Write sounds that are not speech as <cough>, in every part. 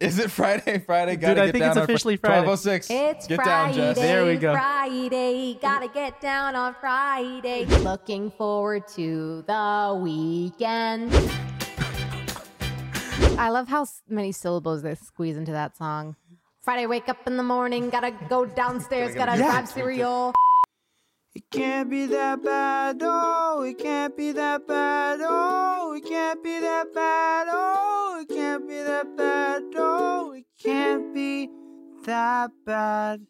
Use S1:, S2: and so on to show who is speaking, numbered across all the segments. S1: Is it Friday? <laughs> Friday,
S2: Dude,
S1: gotta
S2: I
S1: get
S2: think
S1: down
S2: it's
S1: on Fri-
S2: officially Friday.
S1: 1206.
S3: It's
S1: get
S3: Friday.
S1: down, Jess.
S2: There we go.
S3: Friday. Gotta get down on Friday. Looking forward to the weekend. I love how s- many syllables they squeeze into that song. Friday, wake up in the morning, gotta go downstairs, gotta
S1: Yeah.
S3: grab cereal.
S4: It can't be that bad, oh, it can't be that bad, oh, it can't be that bad, oh, it can't be that bad, oh, it can't be that bad.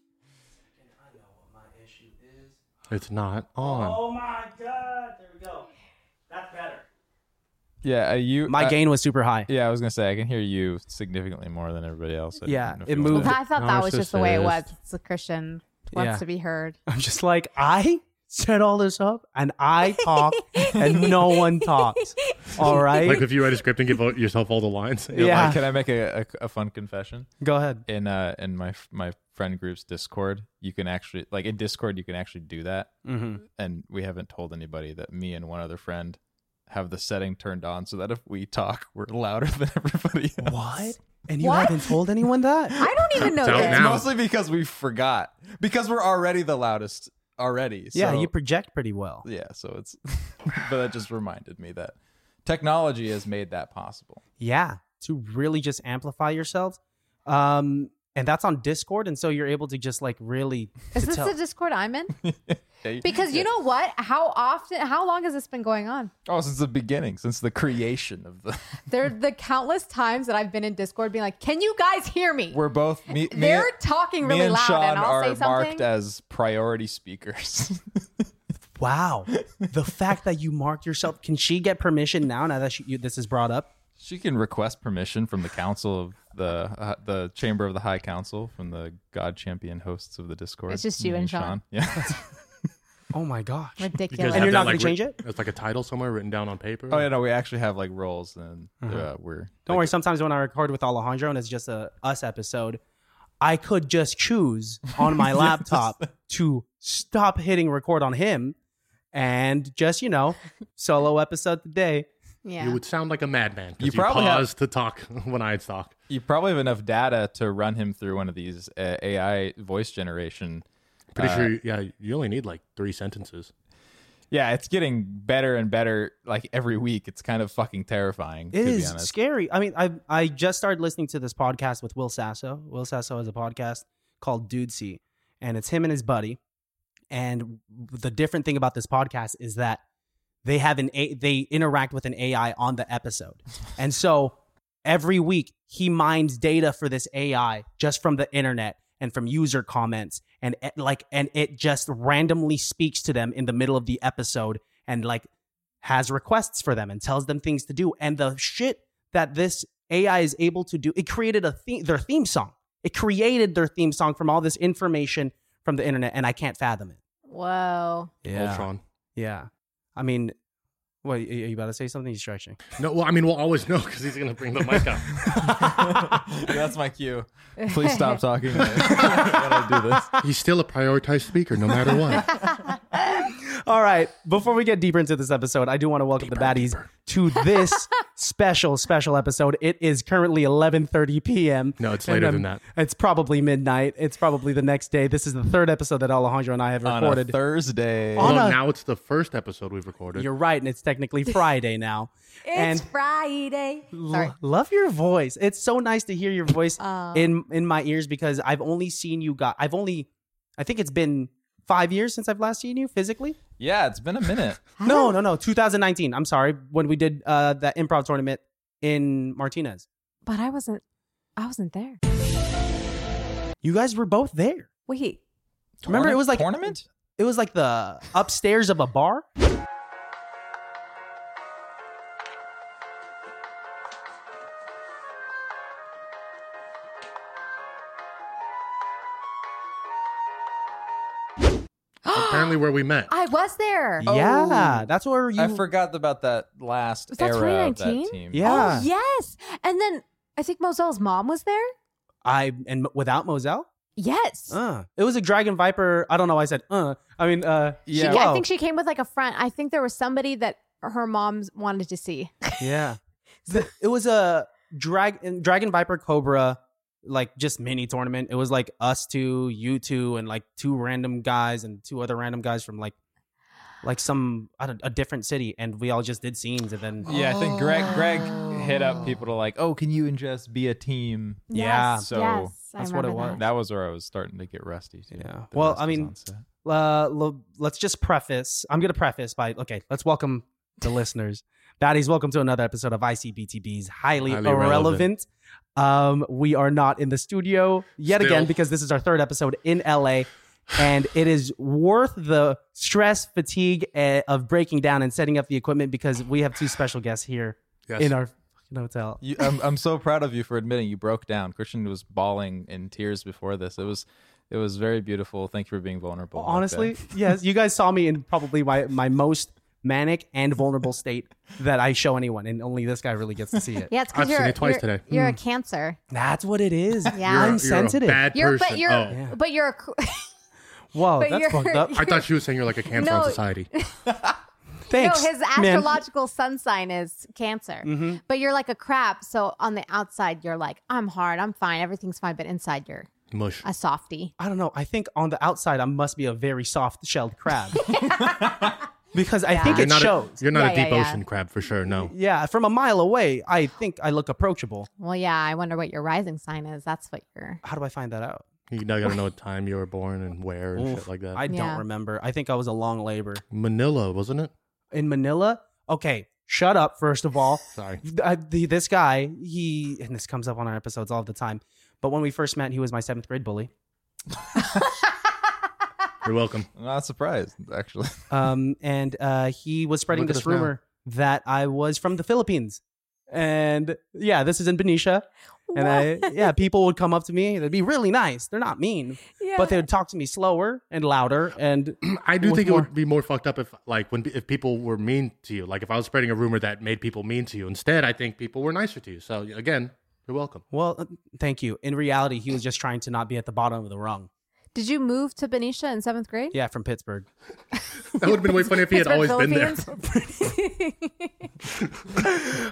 S5: It's not on.
S6: Oh my god! There we go. That's better.
S1: Yeah, uh, you.
S2: My
S1: uh,
S2: gain was super high.
S1: Yeah, I was gonna say I can hear you significantly more than everybody else. I
S2: Yeah,
S1: don't know if
S2: it
S1: you wanna-
S2: moved.
S3: I thought that was just the way it
S5: Narcissist.
S3: was. It's a Christian wants
S2: Yeah.
S3: to be heard.
S2: <laughs> I'm just like, I set all this up and I talk and
S4: <laughs>
S2: no one talks. All right.
S5: Like if you write a script and give all- yourself all the lines.
S1: Like,
S2: yeah.
S1: can I make a, a, a fun confession?
S2: Go ahead.
S1: In uh in my my friend group's Discord, you can actually like in Discord you can actually do that,
S2: Mhm.
S1: and we haven't told anybody that me and one other friend have the setting turned on so that if we talk, we're louder <laughs> than everybody. Else.
S2: What? And you
S3: What?
S2: haven't told anyone that?
S3: <laughs> I don't even know
S5: It's out
S3: this.
S1: It's
S5: now.
S1: mostly because we forgot because we're already the loudest already.
S2: <laughs> yeah,
S1: so-
S2: you project pretty well.
S1: yeah. So it's <laughs> but that just reminded me that technology has made that possible.
S2: Yeah, to really just amplify yourselves. Um, and that's on Discord, and so you're able to just like really.
S3: Is
S2: to
S3: this
S2: tell-
S3: the Discord I'm in?
S1: Yeah, you-
S3: Because you
S1: yeah.
S3: know what? How often? How long has this been going on?
S1: Oh, since the beginning, since the creation of the, <laughs>
S3: There, the countless times that I've been in Discord, being like, "Can you guys hear me?"
S1: we're both me. me-
S3: They're talking
S1: me
S3: really
S1: and
S3: loud,
S1: Sean
S3: and I'll
S1: are
S3: say
S1: marked
S3: something.
S1: as priority speakers. <laughs>
S2: wow, the fact that you marked yourself. Can she get permission now? Now that she, you, this is brought up,
S1: she can request permission from the council of the uh, the chamber of the High Council from the God Champion hosts of the Discord.
S3: It's just you
S1: me
S3: and Sean.
S1: <laughs> Yeah.
S2: oh my gosh,
S3: <laughs> Ridiculous.
S2: And
S5: have
S2: you're not
S5: that,
S2: gonna
S5: like,
S2: change
S5: writ-
S2: it?
S5: It's like a title somewhere written down on paper.
S1: oh yeah, no, we actually have like roles, and uh, we're
S2: Don't worry. Sometimes when I record with Alejandro and it's just a us episode, I could just choose on my laptop to stop hitting record on him, and just you know solo episode today.
S3: yeah.
S5: You would sound like a madman. 'cause
S1: You
S5: You,
S1: probably have-
S5: pause to talk <laughs> when I talk.
S1: you probably have enough data to run him through one of these uh, AI voice generation.
S5: Pretty
S1: Uh,
S5: sure. Yeah, you only need like three sentences.
S1: Yeah, it's getting better and better like every week. It's kind of fucking terrifying.
S2: It
S1: to
S2: is
S1: be <laughs> honest.
S2: scary. I mean, I I just started listening to this podcast with Will Sasso. Will Sasso has a podcast called Dudesy, and it's him and his buddy. And the different thing about this podcast is that they have an a- they interact with an AI on the
S1: <laughs>
S2: episode, and so every week he mines data for this AI just from the internet and from user comments, and eh, like and it just randomly speaks to them in the middle of the episode, and like has requests for them and tells them things to do. And the shit that this AI is able to do, it created a theme, their theme song. It created their theme song from all this information from the internet, and I can't fathom it.
S3: Whoa.
S5: Ultron.
S2: yeah. I mean, what are you about to say? Something He's stretching.
S5: No, well, I mean, we'll always know because he's gonna bring the
S1: <laughs>
S5: mic up.
S1: That's my cue. Please <laughs> stop talking when I do this.
S5: he's still a prioritized speaker, no matter
S2: <laughs>
S5: what.
S2: All right. Before we get deeper into this episode, I do want to welcome the baddies to this <laughs> special, special episode. It is currently 11:30 p.m.
S5: No, it's
S2: And
S5: later
S2: I'm-
S5: than that.
S2: It's probably midnight. It's probably the next day. This is the third episode that Alejandro and I have
S1: On
S2: recorded.
S1: a Thursday.
S2: On
S5: Well,
S2: a-
S5: now it's the first episode we've recorded.
S2: You're right, and it's
S5: <laughs>
S2: technically Friday now.
S3: <laughs> It's
S2: and
S3: Friday.
S2: lo-
S3: Sorry.
S2: love your voice. It's so nice to hear your voice in in my ears because I've only seen you got I've only I think it's been 5 years since I've last seen you physically.
S1: yeah, it's been a minute.
S2: No, no, no, 2019. I'm sorry, when we did uh that improv tournament in Martinez.
S3: But I wasn't. I wasn't there.
S2: You guys were both there.
S3: Wait. <gasps>
S2: Remember, it was like-
S1: tournament.
S2: It was like the upstairs of a bar.
S5: Apparently, where
S7: <gasps>
S5: we met.
S3: I was there.
S1: Oh.
S2: Yeah, that's where you
S1: I forgot about that last
S3: Was that
S1: era of that
S3: 2019?
S1: team.
S2: Yeah.
S3: Oh, yes. And then I think Moselle's mom was there.
S2: I and without Moselle?
S3: Yes.
S2: Uh, it was a Dragon Viper. I don't know why I said uh. I mean uh
S3: She
S1: Yeah.
S3: ca- I
S2: Whoa.
S3: think she came with like a friend. I
S2: <laughs>
S3: think there was somebody that her mom wanted to see.
S2: Yeah. The- it was a drag in Dragon Viper Cobra like just mini tournament. It was like us two, you two, and like two random guys and two other random guys from like like some I don't, a different city, and we all just did scenes, and then
S1: Yeah, I think Greg Greg hit up people to like, oh, can you and Jess be a team?
S2: Yeah.
S3: Yes,
S1: So,
S3: yes, I
S2: that's what it
S3: remember
S2: was.
S1: That was where I was starting to get rusty. Too.
S2: Yeah.
S1: The
S2: Well,
S1: rust
S2: I
S1: was
S2: mean-
S1: on set.
S2: uh, l- let's just preface. I'm gonna preface by okay. Let's welcome
S5: <laughs>
S2: the listeners, baddies. Welcome to another episode of ICBTB's highly,
S5: Highly
S2: irrelevant.
S5: Relevant.
S2: Um, we are not in the studio yet
S5: Still.
S2: again because this is our third episode in LA, and it is worth the stress, fatigue eh, of breaking down and setting up the equipment because we have two special guests here
S5: Yes.
S2: in our fucking hotel.
S1: You, I'm I'm so proud of you for admitting you broke down. Christian was bawling in tears before this. It was it was very beautiful. Thank you for being vulnerable. like that.
S2: Honestly,
S5: <laughs>
S2: yes, you guys saw me in probably my, my most manic and vulnerable state that I show anyone, and only this guy really gets to see it.
S3: Yeah, it's 'cause
S5: I've seen
S3: you're,
S5: it twice
S3: you're-
S5: today.
S3: You're a cancer.
S2: That's what it is.
S3: Yeah.
S5: You're a-
S2: I'm
S5: you're a
S2: sensitive.
S5: bad
S3: You're,
S5: person.
S3: but you're,
S5: oh.
S3: but you're a. cr-
S2: Whoa,
S3: But
S2: that's
S3: you're- <laughs>
S2: fucked up.
S5: I thought she was saying you're like a cancer on
S3: No.
S5: society.
S3: No,
S2: Thanks.
S3: his
S2: man. Mm-hmm.
S3: astrological sun sign is Cancer, but you're like a crab. So on the outside, you're like, I'm hard, I'm fine, everything's fine, but inside, you're
S5: Mush.
S3: a softy.
S2: I don't know. I think on the outside, I must be a very soft shelled
S3: <laughs>
S2: crab. because I think
S5: You're
S2: it
S5: not
S2: shows.
S5: A, you're not a
S3: Yeah,
S5: deep
S3: yeah, yeah.
S5: ocean crab for sure. No.
S2: yeah, from a mile away, I think I look approachable.
S3: Well, yeah, I wonder what your rising sign is. That's what
S2: <laughs>
S3: you're.
S2: How do I find that out?
S5: You now gotta know <laughs> what time you were born and where and
S2: Oof,
S5: shit like that.
S2: I don't
S3: Yeah.
S2: remember. I think I was a long labor
S5: Manila, wasn't it?
S2: in Manila. Okay, shut up, first of all.
S5: <clears throat> Sorry.
S2: I, uh, the, this guy, he, and this comes up on our episodes all the time, but when we first met, he was my seventh grade bully.
S5: You're welcome.
S1: I'm not surprised actually. <laughs>
S2: um, and uh, he was spreading
S5: Look at
S2: this
S5: us now.
S2: rumor that I was from the Philippines. And yeah, this is in Benicia. And I, yeah, people would come up to me. They'd be really nice. They're not mean,
S3: yeah.
S2: but they would talk to me slower and louder. And
S5: <clears throat> I do
S2: With
S5: think
S2: more-
S5: it would be more fucked up if, like, when if people were mean to you. Like, if I was spreading a rumor that made people mean to you. Instead, I think people were nicer to you. So again, you're <laughs> welcome.
S2: well, uh, thank you. In reality, he was just trying to not be at the bottom of the rung.
S3: Did you move to Benicia in seventh grade?
S2: Yeah, from Pittsburgh.
S5: That would have been way funny if he had always been there. <laughs>
S2: <laughs>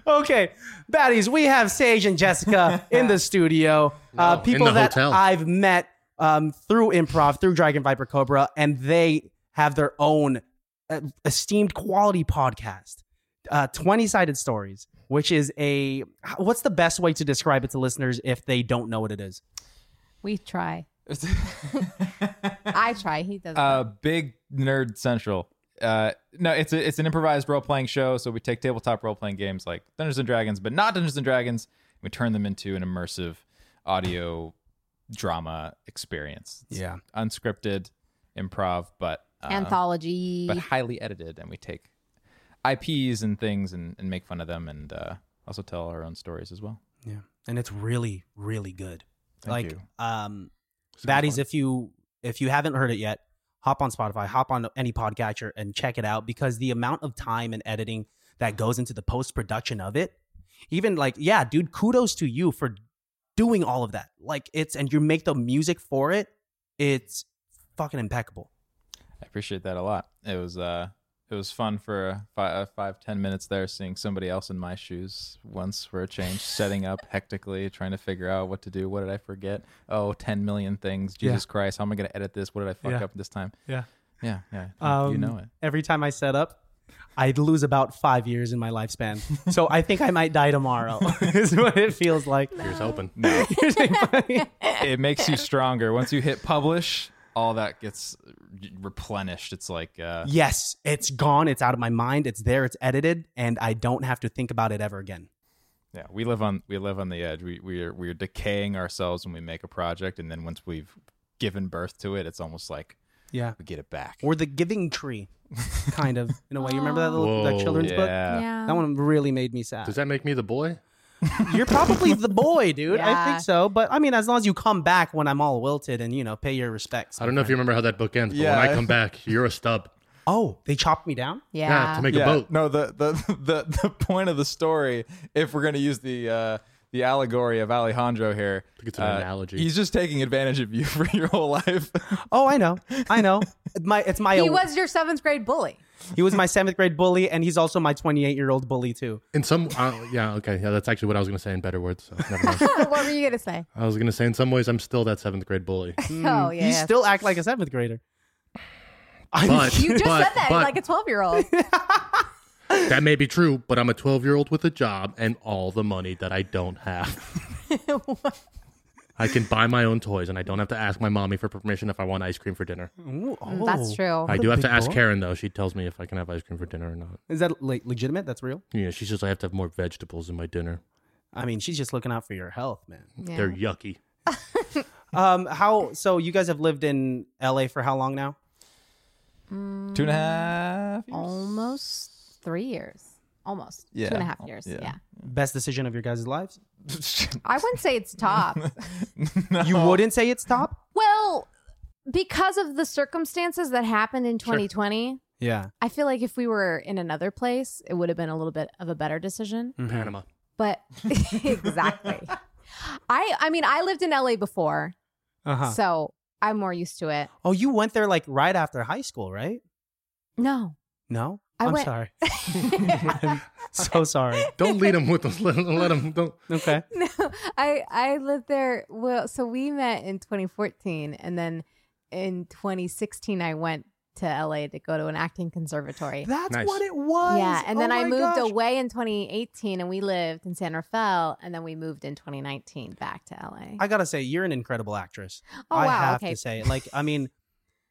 S2: Okay, baddies, we have Sage and Jessica in the
S5: <laughs>
S2: studio. uh,
S5: No, in
S2: people
S5: the
S2: that
S5: hotel.
S2: I've met um, through improv, through Dragon Viper Cobra, and they have their own uh, esteemed quality podcast, uh, Twenty Sided Stories, which is a what's the best way to describe it to listeners if they don't know what it is?
S3: <laughs> we try. I try. He doesn't.
S1: uh big nerd central uh no it's a, it's an improvised role-playing show so we take tabletop role-playing games like dungeons and dragons but not dungeons and dragons we turn them into an immersive audio drama experience It's
S2: Yeah.
S1: unscripted improv but uh,
S3: Anthology.
S1: but highly edited and we take ips and things and, and make fun of them and uh also tell our own stories as well
S2: Yeah, and it's really, really good.
S1: Thank
S2: like,
S1: you.
S2: um, baddies, if you if you haven't heard it yet, hop on Spotify, hop on any podcatcher, and check it out because the amount of time and editing that goes into the post production of it, even like, yeah, dude, kudos to you for doing all of that. Like, it's and you make the music for it. It's fucking impeccable.
S1: I appreciate that a lot. It was uh, it was fun for uh, five, uh, five ten minutes there, seeing somebody else in my shoes once for a change, setting up hectically, trying to figure out what to do. What did I forget? Oh, 10 million things. Jesus Christ, how am I going to edit this? What did I fuck
S2: Yeah.
S1: up this time?
S2: Yeah.
S1: Yeah, yeah,
S2: Um,
S1: you know it.
S2: Every time I set up, I'd lose about five years in my lifespan. so I think I might die tomorrow. <laughs> is what it feels like.
S5: Here's hoping.
S2: You're saying funny.
S1: It makes you stronger once you hit publish. All that gets replenished. It's like uh,
S2: yes, it's gone. It's out of my mind. It's there. It's edited, and I don't have to think about it ever again.
S1: Yeah, we live on we live on the edge. We we are we're decaying ourselves when we make a project, and then once we've given birth to it, it's almost like
S2: Yeah.
S1: we get it back.
S2: Or the giving tree, kind of in a way. You remember that little that
S5: Whoa.
S2: children's book?
S5: uh,
S1: yeah.
S3: yeah.
S2: That one really made me sad.
S5: Does that make me the boy?
S2: You're probably the boy, dude. I
S3: Yeah.
S2: think so. But I mean, as long as you come back when I'm all wilted and you know, pay your respects.
S5: I don't know if you remember how that book ends, but
S1: Yeah.
S5: when I come back, you're a stub.
S2: Oh, they chopped me down.
S5: Yeah,
S3: yeah.
S5: to make
S1: Yeah,
S5: a boat.
S1: No, the, the the the point of the story, if we're gonna use the uh the allegory of Alejandro here. uh,
S5: think it's an analogy.
S1: He's just taking advantage of you <laughs> for your whole life.
S2: Oh, I know, I know. My it's my
S7: He was your seventh
S3: <laughs>
S7: grade bully.
S2: he was my seventh grade bully, and he's also my twenty eight year old bully too.
S5: In some, uh, yeah, okay, yeah, that's actually what I was going to say in better words. So never <laughs> mind.
S7: what were you gonna say?
S5: I was going to say, in some ways, I'm still that seventh grade bully.
S7: Oh yeah.
S2: You
S7: yeah.
S2: still act like a seventh grader. I'm
S5: But-
S7: you just
S5: But-
S7: said that
S5: but-
S7: like a twelve year old.
S5: that may be true, but I'm a 12 year old with a job and all the money that I don't have. I can buy my own toys, and I don't have to ask my mommy for permission if I want ice cream for dinner.
S2: Ooh, oh.
S7: That's true.
S5: I do have
S2: big
S5: to ask
S2: boy.
S5: Karen though; she tells me if I can have ice cream for dinner or not.
S2: Is that like legitimate? That's real.
S5: Yeah, she says I have to have more vegetables in my dinner.
S2: I mean, she's just looking out for your health, man.
S7: Yeah.
S5: They're yucky.
S2: Um, how so? You guys have lived in LA for how long now?
S1: Two and a half. years?
S7: Almost three years. Almost
S1: Yeah.
S7: two and a half years.
S1: Yeah.
S7: Yeah.
S2: Best decision of your guys' lives?
S7: I wouldn't say it's top.
S2: You wouldn't say it's top.
S7: well, because of the circumstances that happened in 2020,
S2: Yeah.
S7: I feel like if we were in another place, it would have been a little bit of a better decision.
S5: Panama.
S7: But <laughs>
S1: <laughs>
S7: exactly. I I mean, I lived in LA before,
S2: Uh huh.
S7: so I'm more used to it.
S2: oh, you went there like right after high school, right?
S7: No. <laughs>
S2: No,
S7: I
S2: am
S7: went- <laughs>
S2: sorry. <laughs> I'm so sorry.
S5: Don't lead them with those. Let, let them. Don't.
S2: Okay.
S7: <laughs> No, I I lived there. Well, so we met in 2014, and then in 2016, I went to LA to go to an acting conservatory.
S2: That's
S5: Nice.
S2: what it was.
S7: yeah, and
S2: Oh
S7: then I
S2: my
S7: moved
S2: gosh.
S7: away in 2018, and we lived in San Rafael, and then we moved in 2019 back to LA.
S2: I gotta say, you're an incredible actress.
S7: Oh,
S2: I
S7: wow,
S2: have
S7: okay.
S2: to say, like, I mean,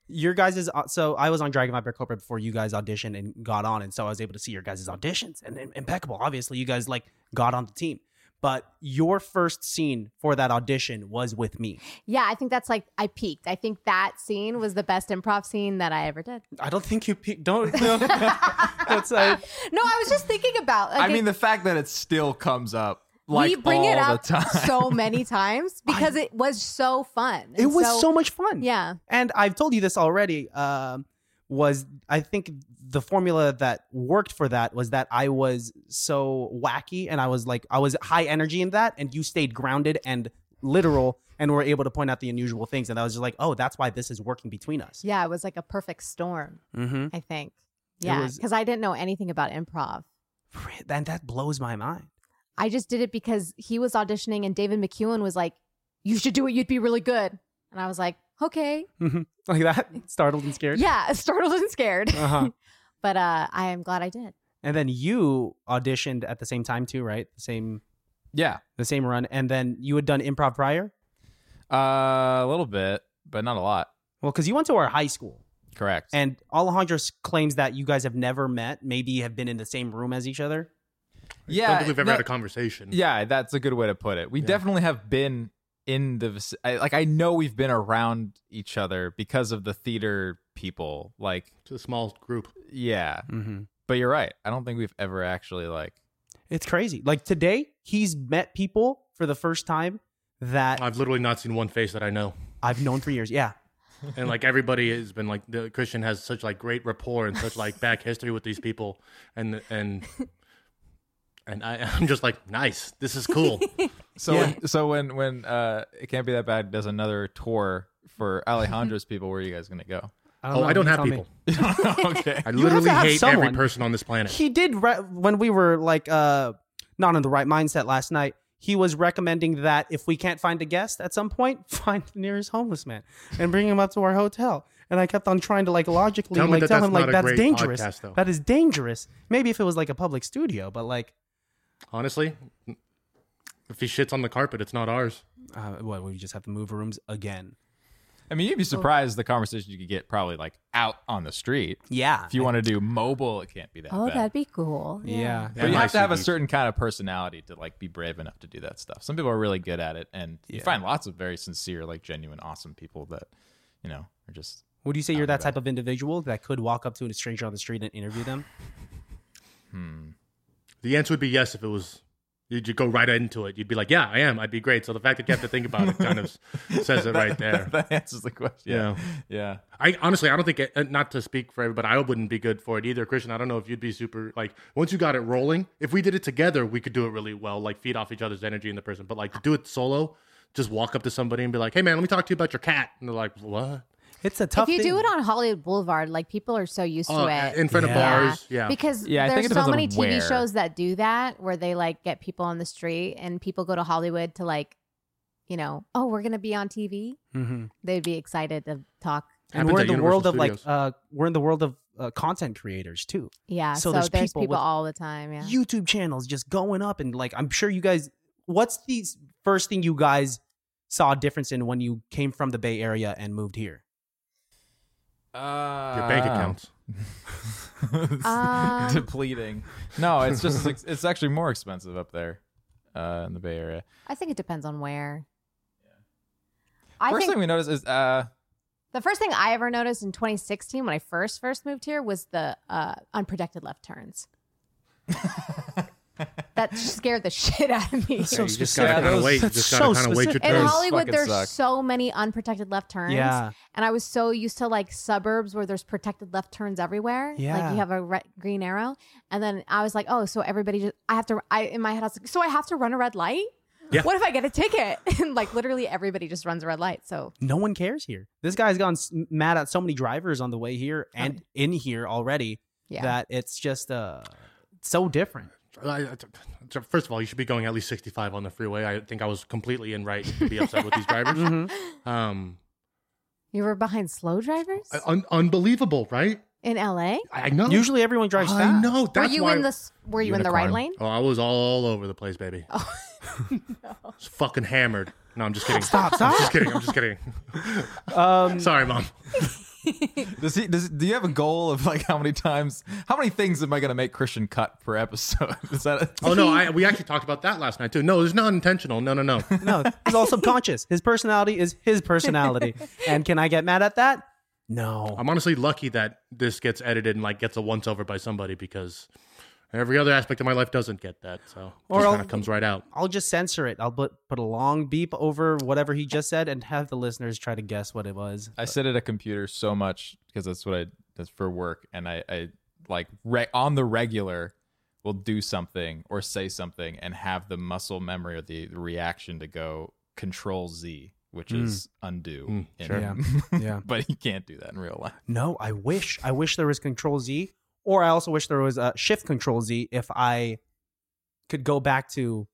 S2: your guys is so I was on Dragon by Bear Corporate before you guys auditioned and got on, and so I was able to see your guys' auditions and, and impeccable. Obviously, you guys like got on the team, but your first scene for that audition was with me.
S7: yeah, I think that's like I peaked. I think that scene was the best improv scene that I ever did.
S2: I don't think you pe- don't. <laughs> No,
S1: <laughs>
S2: that's
S7: <laughs>
S2: like,
S7: No, I was just thinking about. Like,
S1: I mean, the fact that it still comes up like
S7: we bring
S1: all
S7: it up
S1: the time.
S7: so many times because it was so fun.
S2: it
S7: And
S2: was so, much fun.
S7: yeah.
S2: and I've told you this already. Um, was I think the formula that worked for that was that I was so wacky and I was like I was high energy in that, and you stayed grounded and literal and were able to point out the unusual things, and I was just like, oh, that's why this is working between us.
S7: Yeah, it was like a perfect storm,
S2: Mm-hmm.
S7: I think.
S2: It
S7: Yeah,
S2: was-
S7: because I didn't know anything about improv.
S2: And that blows my mind. <laughs>
S7: I just did it because he was auditioning and David McEwen was like, You should do it. You'd be really good. And I was like, Okay.
S2: Like that, <laughs> startled and scared.
S7: Yeah, <laughs> startled and scared.
S2: Uh-huh.
S7: But uh, I am glad I did.
S2: And then you auditioned at the same time too, right? The same,
S1: <laughs> yeah,
S2: the same run. And then you had done improv prior.
S1: uh, a little bit, but not a lot.
S2: Well, because you went to our high school.
S1: Correct.
S2: And Alejandro s- claims that you guys have never met, maybe have been in the same room as each other.
S1: yeah,
S5: don't think we've ever
S1: no-
S5: had a conversation.
S1: Yeah, that's a good way to put it. We definitely have been in the vic- I, like I know we've been around each other because of the theater people. Like,
S5: It's a small group.
S1: yeah,
S2: Mm-hmm.
S1: but you're right. I don't think we've ever actually like
S2: It's crazy. Like today, he's met people for the first time that I've,
S5: I've literally not seen one face that I know.
S2: known for years. Yeah.
S5: and like everybody has been like the Christian has such like great rapport and such like back history with these people, and and and I, <laughs> I'm just like nice. This is cool.
S1: So
S2: Yeah.
S1: when, so when when uh it can't be that bad does another tour for <laughs> Alejandro's people where are you guys going to <laughs> go?
S2: <laughs> I
S5: oh, I don't have people.
S1: okay.
S5: I
S2: You have
S5: literally
S2: to have
S5: hate
S2: someone.
S5: every person on this planet.
S2: He did re- when we were like uh not in the right mindset last night. He was recommending that if we can't find a guest at some point, <laughs> find the nearest homeless man and bring him up to our hotel. And I kept on trying to like logically
S5: Tell me
S2: like
S5: that
S2: tell
S5: that's
S2: him like
S5: not a
S2: that's
S5: great
S2: dangerous.
S5: podcast, though.
S2: that is dangerous. Maybe if it was like a public studio, but like
S5: Honestly, if he shits on the carpet, it's not ours.
S2: uh, what we just have to move rooms again.
S1: I mean, you'd be surprised the conversation you could get probably like out on the street.
S2: Yeah.
S1: If you want to do mobile, it can't be that
S7: Oh,
S1: bad.
S7: that'd be cool.
S2: yeah.
S1: But you
S5: Yeah,
S1: have to
S5: I
S1: have a
S5: see.
S1: certain kind of personality to like be brave enough to do that stuff. Some people are really good at it, and you find lots of very sincere, like genuine, awesome people that you know are just.
S5: <laughs>
S2: Would you say you're that type of individual that could walk up to a stranger on the street and interview them?
S5: The answer would be yes if it was You'd just go right into it. You'd be like, "Yeah, I am. I'd be great." So the fact that you have to think about it
S2: <laughs>
S5: kind of says it right there.
S1: <laughs> That, answers the question.
S5: Yeah.
S1: Yeah.
S5: I honestly, I don't think, uh, not to speak for everybody, I wouldn't be good for it either. Christian, I don't know if you'd be super, like, once you got it rolling, if we did it together, we could do it really well, like, feed off each other's energy in the person. But, like, to do it solo, just walk up to somebody and be like, hey, man, let me talk to you about your cat. And they're like, what?
S2: It's a tough
S7: If you
S2: thing.
S7: do it on Hollywood Boulevard, like people are so used
S5: Oh,
S7: to it.
S5: in front
S2: Yeah.
S5: of bars. Yeah.
S7: Because
S1: Yeah, I think
S7: there's
S1: it
S7: so
S1: depends on
S7: many TV
S1: where.
S7: shows that do that where they like get people on the street and people go to Hollywood to like, you know, oh, we're gonna be on TV.
S2: Mhm.
S7: They'd be excited to talk.
S2: and
S5: Happens
S2: we're
S5: at
S2: in the
S5: Universal
S2: world of like
S5: Studios.
S2: uh, we're in the world of uh, content creators too.
S7: Yeah.
S2: So
S7: So,
S2: there's
S7: there's,
S2: people
S7: people,
S2: with-
S7: all the time. Yeah.
S2: YouTube channels just going up and like I'm sure you guys what's the s- first thing you guys saw a difference in when you came from the Bay Area and moved here?
S1: Uh,
S5: your
S2: Ah.
S5: bank accounts.
S1: <laughs>
S7: Um,
S1: depleting. No, it's just it's- it's actually more expensive up there uh, in the Bay Area.
S7: I think it depends on where. I
S1: First
S7: think
S1: thing we notice is uh,
S7: the first thing I ever noticed in 2016 when I first first moved here was the uh, unprotected left turns. that scared the shit out of me.
S2: So
S5: you just gotta
S1: specific.
S5: kind
S1: Yeah,
S5: of wait. You
S2: that's
S5: just
S2: so
S5: gotta kind of wait your
S2: specific.
S7: in
S5: turn.
S7: Hollywood,
S1: fucking
S7: there's
S1: suck.
S7: so many unprotected left turns.
S2: Yeah.
S7: And I was so used to like suburbs where there's protected left turns everywhere.
S2: Yeah.
S7: Like you have a red, green arrow. And then I was like, oh, so everybody just, I have to, I, in my head, I was like, so I have to run a red light?
S5: Yeah.
S7: What if I get a ticket? <laughs> and like literally everybody just runs a red light. So
S2: No one cares here. This guy's gotten s- mad at so many drivers on the way here and in here already
S7: yeah.
S2: that it's just uh so different.
S5: I- I- t- First of all, you should be going at least 65 on the freeway. I think I was completely in right to be upset with
S2: <laughs>
S5: these drivers.
S2: Mm-hmm.
S5: Um,
S7: you were behind slow drivers
S5: un- unbelievable, right?
S7: in LA?
S5: I I know.
S2: Usually everyone drives
S5: I
S2: fast.
S5: know.
S7: Were
S5: That's
S7: you
S5: why
S7: in the, s- were you in the right
S5: Unicorn.
S7: lane?
S5: Oh, I was all over the place, baby. Oh,
S7: <laughs>
S5: <laughs> no. fucking hammered. No, I'm just kidding.
S2: Stop,
S5: I'm
S2: stop.
S5: just kidding. I'm just kidding.
S2: Um
S5: <laughs> Sorry, mom.
S1: does he does do you have a goal of like how many times how many things am I gonna make Christian cut per episode? <laughs> Is that
S5: Oh no, I, we actually talked about that last night too. No, it's not intentional. No, no, no.
S2: no, it's all subconscious. His personality is his personality. and can I get mad at that? No.
S5: I'm honestly lucky that this gets edited and like gets a once over by somebody because every other aspect of my life doesn't get that. So
S2: Or
S5: it
S2: I'll-
S5: kind of comes right out.
S2: I'll just censor it. I'll put put a long beep over whatever he just said and have the listeners try to guess what it was.
S1: I sit at a computer so much because that's what I that's for work, and I, I like re- on the regular will do something or say something and have the muscle memory or the reaction to go Control Z, which
S2: Mm.
S1: is undo.
S5: Mm,
S1: in- <laughs>
S5: sure.
S2: Yeah.
S1: but you can't do that in real life.
S2: <laughs> No, I wish. I wish there was Control Z, or I also wish there was a Shift Control Z if I could go back to,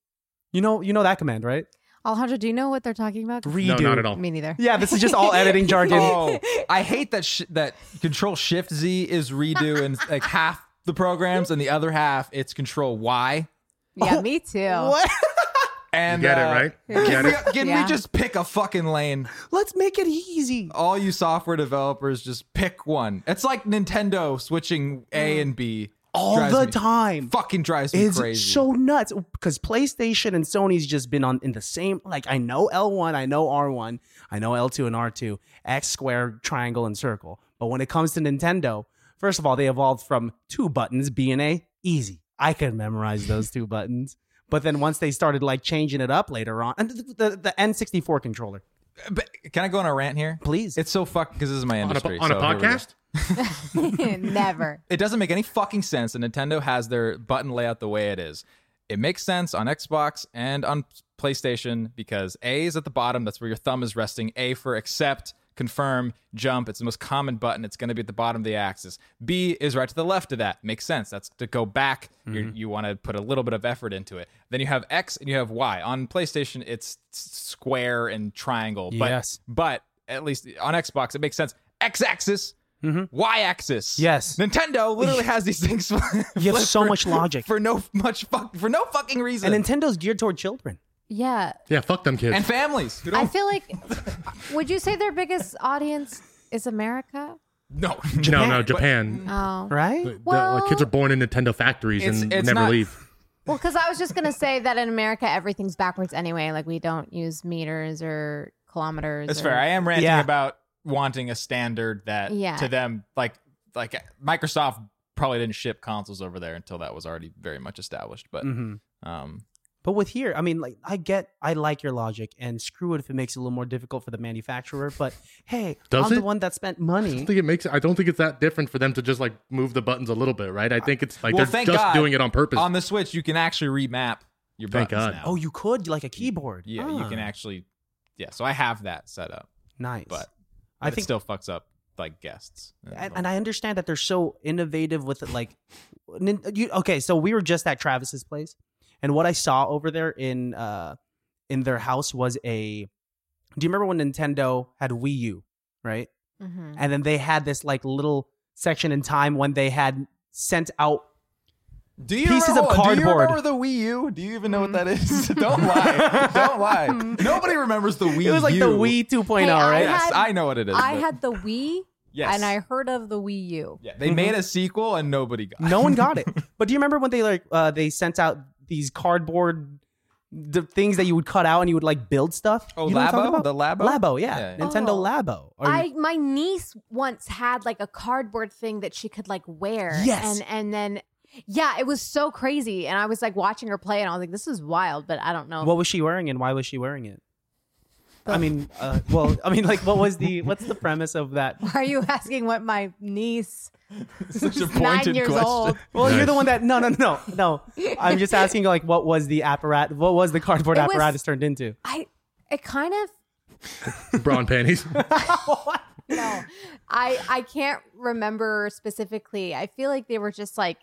S2: you know, you know that command, right?
S7: Alejandro, do you know what they're talking about?
S2: Redo.
S5: No, not at all.
S7: Me neither.
S2: Yeah, this is just
S7: <laughs>
S2: all editing jargon.
S1: Oh, I hate that sh- that Control Shift Z is redo and like half the programs, and the other half it's Control Y.
S7: Yeah, me too.
S2: Oh. What?
S5: You
S1: And
S5: get it
S1: uh,
S5: right? You
S1: Can, <laughs>
S5: get it.
S1: we, can
S7: Yeah.
S1: we just pick a fucking lane?
S2: Let's make it easy.
S1: all you software developers just pick one. It's like Nintendo switching A and B
S2: All
S1: Drives
S2: the
S1: me-
S2: time.
S1: Fucking drives me
S2: It's
S1: crazy.
S2: so nuts because PlayStation and Sony's just been on in the same. Like I know L one, I know R one, I know L two and R two, X squared, triangle, and circle. But when it comes to Nintendo, first of all, they evolved from two buttons, B and A, easy. I could memorize those two buttons. But then once they started like changing it up later on, and the the- the N sixty four controller,
S1: But can I go on a rant here?
S2: please.
S1: It's so fuck because this is my
S5: On a,
S1: industry.
S5: on a
S1: so here we go.
S5: podcast?
S7: <laughs> never.
S1: It doesn't make any fucking sense. And Nintendo has their button layout the way it is. It makes sense on Xbox and on PlayStation because A is at the bottom. That's where your thumb is resting. A for accept, confirm, jump. It's the most common button. It's going to be at the bottom of the axis. B is right to the left of that. Makes sense. That's to go back. you You want to put a little bit of effort into it. Then you have X and you have Y. On PlayStation, it's s- square and triangle. But,
S2: Yes.
S1: But at least on Xbox, it makes sense. X axis, Y axis.
S2: Mm-hmm. Yes.
S1: Nintendo
S2: <laughs>
S1: literally has these things. you
S2: have
S1: <laughs>
S2: so much logic.
S1: for no much fuck for no fucking reason.
S2: and Nintendo's geared toward children.
S7: Yeah.
S5: Yeah, fuck them kids.
S1: And families. who
S7: I
S1: don't-
S7: feel like, would you say their biggest audience is America?
S1: <laughs> no,
S5: no,
S2: Japan.
S5: no, Japan.
S7: Oh.
S2: Right?
S5: The-
S7: Well-
S5: like, kids are born in Nintendo factories
S1: It's-
S5: and
S1: it's
S5: never
S1: not-
S5: leave.
S7: Well, because I was just going to say that in America, everything's backwards anyway. Like, we don't use meters or kilometers.
S1: That's
S7: or-
S1: fair. I am ranting
S2: Yeah.
S1: about wanting a standard that
S7: Yeah.
S1: to them like like
S2: Mm.
S1: Microsoft probably didn't ship consoles over there until that was already very much established. But
S2: Mhm.
S1: um,
S2: But with here, I mean, like I get, I like your logic, and screw it if it makes it a little more difficult for the manufacturer. But hey,
S5: Does
S2: I'm
S5: it?
S2: the one that spent
S5: I don't
S2: money.
S5: think it makes. I don't think it's that different for them to just like move the buttons a little bit, right? I think it's like
S1: Well,
S5: they're
S1: thank
S5: just
S1: God. Um,
S5: doing it on purpose.
S1: On the Switch, you can actually remap your
S5: Thank
S1: buttons
S5: God.
S1: now.
S2: Oh, you could like a keyboard.
S1: yeah, you can
S2: Ah,
S1: actually. Yeah, so I have that set up,
S2: nice.
S1: but
S2: I
S1: it
S2: think
S1: still fucks up like guests.
S2: and, and I understand that they're so innovative with it. Like, nin- you, okay, so we were just at Travis's place, and what I saw over there in uh in their house was a. Do you remember when Nintendo had Wii U, right?
S7: Mm-hmm.
S2: And then they had this like little section in time when they had sent out.
S1: do you
S2: pieces
S1: remember,
S2: of
S1: hold on, Do you
S2: cardboard. Mm.
S1: remember the Wii U? Do you even know what that is? <laughs> Don't lie.
S2: <laughs>
S1: Don't lie. Nobody remembers the Wii.
S2: It was like the
S1: U.
S2: Wii 2.0,
S7: Hey, I
S2: right?
S1: Yes,
S7: had-
S1: I know what it is.
S7: I
S1: but-
S7: had the Wii
S1: yes,
S7: and I heard of the Wii U.
S1: Yeah, they made a sequel and nobody got.
S2: Mm-hmm. No one <laughs> got it. But do you remember when they like uh, they sent out these cardboard the things that you would cut out and you would like build stuff?
S1: Oh,
S2: you know what I'm talking
S1: Labo,
S2: about?
S1: the Labo.
S2: Labo, yeah.
S1: Yeah, yeah.
S2: Nintendo
S7: Oh.
S2: Labo. Or-
S7: I my niece once had like a cardboard thing that she could like wear.
S2: Yes.
S7: And and then yeah, it was so crazy. And I was like watching her play and I was like, this is wild, but I don't know. <laughs>
S2: what was she wearing and why was she wearing it? I mean, uh, well, I mean, like, what was the what's the premise of that?
S3: Why are you asking what my niece?
S1: <laughs> Such a
S3: She's
S1: pointed
S3: nine years
S1: question. <laughs>
S3: old.
S2: Well, you're the
S5: Nice.
S2: one that no, no, no, no. I'm just asking, like, what was the apparatus? What was the cardboard
S7: It was-
S2: apparatus turned into?
S7: I it kind of
S1: <laughs>
S5: Brawn panties.
S7: no. I I can't remember specifically. I feel like they were just like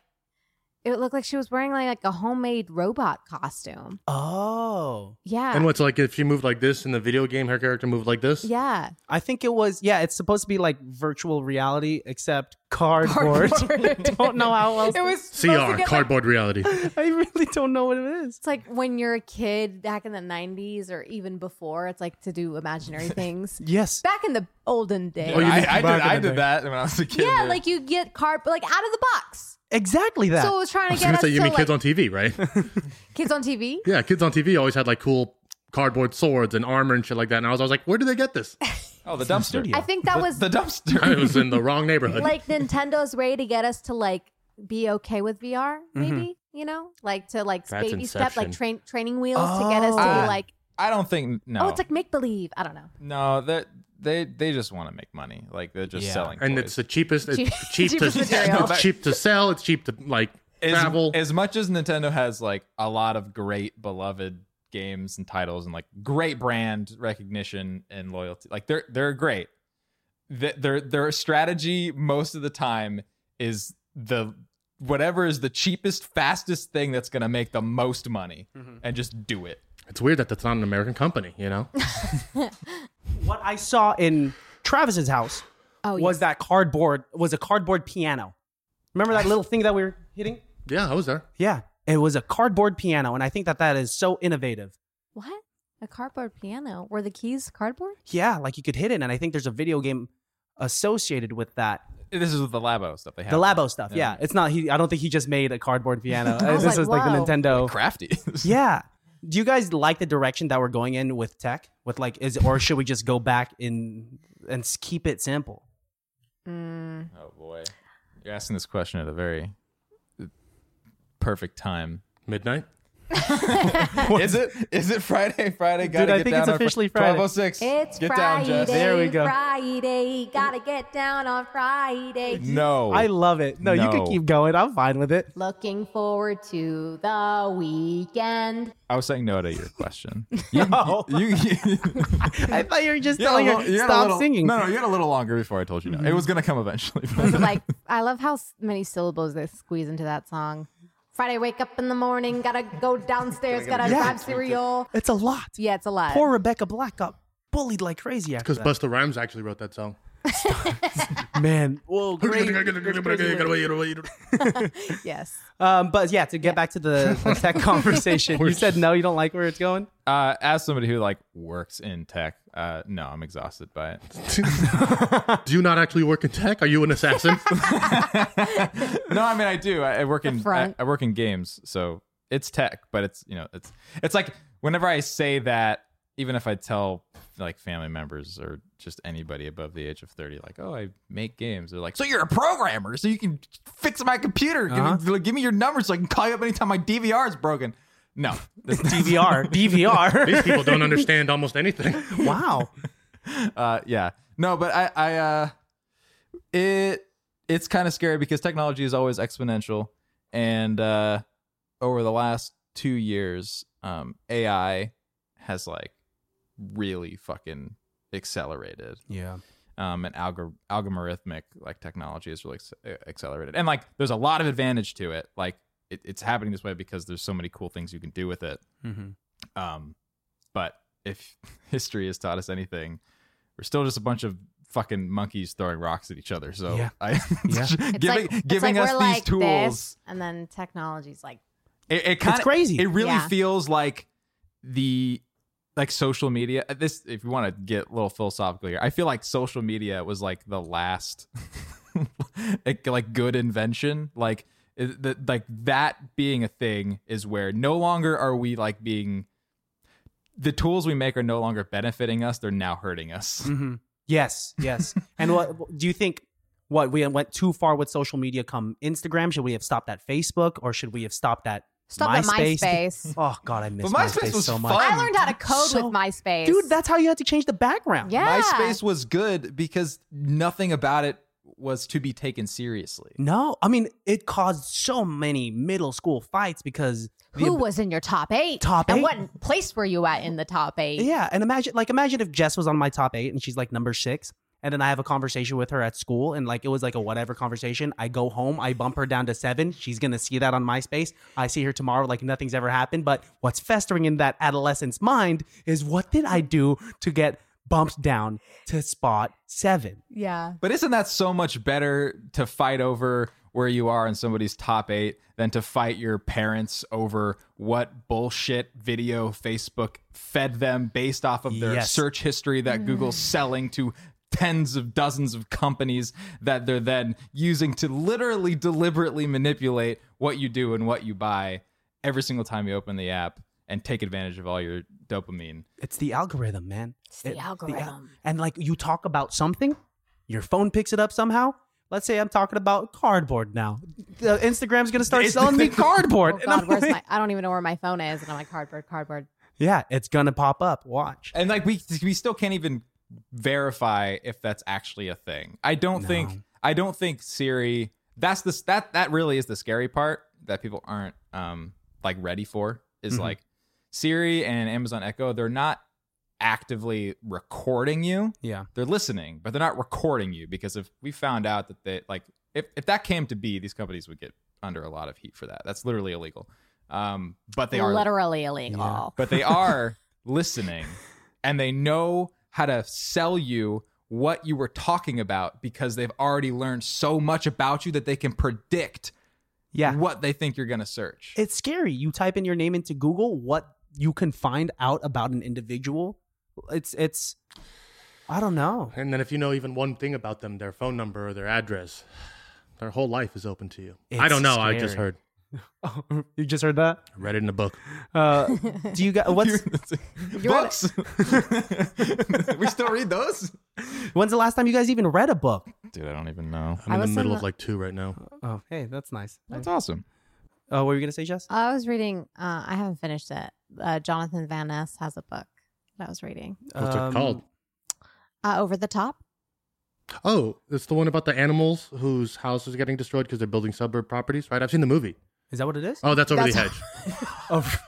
S7: it looked like she was wearing like, like a homemade robot costume.
S2: Oh,
S7: Yeah.
S5: and what's like if she moved like this in the video game, her character moved like
S7: <laughs>
S5: this.
S7: yeah.
S2: I think it was. Yeah, it's supposed to be like virtual reality, except cardboard. <laughs>
S3: Cardboard.
S2: don't know how else.
S3: It was supposed to
S5: CR,
S3: get, like,
S7: <laughs>
S5: cardboard reality.
S2: I really don't know what it is.
S7: It's like when you're a kid back in the 90s or even before, it's like to do
S5: <laughs>
S7: imaginary things.
S2: Yes.
S7: back in the olden days.
S5: Oh, you
S1: I,
S5: mean
S1: I did,
S2: back in
S1: I
S2: the day.
S1: did that when I was a kid.
S7: yeah,
S1: dude.
S7: like you get card like out of the box.
S2: Exactly that.
S7: So it was trying
S5: I
S7: to
S5: was
S7: get
S5: gonna
S7: us
S5: say you
S7: to
S5: mean
S7: like,
S5: kids on TV, right?
S7: <laughs> kids on TV.
S5: yeah, kids on TV always had like cool cardboard swords and armor and shit like that. And I was, I was like, where do they get
S7: <laughs>
S5: this?
S1: oh, the dumpster.
S2: studio.
S7: I think that
S1: The-
S7: was
S1: the dumpster.
S7: <laughs>
S5: I was in the wrong neighborhood.
S7: like Nintendo's way to get us to like be okay with VR, maybe you know, like to like
S5: That's
S7: baby step, like
S5: Inception.
S7: train training wheels to get us to
S1: Oh.
S7: be like,
S1: I don't think no.
S7: oh, it's like make believe. I don't know.
S1: no, that they they just want to make money. Like they're just
S2: Yeah.
S1: selling.
S5: and
S1: toys.
S5: it's the cheapest. It's cheap,
S7: <laughs> Cheap-
S5: to
S7: cheapest material.
S5: it's cheap to sell. It's cheap to like
S1: as,
S5: travel.
S1: as much as Nintendo has like a lot of great beloved games and titles and like great brand recognition and loyalty. Like they're they're great. Th- Their their strategy most of the time is the whatever is the cheapest fastest thing that's going to make the most money and just do it.
S5: it's weird that that's not an American company. You
S7: <laughs>
S5: know,
S2: what I saw in Travis's house
S7: Oh,
S2: was
S7: yes.
S2: that cardboard was a cardboard piano. Remember that little thing that we were hitting?
S5: yeah, I was there.
S2: Yeah, it was a cardboard piano, and I think that that is so innovative.
S7: what a cardboard piano? Were the keys cardboard?
S2: Yeah, like you could hit it, and I think there's a video game associated with that.
S1: This is the Labo stuff they have.
S2: The Labo stuff. Yeah, it's not. He, I don't think he just made a cardboard piano.
S7: <laughs> I was
S2: this
S7: like,
S2: is like
S7: "Wow."
S2: the Nintendo.
S1: Oh, crafty. <laughs>
S2: Yeah. Do you guys like the direction that we're going in with tech? With like, is or should we just go back in and s- keep it simple?
S7: Mm,
S1: Oh boy, you're asking this question at a very uh, perfect time.
S5: Midnight.
S1: is it? Is it Friday? <laughs> Friday, gotta
S2: I
S1: get
S2: think
S1: down
S2: it's
S1: on Fri-
S2: officially Friday.
S1: 12:06.
S7: it's
S1: get down,
S7: Friday.
S1: Jess.
S2: There we go.
S7: Friday, gotta get down on Friday.
S1: No,
S2: I love it. No, you
S1: No.
S2: can keep going. I'm fine with it.
S7: Looking forward to the weekend.
S1: I was saying no to your question. You,
S2: <laughs> No.
S1: you, you,
S2: <laughs>
S1: you-
S2: I thought you were just
S1: you had a
S2: telling her
S1: lo- you had a
S2: stop
S1: little-
S2: singing.
S1: No, no, you had a little longer before I told you no. It was gonna come eventually.
S7: This
S2: <laughs>
S7: is <laughs> like I love how s- many syllables they squeeze into that song. Friday, wake up in the morning, gotta go downstairs, gotta
S2: Yeah.
S7: grab cereal.
S2: It's a lot.
S7: Yeah, it's a lot.
S2: Poor Rebecca Black got bullied like crazy after
S5: Because
S2: that.
S5: Busta Rhymes actually wrote that song.
S2: Man, whoa, great.
S7: yes.
S2: <laughs> Um, but yeah, to get back to the, <laughs> the tech conversation, you said no, you don't like where it's <laughs> going.
S1: uh, as somebody who like works in tech, uh, no, I'm exhausted by it.
S5: <laughs> Do you not actually work in tech? Are you an assassin?
S1: <laughs> no, I mean I do. I, I work in I,
S7: front.
S1: I work in games, so it's tech, but it's you know it's it's like whenever I say that, even if I tell like family members or just anybody above the age of thirty, like oh I make games, they're like so you're a programmer, so you can fix my computer, give, me, give me your number so I can call you up anytime my DVR is broken. No, this-
S2: DVR, DVR.
S5: These people don't understand almost anything.
S2: <laughs> wow.
S1: <laughs> uh, yeah, no, but I, I, uh, it, it's kind of scary because technology is always exponential, and uh, over the last two years, um, AI has like really fucking accelerated.
S2: Yeah.
S1: um, and algor- algorithmic like technology is really ex- e-, accelerated. And like, there's a lot of advantage to it. Like, it, it's happening this way because there's so many cool things you can do with it.
S2: Mm-hmm.
S1: Um, but if <laughs> history has taught us anything, we're still just a bunch of fucking monkeys throwing rocks at each other. So
S2: Yeah.
S1: I, <laughs> giving
S7: like- it's
S1: giving
S7: like
S1: us
S7: we're
S1: these
S7: like
S1: tools,
S7: this, and then technology's like
S1: it, it
S2: It's
S1: kind of
S2: crazy.
S1: it really
S7: Yeah.
S1: feels like the like social media. uh, This, if you want to get a little philosophical here, I feel like social media was like the last <laughs> like- like good invention. Like it- the, like that being a thing is where no longer are we like being the tools we make are no longer benefiting us; they're now hurting us.
S2: hmm Yes,
S7: <laughs>
S2: yes. and what do you think? What we went too far with social media? Come Instagram? Should we have stopped at Facebook, or should we have stopped at
S7: stop at
S2: MySpace?
S7: MySpace.
S2: Oh God, I miss
S1: But MySpace
S2: MySpace,
S1: was
S2: so much.
S1: fun.
S7: I learned how to code
S2: So-
S7: with MySpace,
S2: Dude, that's how you had to change the background.
S7: yeah.
S1: MySpace was good because nothing about it was to be taken seriously.
S2: No, I mean it caused so many middle school fights because the
S7: Who
S2: ab-
S7: was in your top eight?
S2: Top
S7: and
S2: eight?
S7: what place were you at in the top eight?
S2: Yeah, and imagine like imagine if Jess was on my top eight and she's like number six, and then I have a conversation with her at school, and like it was like a whatever conversation. I go home, I bump her down to seven. She's gonna see that on MySpace. I see her tomorrow, like nothing's ever happened. But what's festering in that adolescent's mind is what did I do to get bumped down to spot seven?
S7: yeah.
S1: But isn't that so much better to fight over where you are in somebody's top eight than to fight your parents over what bullshit video Facebook fed them based off of their
S2: Yes.
S1: search history that Google's selling to tens of dozens of companies that they're then using to literally deliberately manipulate what you do and what you buy every single time you open the app and take advantage of all your dopamine.
S2: It's the algorithm, man.
S7: It's the
S2: It- al-
S7: algorithm.
S2: and like you talk about something, your phone picks it up somehow. Let's say I'm talking about cardboard now. The Instagram's gonna start
S1: It's-
S2: selling me <laughs> cardboard.
S7: Oh
S2: <laughs> And
S7: God,
S2: I'm
S7: where's
S2: like-
S7: my? I don't even know where my phone is, and I'm like cardboard, cardboard.
S2: Yeah, it's gonna pop up. Watch.
S1: and like we we still can't even verify if that's actually a thing. I don't
S2: No.
S1: think I don't think Siri. That's the that that really is the scary part that people aren't um like ready for is
S2: Mhm.
S1: like Siri and Amazon Echo. They're not actively recording you.
S2: Yeah.
S1: They're listening, but they're not recording you because if we found out that they like if if that came to be, these companies would get under a lot of heat for that. That's literally illegal. Um, but they are
S7: literally illegal.
S1: but they are listening and they know how to sell you what you were talking about because they've already learned so much about you that they can predict
S2: Yeah.
S1: what they think you're going to search.
S2: It's scary. You type in your name into Google, what you can find out about an individual. It's it's I don't know.
S5: And then if you know even one thing about them, their phone number or their address, their whole life is open to you. I
S2: It's
S5: don't know. I just
S2: scary.
S5: heard.
S2: <laughs> you just heard that?
S5: I read it in a book.
S2: Uh <laughs> do you got what's
S1: <laughs> Books. <laughs> we still read those?
S2: when's the last time you guys even read a book?
S1: Dude, I don't even know.
S5: I'm
S7: I
S5: in the
S7: was in
S5: middle of
S7: the-
S5: like two right now.
S2: Oh, hey, that's nice.
S1: That's awesome.
S2: Oh, what were you gonna say, Jess?
S7: I was reading. Uh, I haven't finished it. Uh, Jonathan Van Ness has a book that I was reading.
S5: What's
S2: Um,
S5: it called?
S7: Uh, Over the top.
S5: Oh, it's the one about the animals whose house is getting destroyed because they're building suburb properties, right? I've seen the movie.
S2: Is that what it
S5: <laughs>
S2: is?
S5: Oh, that's over the
S7: That's- <laughs>
S5: hedge.
S2: Oh,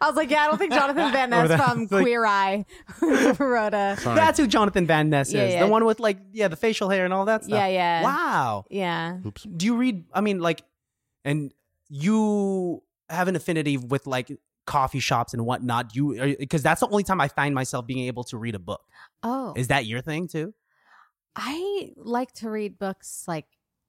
S7: I was like, yeah, I don't think Jonathan Van
S2: <laughs> Or
S7: Ness
S2: that-
S7: from
S2: it's like-
S7: Queer Eye <laughs> wrote a.
S5: Sorry.
S2: that's who Jonathan Van Ness is.
S7: Yeah, yeah.
S2: The one with like yeah, the facial hair and all that stuff.
S7: Yeah, yeah,
S2: Wow.
S7: yeah.
S5: Oops.
S2: do you read i mean like and you have an affinity with like coffee shops and whatnot you because that's the only time i find myself being able to read a book
S7: Oh,
S2: is that your thing too
S7: I like to read books like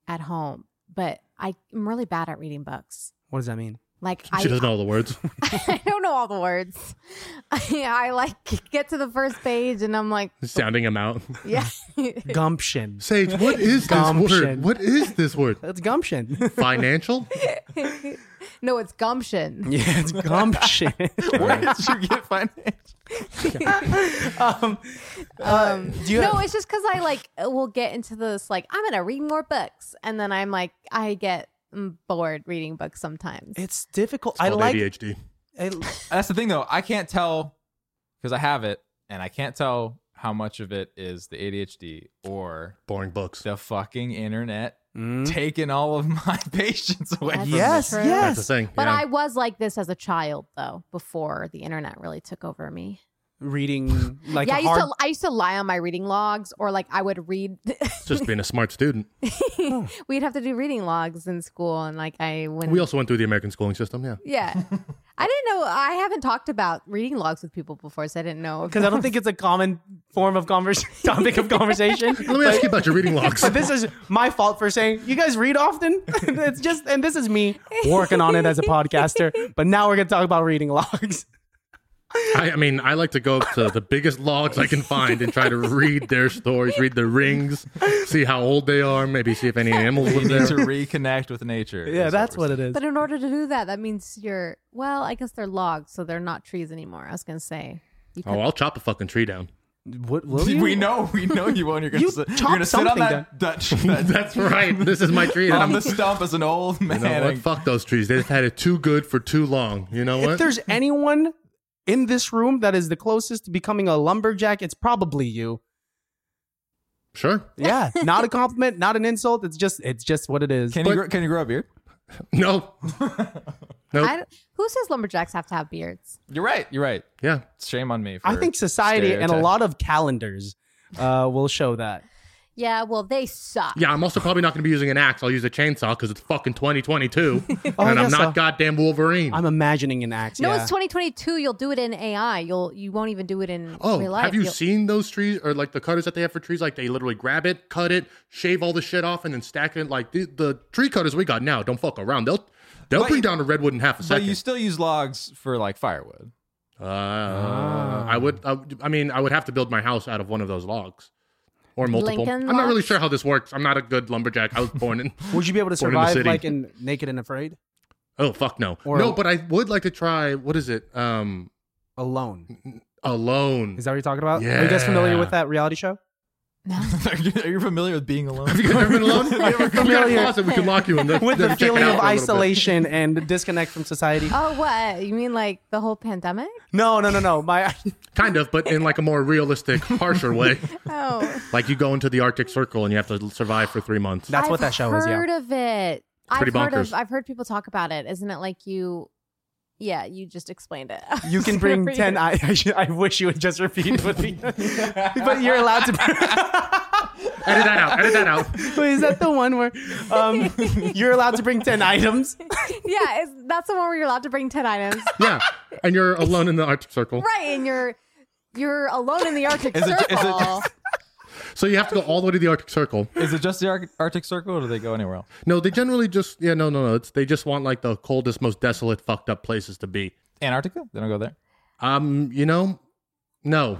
S7: at home, but I am really bad at reading books.
S2: what does that
S7: <laughs>
S2: mean
S7: Like
S5: <laughs> She
S7: I,
S5: doesn't know all the words. <laughs>
S7: I don't know all the words. <laughs> I, I like get to the first page and I'm like, <laughs>
S5: Sounding them out.
S7: yeah, <laughs>
S2: gumption
S5: Sage, what is this
S2: Gumption.
S5: word? What is this word?
S2: that's
S7: <laughs>
S2: gumption
S5: Financial?
S7: no, it's gumption.
S2: yeah it's
S7: <laughs>
S2: gumption
S1: Where did <laughs> you get financial?
S2: um,
S7: Um,
S2: do you
S7: no,
S2: have-
S7: it's just because I like will get into this like I'm gonna read more books, and then I'm like I get mm, bored reading books sometimes.
S2: it's difficult
S5: It's
S2: i
S5: called
S2: like
S5: ADHD.
S7: <laughs>
S2: I-
S1: That's the thing though. I can't tell because I have it, and I can't tell how much of it is the ADHD or
S5: Boring books.
S1: the fucking internet
S2: Mm.
S1: taking all of my <laughs> patience away.
S7: That's
S1: from
S2: Yes,
S7: true.
S5: That's the
S2: yes.
S5: thing.
S7: But
S5: yeah.
S7: I was like this as a child, though, before the internet really took over me.
S2: Reading like
S7: yeah, I
S2: a
S7: used
S2: hard.
S7: to I used to lie on my reading logs, or like I would read. <laughs>
S5: just being a smart student.
S2: Hmm.
S7: We'd have to do reading logs in school, and like I wouldn't.
S5: We also went through the American schooling system. Yeah.
S7: <laughs>
S2: <laughs>
S7: yeah, I didn't know. I haven't talked about reading logs with people before, so I didn't know.
S2: Because I don't
S7: <laughs>
S2: think it's a common form of conversation, <laughs> topic of conversation.
S5: Let me ask you about your reading logs.
S2: But this is my fault for saying you guys read often. <laughs> it's just, and this is me working on it as a podcaster. But now we're gonna talk about reading logs. <laughs>
S5: I, I mean, I like to go to the biggest logs I can find and try to read their stories, read their rings, see how old they are, maybe see if any animals
S1: You
S5: live
S1: need to
S5: there.
S1: reconnect with nature.
S2: Yeah, that's what it is.
S7: But in order to do that, that means you're well. I guess they're logs, so they're not trees anymore. I was gonna say. You
S5: Oh, I'll chop a fucking tree down.
S2: What will you?
S1: We know, we know you won't. You're gonna,
S2: You
S1: sit, you're
S2: chop
S1: gonna sit on
S2: something
S1: that, that,
S2: <laughs>
S1: that,
S5: That's right. This is my tree. And
S1: on
S5: I'm,
S1: the stump as an old man.
S5: you know what?
S1: and-
S5: Fuck those trees. They've had it too good for too long. You know
S2: If
S5: what?
S2: there's anyone in this room that is the closest to becoming a lumberjack, it's probably you.
S5: Sure.
S2: Yeah, not a compliment, not an insult. It's just, it's just what it is.
S1: can
S5: But-
S1: you grow, can you grow a beard?
S5: No. Nope.
S7: I don't- who says lumberjacks have to have beards?
S1: You're right. You're right.
S5: Yeah.
S1: Shame on me. For
S2: I think society and a
S1: stereotype.
S2: lot of calendars uh, will show that.
S7: Yeah, well, they suck.
S5: Yeah, I'm also probably not going to be using an axe. I'll use a chainsaw because it's fucking 2022,
S2: I
S5: and I'm
S2: guess
S5: not
S2: so.
S5: goddamn Wolverine.
S2: I'm imagining an axe.
S7: No,
S2: yeah.
S7: it's 2022. You'll do it in AI. You'll you won't even do it in
S5: Oh,
S7: real life.
S5: have you
S7: You'll-
S5: seen those trees or like the cutters that they have for trees? Like they literally grab it, cut it, shave all the shit off, and then stack it. Like the, the tree cutters we got now don't fuck around. They'll they'll
S1: But-
S5: bring down a redwood in half a
S1: But
S5: second.
S1: you still use logs for like firewood. <laughs>
S5: uh, I would. I, would- I mean, I would have to build my house out of one of those logs or multiple.
S7: Lincoln
S5: I'm not really
S7: logs?
S5: sure how this works. I'm not a good lumberjack. I was born in.
S2: Would you be able to
S5: Born in the
S2: survive
S5: city.
S2: like in Naked and Afraid
S5: Oh fuck no.
S2: Or-
S5: no, but I would like to try. What is it? Um,
S2: alone?
S5: alone.
S2: Is that what you're talking about? Are you guys
S5: Yeah.
S2: familiar with that reality show?
S1: are, you, are you familiar with being alone?
S5: <laughs> have you guys ever been alone? If you got a
S2: Familiar.
S5: closet, we can lock you in there.
S2: With
S5: Then
S2: the
S5: check it
S2: feeling
S5: out
S2: of
S5: for a little bit.
S2: isolation and disconnect from society?
S7: <laughs> Oh, what you mean like the
S2: <laughs>
S7: whole pandemic?
S2: No, no, no, no. My <laughs>
S5: Kind of, but in like a more realistic, harsher way.
S7: Oh,
S5: Like you go into the Arctic Circle and you have to survive for three months.
S2: that's what
S7: I've
S2: that show is. Yeah.
S7: Heard of it?
S5: pretty
S7: I've heard
S5: bonkers.
S7: of. I've heard people talk about it. Isn't it like you? Yeah, you just explained it. <laughs> I
S2: You
S7: was
S2: can bring
S7: gonna read
S2: ten.
S7: it.
S2: I, I, should- I <laughs> wish you would just repeat with <laughs> me, but you're allowed to.
S5: Edit that out. Edit that out.
S2: <laughs> Wait, is that the one where um, <laughs> you're allowed to bring ten items?
S7: <laughs> yeah, it's, that's the one where you're allowed to bring ten items,
S2: <laughs>
S5: Yeah. And you're alone in the Arctic Circle.
S7: right? And you're you're alone in the Arctic
S1: Is it- is it-
S7: Circle.
S5: So you have to go all the way to the Arctic Circle.
S1: Is it just the Ar- Arctic Circle, or do they go anywhere else?
S5: No, they generally just, yeah, no, no, no. It's, they just want like the coldest, most desolate, fucked up places to be.
S1: Antarctica? They don't go
S2: <laughs>
S1: there.
S5: Um, you know, no.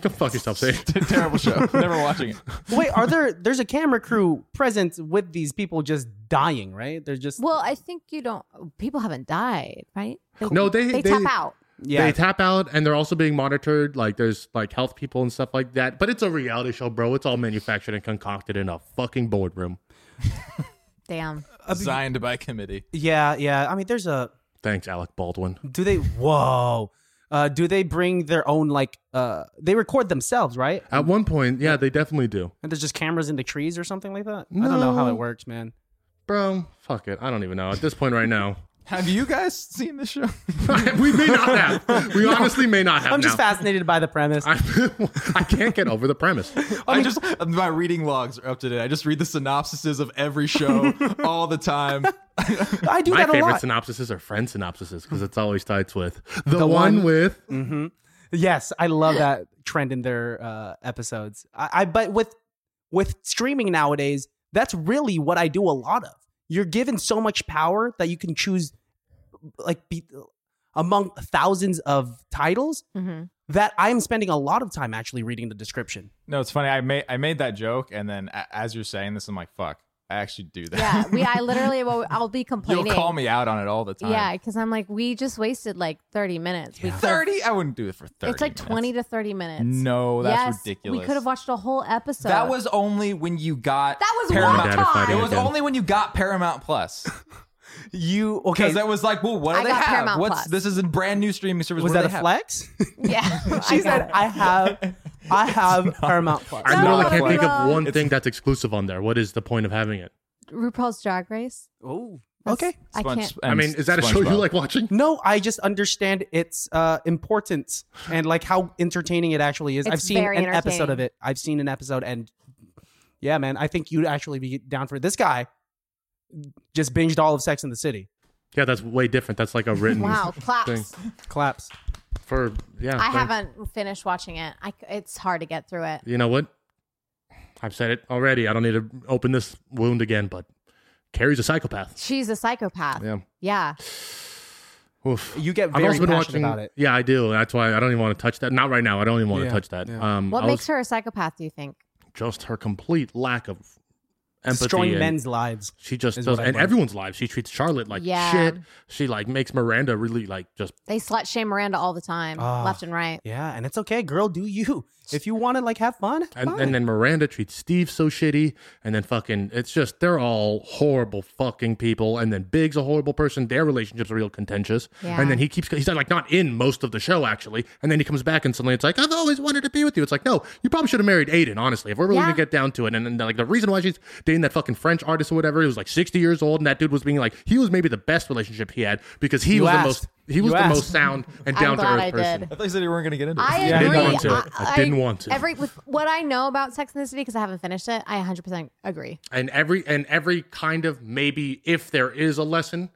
S5: Don't fuck yourself, Sage.
S1: Terrible show. Never watching it.
S2: Wait, are there? There's a camera crew present with these people just dying, right? They're just
S7: <laughs> well, I think you don't. People haven't died, right? They,
S5: No, they-
S7: they
S5: they-
S7: tap out.
S2: yeah.
S5: They tap out and they're also being monitored. Like there's like health people and stuff like that. But it's a reality show, bro. It's all manufactured and concocted in a fucking boardroom.
S7: Damn.
S1: Designed by committee.
S2: Yeah, yeah. I mean, there's a.
S5: Thanks, Alec Baldwin.
S2: Do they? Whoa. Uh, do they bring their own like? Uh, they record themselves, right?
S5: At one point, yeah, they definitely do.
S2: And there's just cameras in the trees or something like that. I don't know how
S5: No.
S2: it works, man.
S5: Bro, fuck it. I don't even know. At this point right now, <laughs>
S1: Have you guys seen this show?
S5: we may not have. We honestly may not have.
S2: I'm just
S5: now.
S2: fascinated by the premise.
S5: I, <laughs> I can't get over the premise.
S1: I just my reading logs are up to date. I just read the synopsises of every <laughs> show all the time.
S2: I do
S5: My
S2: that a
S5: favorite
S2: lot.
S5: synopsises are friend synopsises because it's always starts with the,
S2: The
S5: one,
S2: one-
S5: with.
S2: Mm-hmm. Yes, I love that trend in their uh, episodes. I, I but with with streaming nowadays, that's really what I do a lot of. You're given so much power that you can choose, like be, among thousands of titles.
S7: Mm-hmm.
S2: That I'm spending a lot of time actually reading the description.
S1: No, it's funny. I made I made that joke, and then a- as you're saying this, I'm like, fuck, I actually do that.
S7: Yeah, we. I literally. will I'll
S1: <laughs>
S7: be
S1: You'll
S7: complaining.
S1: call me out on it all the time.
S7: Yeah, because I'm like, we just wasted like 30 minutes. We could-
S1: thirty. I wouldn't do it for thirty.
S7: it's like 20
S1: minutes.
S7: to 30 minutes.
S1: No, that's
S7: Yes,
S1: ridiculous.
S7: We could have watched a whole episode.
S1: That was only when you got
S7: That was
S1: Paramount.
S5: My
S7: one
S5: dad is
S7: time.
S5: fighting
S1: It was <laughs>
S5: again.
S1: only when you got Paramount Plus.
S2: you okay?
S1: Because that was like, well, what do
S7: I
S1: they
S7: got
S1: have?
S7: Paramount
S1: What's
S7: Plus.
S1: this is a brand new streaming service.
S2: was
S1: What do
S2: that a
S1: they have?
S5: <laughs>
S2: flex?
S7: <laughs>
S1: <laughs>
S2: <laughs>
S7: Yeah.
S2: she said, "I have, I
S5: <laughs>
S2: have Paramount Plus."
S5: I literally
S1: No,
S5: can't think of
S7: Everyone-
S5: one thing that's exclusive on there. What is the point of having it?
S7: RuPaul's Drag Race.
S2: Oh,
S7: That's-
S2: okay.
S7: I can't.
S5: I mean, is that a show you like watching?
S2: No, I just understand its uh, importance and like how entertaining it actually is.
S7: It's
S2: I've seen
S7: very
S2: an episode
S7: entertaining.
S2: of it. I've seen an episode, and yeah, man, I think you'd actually be down for it. This guy just binged all of Sex in the City.
S5: Yeah, that's way different. That's like a
S1: <laughs>
S5: written
S7: Wow.
S5: thing
S7: Claps.
S2: Claps.
S5: for yeah.
S7: I
S5: thank-
S7: haven't finished watching it. I, c- it's hard to get through it.
S5: You know what? I've said it already. I don't need to open this wound again. But Carrie's a psychopath.
S7: She's a psychopath.
S5: Yeah.
S7: Yeah.
S5: Oof.
S2: You get
S5: I've
S2: very
S5: also been
S2: passionate
S5: watching.
S2: about it.
S5: Yeah, I do. That's why I don't even want to touch that. Not right now. I don't even want
S2: Yeah,
S5: to touch that.
S2: yeah.
S5: Um,
S7: What
S5: I
S7: makes
S5: was
S7: her a psychopath, do you think?
S5: just her complete lack of empathy.
S2: Destroying
S5: and-
S2: men's lives.
S5: She just
S2: is
S5: does,
S2: what I
S5: and
S2: learned.
S5: everyone's lives. She treats Charlotte like
S7: Yeah.
S5: shit. She like makes Miranda really like just
S7: They slut shame Miranda all the time,
S2: Ah.
S7: left and right.
S2: Yeah, and it's okay, girl. Do you? If you want to like have fun, have
S5: And,
S2: fun.
S5: and then Miranda treats Steve so shitty, and then fucking, it's just they're all horrible fucking people. And then Big's a horrible person. Their relationship's real contentious.
S7: Yeah.
S5: And then he keeps, he's like not in most of the show actually. And then he comes back and suddenly it's like, I've always wanted to be with you. It's like, no, you probably should have married Aiden, honestly, if we're really
S7: Yeah.
S5: gonna get down to it. And then like the reason why she's dating that fucking French artist or whatever, he was like 60 years old, and that dude was being like, he was maybe the best relationship he had because he
S2: You
S5: was
S2: asked.
S5: the most, he
S2: You
S5: was the
S2: asked.
S5: most sound
S7: <laughs>
S5: and
S7: I'm
S5: down to
S7: glad I
S5: earth person.
S7: did.
S1: I thought you said you weren't going to get into
S7: I
S1: this.
S2: Yeah, I
S7: agree.
S2: didn't
S5: want to. I didn't want to.
S7: Every with what I know about Sex and the City because I haven't finished it. I 100 percent agree.
S5: and every and every kind of maybe if there is a lesson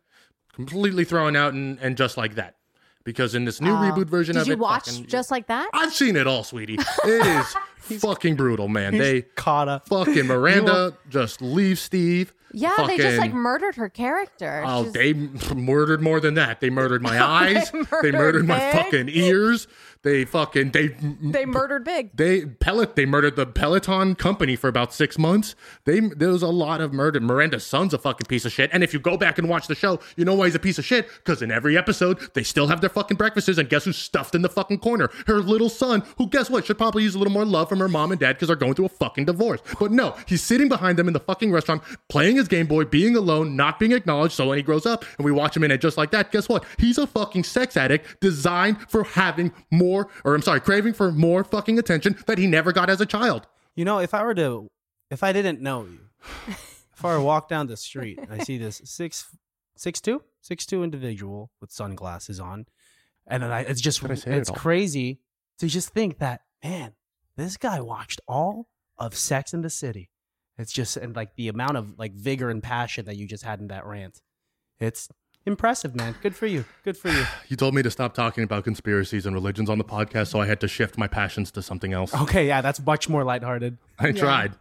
S5: completely thrown out and, and just like that because in this new reboot version
S7: Did
S5: of
S7: you
S5: it
S7: watch
S5: fucking-
S7: just like that?
S5: i've seen it all
S7: <laughs>
S5: sweetie it is fucking brutal man they
S2: caught up.
S7: <laughs>
S5: fucking miranda just leave steve
S7: yeah, they just like
S5: Fucking-
S7: murdered her character.
S5: Oh,
S7: She's-
S5: they m- <laughs> murdered more than that. They murdered
S7: <laughs>
S5: my eyes. they
S7: murdered
S5: murdered my
S7: Meg.
S5: fucking ears. They fucking they
S7: they murdered Big.
S5: they pellet they murdered the peloton company for about six months they there was a lot of murder miranda's son's a fucking piece of shit and if you go back and watch the show you know why he's a piece of shit because in every episode they still have their fucking breakfasts and guess who's stuffed in the fucking corner her little son who guess what should probably use a little more love from her mom and dad because they're going through a fucking divorce but no he's sitting behind them in the fucking restaurant playing his game boy being alone not being acknowledged so when he grows up and we watch him in it just like that guess what he's a fucking sex addict designed for having more or i'm sorry craving for more fucking attention that he never got as a child
S2: You know, if I were to, if I didn't know you, if
S5: <laughs>
S2: I were to walk down the street and I see this six, six two, six two individual with sunglasses on, and then I, it's just,
S5: Did I say it
S2: it's
S5: all?
S2: crazy to just think that, man, this guy watched all of Sex in the City. It's just, and like the amount of like vigor and passion that you just had in that rant, it's impressive, man. Good for you. Good for
S5: <sighs>
S2: you.
S5: you told me to stop talking about conspiracies and religions on the podcast so i had to shift my passions to something else
S2: Okay, yeah, that's much more lighthearted.
S5: i tried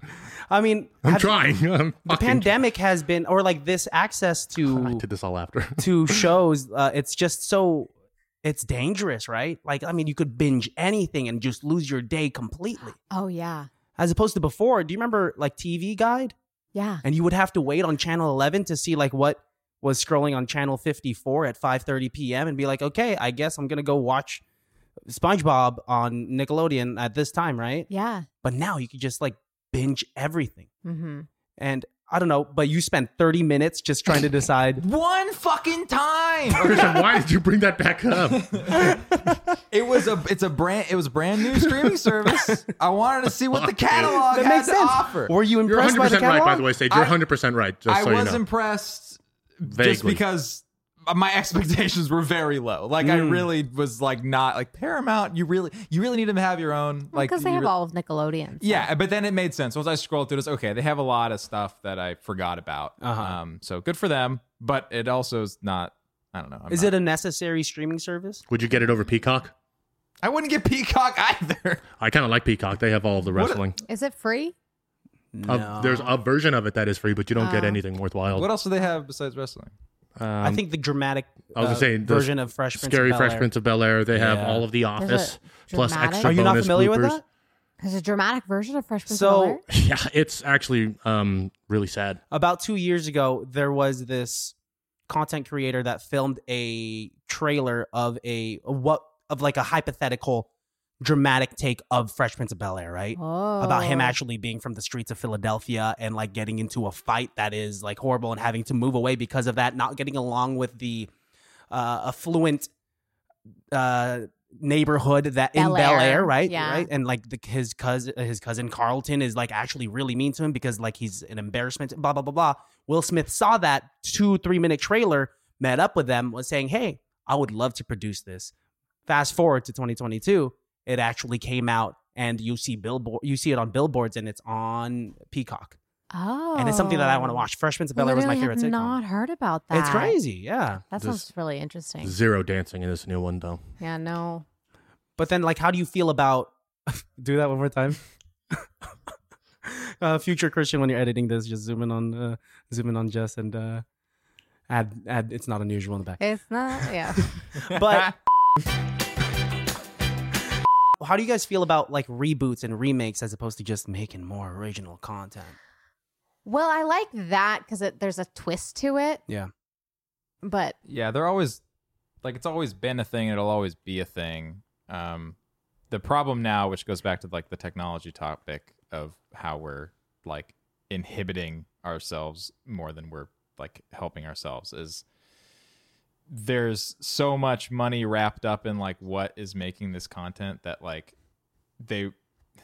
S2: I mean,
S5: i'm
S2: have-
S5: trying <laughs> I'm
S2: The
S5: fucking-
S2: pandemic has been, or like this access
S5: i
S2: to
S5: did this all after <laughs>
S2: to <laughs> shows uh, it's just so it's dangerous right like i mean you could binge anything and just lose your day completely
S7: Oh yeah,
S2: as opposed to before do you remember like tv guide
S7: yeah.
S2: and you would have to wait on channel 11 to see like what was scrolling on channel 54 at 5:30 p.m. and be like okay i guess i'm going to go watch SpongeBob on Nickelodeon at this time right
S7: Yeah.
S2: but now you could just like binge everything
S7: Mm-hmm.
S2: and i don't know but you spent 30 minutes just trying to
S5: <laughs>
S2: decide
S1: One fucking time.
S5: christian why did you bring that
S2: <laughs>
S5: back up
S1: it was a it's a brand it was a brand new streaming service. I wanted to see what the
S5: Fuck, dude.
S1: catalog
S2: that
S1: had
S2: makes
S1: to
S2: sense
S1: offer.
S2: were you
S5: you're
S2: impressed
S5: 100%
S2: by the
S5: right
S2: catalog
S5: by the way sage you're
S1: I-
S5: 100% right just
S1: I
S5: so you
S1: was
S5: know
S1: impressed just
S5: Vaguely.
S1: because my <laughs> expectations were very low. Like I really was like not like Paramount. You really you really need to have your own like
S7: Because they
S1: you
S7: have
S1: re-
S7: all of Nickelodeon.
S1: Yeah, but then it made sense once I scrolled through this. Okay, they have a lot of stuff that I forgot about.
S2: Uh-huh.
S1: Um, so good for them. But it also is not. I don't know. I'm
S2: Is
S1: not-
S2: it a necessary streaming service?
S5: would you get it over peacock
S1: I wouldn't get <laughs> Peacock either.
S5: i kind of like peacock they have all of the
S1: What-
S5: wrestling
S7: Is it free?
S5: A- Uh, there's a version of it that is free, but you don't get
S7: Oh.
S5: anything worthwhile.
S1: What else do they have besides wrestling?
S5: Um,
S2: Uh, I think the dramatic
S5: I was gonna
S2: uh,
S5: say, the
S2: version of Fresh Prince
S5: Scary
S2: of
S5: Fresh
S2: Bel-Air.
S5: Prince of Bel Air. They have
S2: Yeah.
S5: all of The Office <laughs> plus
S7: dramatic-
S5: extra
S2: Are you not
S5: bonus
S2: familiar
S5: bloopers.
S2: with
S7: There's a dramatic version of Fresh
S2: that?
S7: Prince of
S2: So
S7: Bel-Air?
S5: Yeah, it's actually um really sad.
S2: about two years ago, there was this content creator that filmed a trailer of a what of like a hypothetical dramatic take of Fresh Prince of Bel Air, right?
S7: Oh.
S2: About him actually being from the streets of Philadelphia and like getting into a fight that is like horrible and having to move away because of that, not getting along with the uh, affluent uh, neighborhood that in
S7: Bel
S2: Bel Air,
S7: Air,
S2: right?
S7: yeah.
S2: Right, and like the, his cousin, uh, his cousin Carlton is like actually really mean to him because like he's an embarrassment. Blah blah blah blah. Will Smith saw that two three minute trailer, met up with them, was saying, "Hey, I would love to produce this." Fast forward to 2022, it actually came out, and you see billboard, you see it on billboards, and it's on Peacock,
S7: Oh.
S2: and it's something that I want to watch. Fresh Prince of Bel Air was my
S7: Literally
S2: favorite
S7: have
S2: sitcom.
S7: Not heard about that.
S2: it's crazy, yeah.
S7: That
S5: This-
S7: sounds really interesting.
S5: Zero dancing in this new one, though.
S7: Yeah, no.
S2: But then, like, how do you feel about? <laughs> do that one more time. <laughs> uh, future Christian, when you're editing this, just zoom in on uh, zoom in on Jess and uh, add add. It's not unusual in the back,
S7: It's not. Yeah.
S1: <laughs>
S2: but. How do you guys feel about like reboots and remakes as opposed to just making more original content?
S7: well, I like that because there's a twist to it.
S2: Yeah.
S7: But
S1: Yeah, they're always like it's always been a thing. It'll always be a thing. Um, the problem now, which goes back to like the technology topic of how we're like inhibiting ourselves more than we're like helping ourselves, is there's so much money wrapped up in like what is making this content that like they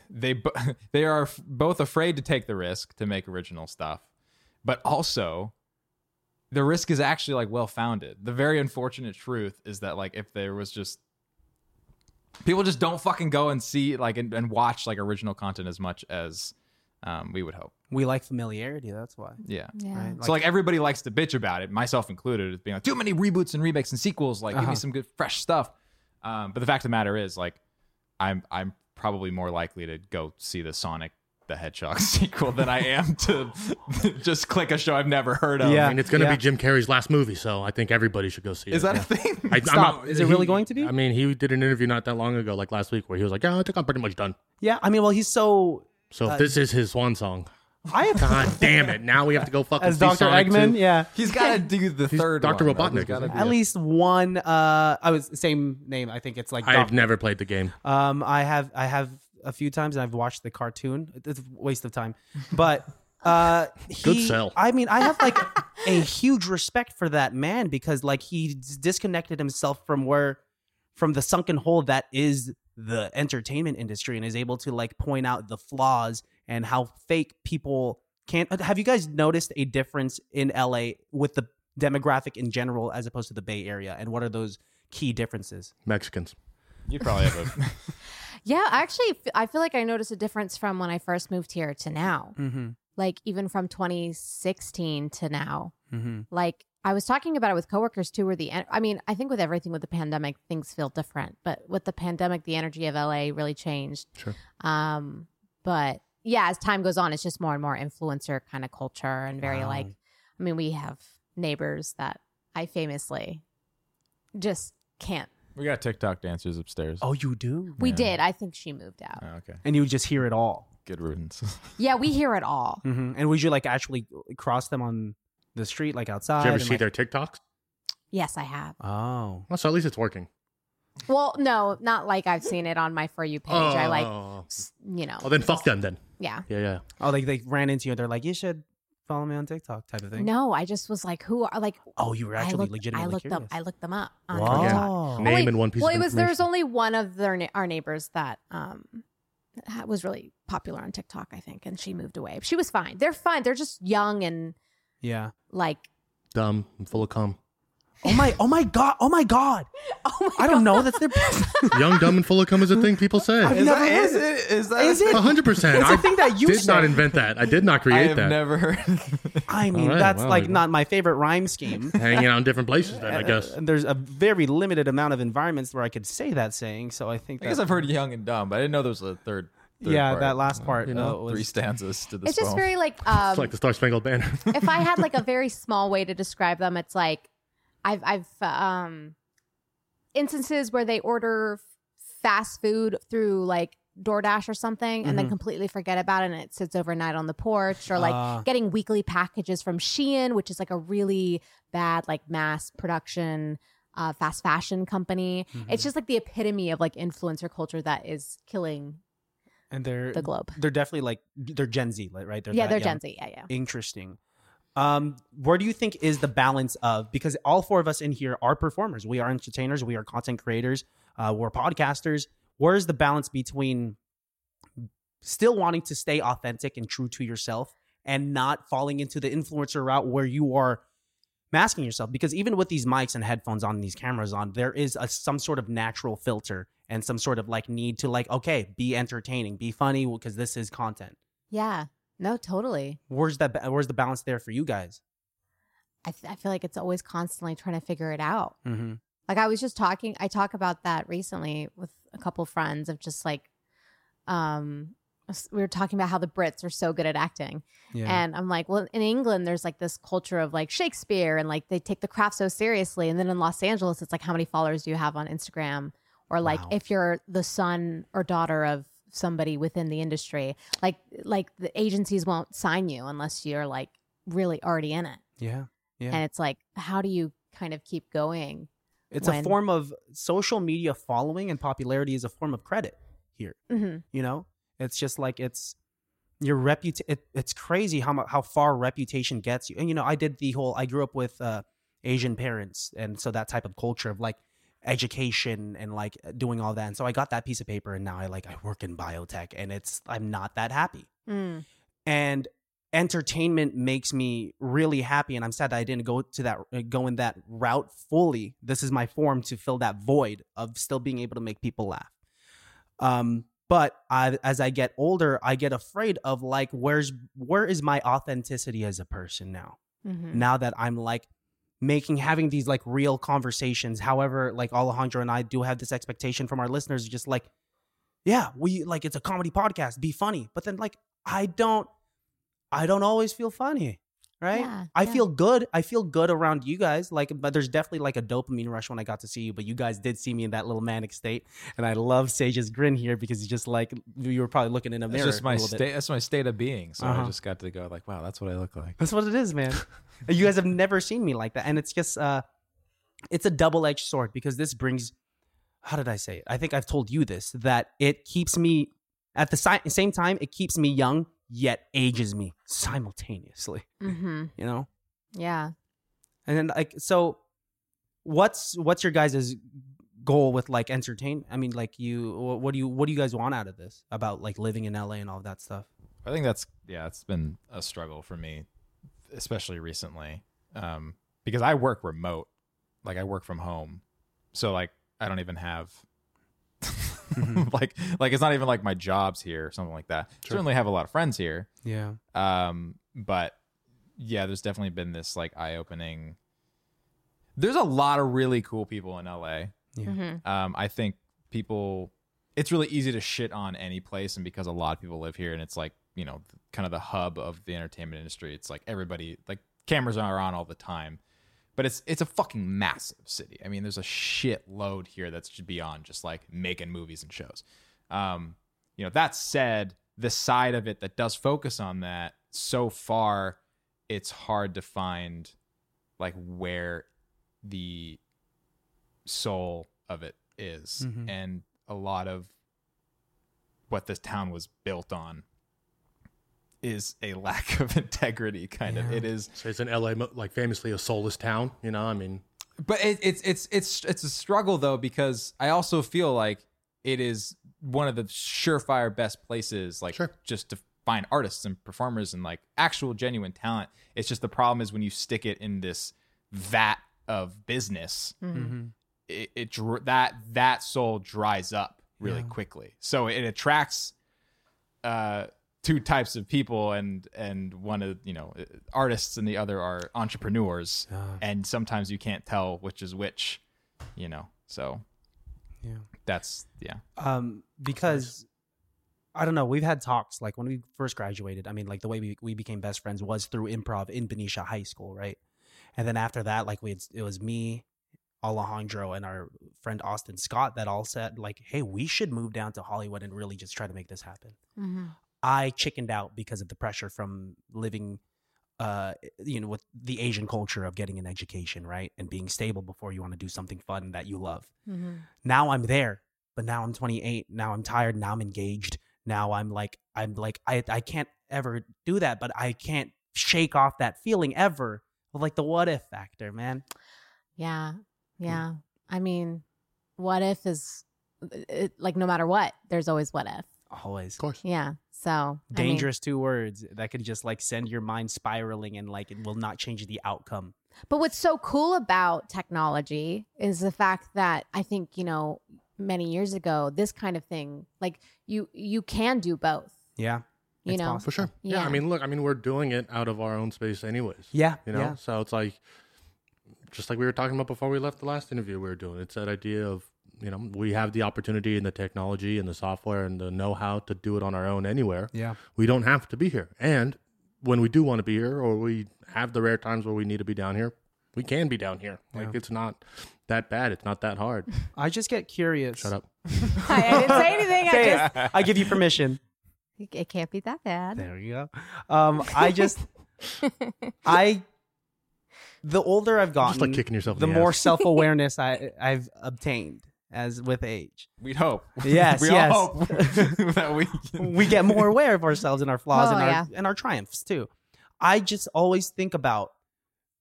S1: they bo- <laughs> they are f- both afraid to take the risk to make original stuff, but also the risk is actually like well founded. The very unfortunate truth is that like if there was just people just don't fucking go and see like and, and watch like original content as much as um, we would hope.
S2: We like familiarity, that's why.
S1: Yeah.
S7: yeah.
S2: Right?
S1: so like everybody likes to bitch about it, myself included, as being like too many reboots and remakes and sequels. Like give
S2: Uh-huh.
S1: me some good fresh stuff. Um, but the fact of the matter is like I'm I'm probably more likely to go see the Sonic the Hedgehog <laughs> sequel than I am to <laughs> just click a show I've never heard of.
S2: Yeah.
S5: I mean, it's going to
S2: yeah.
S5: be Jim Carrey's last movie, so I think everybody should go see
S1: Is
S5: it.
S1: that a thing?
S5: I,
S2: Stop. Is it really going to be?
S5: I mean, he did an interview not that long ago, like last week, where he was like, "Yeah, I think I'm pretty much done."
S2: yeah, I mean, well, he's so
S5: So if
S2: Uh,
S5: this is his swan song.
S2: I have
S5: God damn it! Now we have to go
S2: <laughs>
S5: fucking
S2: as
S5: see
S2: Dr.
S5: Sonic
S2: Eggman,
S5: 2.
S2: yeah.
S1: He's got
S2: <laughs>
S1: to do the
S5: He's
S1: third.
S5: Dr.
S1: one, though. There's
S5: Robotnik,
S1: gotta
S5: isn't
S1: be
S5: he?
S2: At
S1: a-
S2: least one uh I was same name, I think it's like
S5: I've
S2: Doc-
S5: never played the game.
S2: Um, I have I have a few times, and I've watched the cartoon. It's a waste of time, but <laughs> uh, he,
S5: Good sell.
S2: I mean, I <laughs> have like a huge respect for that man because like he disconnected himself from where from the sunken hole that is the entertainment industry, and is able to like point out the flaws and how fake people can. uh, Have you guys noticed a difference in LA with the demographic in general as opposed to the Bay Area, and what are those key differences?
S5: Mexicans.
S1: You probably have a.
S7: Yeah, I actually, f- I feel like I noticed a difference from when I first moved here to now.
S2: Mm-hmm.
S7: Like even from 2016 to now.
S2: Mm-hmm.
S7: Like I was talking about it with coworkers too. Where the en- I mean, I think with everything with the pandemic, things feel different. But with the pandemic, the energy of LA really changed.
S5: Sure.
S7: Um, but yeah, as time goes on, it's just more and more influencer kind of culture and very
S2: Wow.
S7: like. I mean, we have neighbors that I famously just can't.
S1: we got TikTok dancers upstairs.
S2: Oh, you do?
S7: We
S1: Yeah.
S7: did. I think she moved out.
S1: Oh, okay.
S2: and you just hear it all.
S1: Good <laughs> riddance.
S7: Yeah, we hear it all.
S2: Mm-hmm. And would you like actually cross them on the street, like outside?
S5: Did you ever
S2: and,
S5: see
S2: like-
S5: their TikToks?
S7: Yes, I have.
S2: Oh,
S5: Well, so at least it's working.
S7: Well, no, not like I've seen it on my for you page. I like, s- you know,
S5: Oh, then fuck them then.
S7: yeah.
S5: Yeah, yeah.
S2: oh, like they ran into you. and They're like, you should follow me on TikTok, type of thing.
S7: No, I just was like, who are like?
S2: Oh, you were
S7: I
S2: actually
S7: looked, I
S2: legitimately
S7: looked
S2: curious.
S7: them. I looked them up on TikTok.
S2: wow.
S5: Name
S7: wait.
S5: and one piece.
S7: Well,
S5: of
S7: it was there was
S5: information.
S7: only one of their ne- our neighbors that um ha- was really popular on TikTok, I think, and she moved away. She was fine. They're fine. They're just young and
S2: Yeah.
S7: like, <laughs>
S5: dumb and full of cum.
S2: Oh my. Oh my god. Oh my god.
S7: oh my
S2: I don't
S7: God.
S2: know. That's their. <laughs>
S5: <laughs> Young, dumb, and full of cum is a thing people say.
S2: I've never heard of it.
S1: it? Is
S2: Is it?
S5: A hundred percent.
S2: It's
S5: I
S2: a thing that you
S5: did
S2: said.
S5: not invent that. I did not
S1: I
S5: create
S1: have
S5: that.
S1: never <laughs>
S2: <laughs>
S1: heard.
S2: I mean,
S5: Alright,
S2: that's
S5: wow,
S2: like
S5: like-
S2: not my favorite rhyme scheme.
S5: Hanging out in different places, then <laughs> I guess.
S2: And there's a very limited amount of environments where I could say that saying. So I think.
S1: I guess
S2: that-
S1: I've heard young and dumb, but I didn't know there was a third. third
S2: yeah,
S1: part.
S2: that last part.
S5: you know,
S2: uh, was-
S1: three stanzas to this.
S7: <laughs> It's just
S1: poem.
S7: very like
S5: It's
S7: um,
S5: like the Star Spangled Banner. <laughs>
S7: if I had like a very small way to describe them, it's like I've I've um instances where they order fast food through like DoorDash or something and then
S2: Mhm.
S7: completely forget about it and it sits overnight on the porch or like
S2: Ah.
S7: getting weekly packages from Shein, which is like a really bad like mass production uh, fast fashion company. It's
S2: Mhm.
S7: just like the epitome of like influencer culture that is killing
S2: Mm-hmm. and they're
S7: the globe.
S2: they're definitely like they're Gen Z, like, right? that
S7: yeah, Mm-hmm. they're
S2: young.
S7: Gen Z. Yeah, yeah.
S2: Interesting. Um, where do you think is the balance of because all four of us in here are performers, we are entertainers, we are content creators, uh, we're podcasters. Where's the balance between still wanting to stay authentic and true to yourself and not falling into the influencer route where you are masking yourself? Because even with these mics and headphones on, these cameras on, there is a, some sort of natural filter and some sort of like need to like okay, be entertaining, be funny because this is content.
S7: Yeah. No, totally.
S2: Where's that? ba- Where's the balance there for you guys?
S7: I, th- I feel like it's always constantly trying to figure it out.
S2: Mm-hmm.
S7: Like I was just talking, I talk about that recently with a couple friends of just like, um, s- we were talking about how the Brits are so good at acting. And I'm like, well, in England, there's like this culture of like Shakespeare and like they take the craft so seriously. And then in Los Angeles, it's like, how many followers do you have on Instagram? Or like
S2: Wow.
S7: if you're the son or daughter of somebody within the industry, like, like the agencies won't sign you unless you're like really already in it.
S2: yeah, Yeah.
S7: And it's like, how do you kind of keep going?
S2: it's a
S7: when-
S2: form of social media following and popularity is a form of credit.
S7: Mm-hmm.
S2: You know, it's just like it's your reputation. It, it's crazy how mu- how far reputation gets you. And you know, I did the whole. I grew up with uh, Asian parents, and so that type of culture of like education and like doing all that. And so I got that piece of paper, and now I like I work in biotech, and it's I'm not that happy.
S7: Mm.
S2: and entertainment makes me really happy and i'm sad that i didn't go to that uh, go in that route fully this is my form to fill that void of still being able to make people laugh um but I, as i get older i get afraid of like where's where is my authenticity as a person now
S7: Mm-hmm.
S2: now that I'm like making having these like real conversations. However, like Alejandro and I do have this expectation from our listeners, just like, yeah, we like it's a comedy podcast, be funny. But then like I don't I don't always feel funny. Right?
S7: Yeah,
S2: I
S7: yeah.
S2: feel good. I feel good around you guys. Like, but there's definitely like a dopamine rush when I got to see you. But you guys did see me in that little manic state, and I love Sage's grin here because he's just like you were probably looking in a
S1: That's
S2: mirror.
S1: just my
S2: a little bit.
S1: state. That's my state of being. So
S2: Uh-huh.
S1: I just got to go like, wow, that's what I look like.
S2: That's what it is, man. you guys have never seen me like that. And it's just uh it's a double-edged sword because this brings how did I say it? I think I've told you this that it keeps me at the si- same time it keeps me young yet ages me simultaneously,
S7: Mm-hmm.
S2: you know?
S7: Yeah.
S2: And then like so what's what's your guys' goal with like entertain? I mean like you wh- what do you what do you guys want out of this about like living in LA and all that stuff?
S1: I think that's yeah, it's been a struggle for me, especially recently, um, because I work remote, like I work from home, so like I don't even have. <laughs> like like it's not even like my job's here or something like that. Certainly have a lot of friends here.
S2: Yeah.
S1: Um, but yeah, there's definitely been this like eye opening. There's a lot of really cool people in LA.
S2: Yeah.
S7: Mm-hmm.
S1: Um, I think people, it's really easy to shit on any place, and because a lot of people live here, and it's like you know, th- kind of the hub of the entertainment industry. It's like everybody, like cameras are on all the time, but it's it's a fucking massive city. I mean, there's a shit load here that's just beyond just like making movies and shows. Um, you know, that said, the side of it that does focus on that so far, it's hard to find like where the soul of it is.
S2: Mhm.
S1: and a lot of what this town was built on is a <laughs> lack of integrity kind of
S2: Yeah.
S1: it is
S5: So it's in LA, mo- like famously a soulless town. You know, I mean,
S1: but it, it's it's it's it's a struggle though because I also feel like it is one of the surefire best places, like
S5: Sure.
S1: just to find artists and performers and like actual genuine talent. It's just the problem is when you stick it in this vat of business,
S7: Mm-hmm.
S2: Mm-hmm.
S1: it, it dr- that that soul dries up really
S2: Yeah.
S1: quickly. So it attracts uh two types of people and and one of you know artists and the other are entrepreneurs
S2: Ah.
S1: and sometimes you can't tell which is which you know so
S2: Yeah.
S1: that's yeah
S2: um, because I don't know. We've had talks like when we first graduated. I mean, like the way we, we became best friends was through improv in Benicia High School, right? And then after that, like we had, it was me, Alejandro, and our friend Austin Scott that all said like, "Hey, we should move down to Hollywood and really just try to make this happen."
S7: Mm-hmm.
S2: I chickened out because of the pressure from living uh, you know, with the Asian culture of getting an education, right, and being stable before you want to do something fun that you love.
S7: Mm-hmm.
S2: Now I'm there, but now I'm 28. Now I'm tired. Now I'm engaged. Now I'm like, I'm like, I I can't ever do that, but I can't shake off that feeling ever of like the what if factor, man.
S7: Yeah.
S2: Hmm.
S7: Yeah. I mean, what if is it, like no matter what, there's always what if.
S2: Always.
S5: Of course.
S7: Yeah. So I mean,
S2: dangerous two words that could just like send your mind spiraling and like it will not change the outcome.
S7: But what's so cool about technology is the fact that I think, you know, many years ago, this kind of thing, like you you can do both.
S2: Yeah.
S7: You
S2: It's
S7: know. <laughs>
S2: possible.
S5: For sure. Yeah.
S7: Yeah.
S5: I mean, look, I mean, we're doing it out of our own space, anyways.
S2: Yeah.
S5: You know?
S2: yeah.
S5: So it's like, just like we were talking about before we left the last interview we were doing, it's that idea of, you know, we have the opportunity and the technology and the software and the know how to do it on our own anywhere.
S2: Yeah.
S5: We don't have to be here. And when we do want to be here or we have the rare times where we need to be down here, we can be down here. Like,
S2: Yeah.
S5: it's not that bad. It's not that hard.
S2: I just get curious.
S5: Shut up.
S3: I, I didn't say anything. I
S2: <laughs> Say
S3: just
S2: it. I give you
S5: <laughs>
S2: permission.
S7: It- It can't be that bad.
S2: There you go. Um, I
S5: <laughs>
S2: just, I, the older I've gotten,
S5: Just like kicking yourself in
S2: the
S5: the,
S2: more
S5: ass. <laughs>
S2: self awareness I I've obtained as with age.
S1: We hope. <laughs>
S2: Yes,
S1: we
S2: yes.
S1: all hope <laughs> that
S2: <laughs>
S1: we can-
S2: we
S5: <laughs>
S2: get more aware of ourselves and our flaws
S7: Oh,
S2: and our
S7: yeah.
S2: and our triumphs too. I just always think about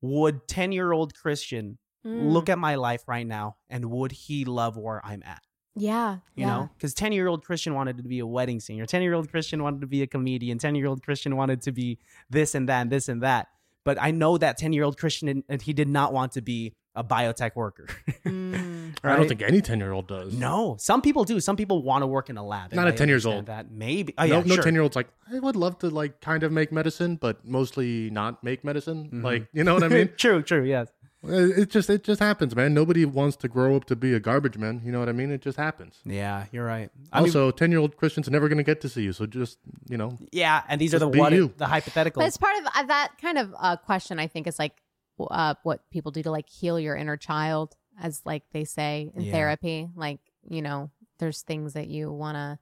S2: would 10 year old Christian
S7: Mm.
S2: look at my life right now and would he love where I'm at?
S7: Yeah.
S2: You
S7: yeah.
S2: know, because 10 year old Christian wanted to be a wedding singer, 10 year old Christian wanted to be a comedian, 10 year old Christian wanted to be this and that and this and that. But I know that 10 year old Christian, and- and he did not want to be a biotech worker. <laughs>
S7: Mm.
S5: I don't
S2: right?
S5: think any 10 year old does.
S2: No, some people do. Some people want to work in a lab. and
S5: Not at
S2: I
S5: 10 years
S2: understand
S5: old.
S2: That maybe. Oh,
S5: no,
S2: yeah,
S5: no
S2: sure.
S5: ten year old's like, I would love to like kind of make medicine, but mostly not make medicine.
S2: Mhm.
S5: Like, you know what I mean?
S2: <laughs> true, true. Yes.
S5: it it just it just happens, man. Nobody wants to grow up to be a garbage man. You know what I mean? It just happens.
S2: Yeah, you're right. I mean,
S5: also, ten year old Christians are never gonna get to see you, so just you know,
S2: yeah, and these are
S5: Just
S2: the
S5: be
S2: what
S5: you.
S2: if, the hypotheticals.
S7: But it's part of uh, that kind of uh, question. I think is like w- uh, what people do to like heal your inner child, as like they say in
S2: Yeah.
S7: therapy. Like you know, there's things that you want to,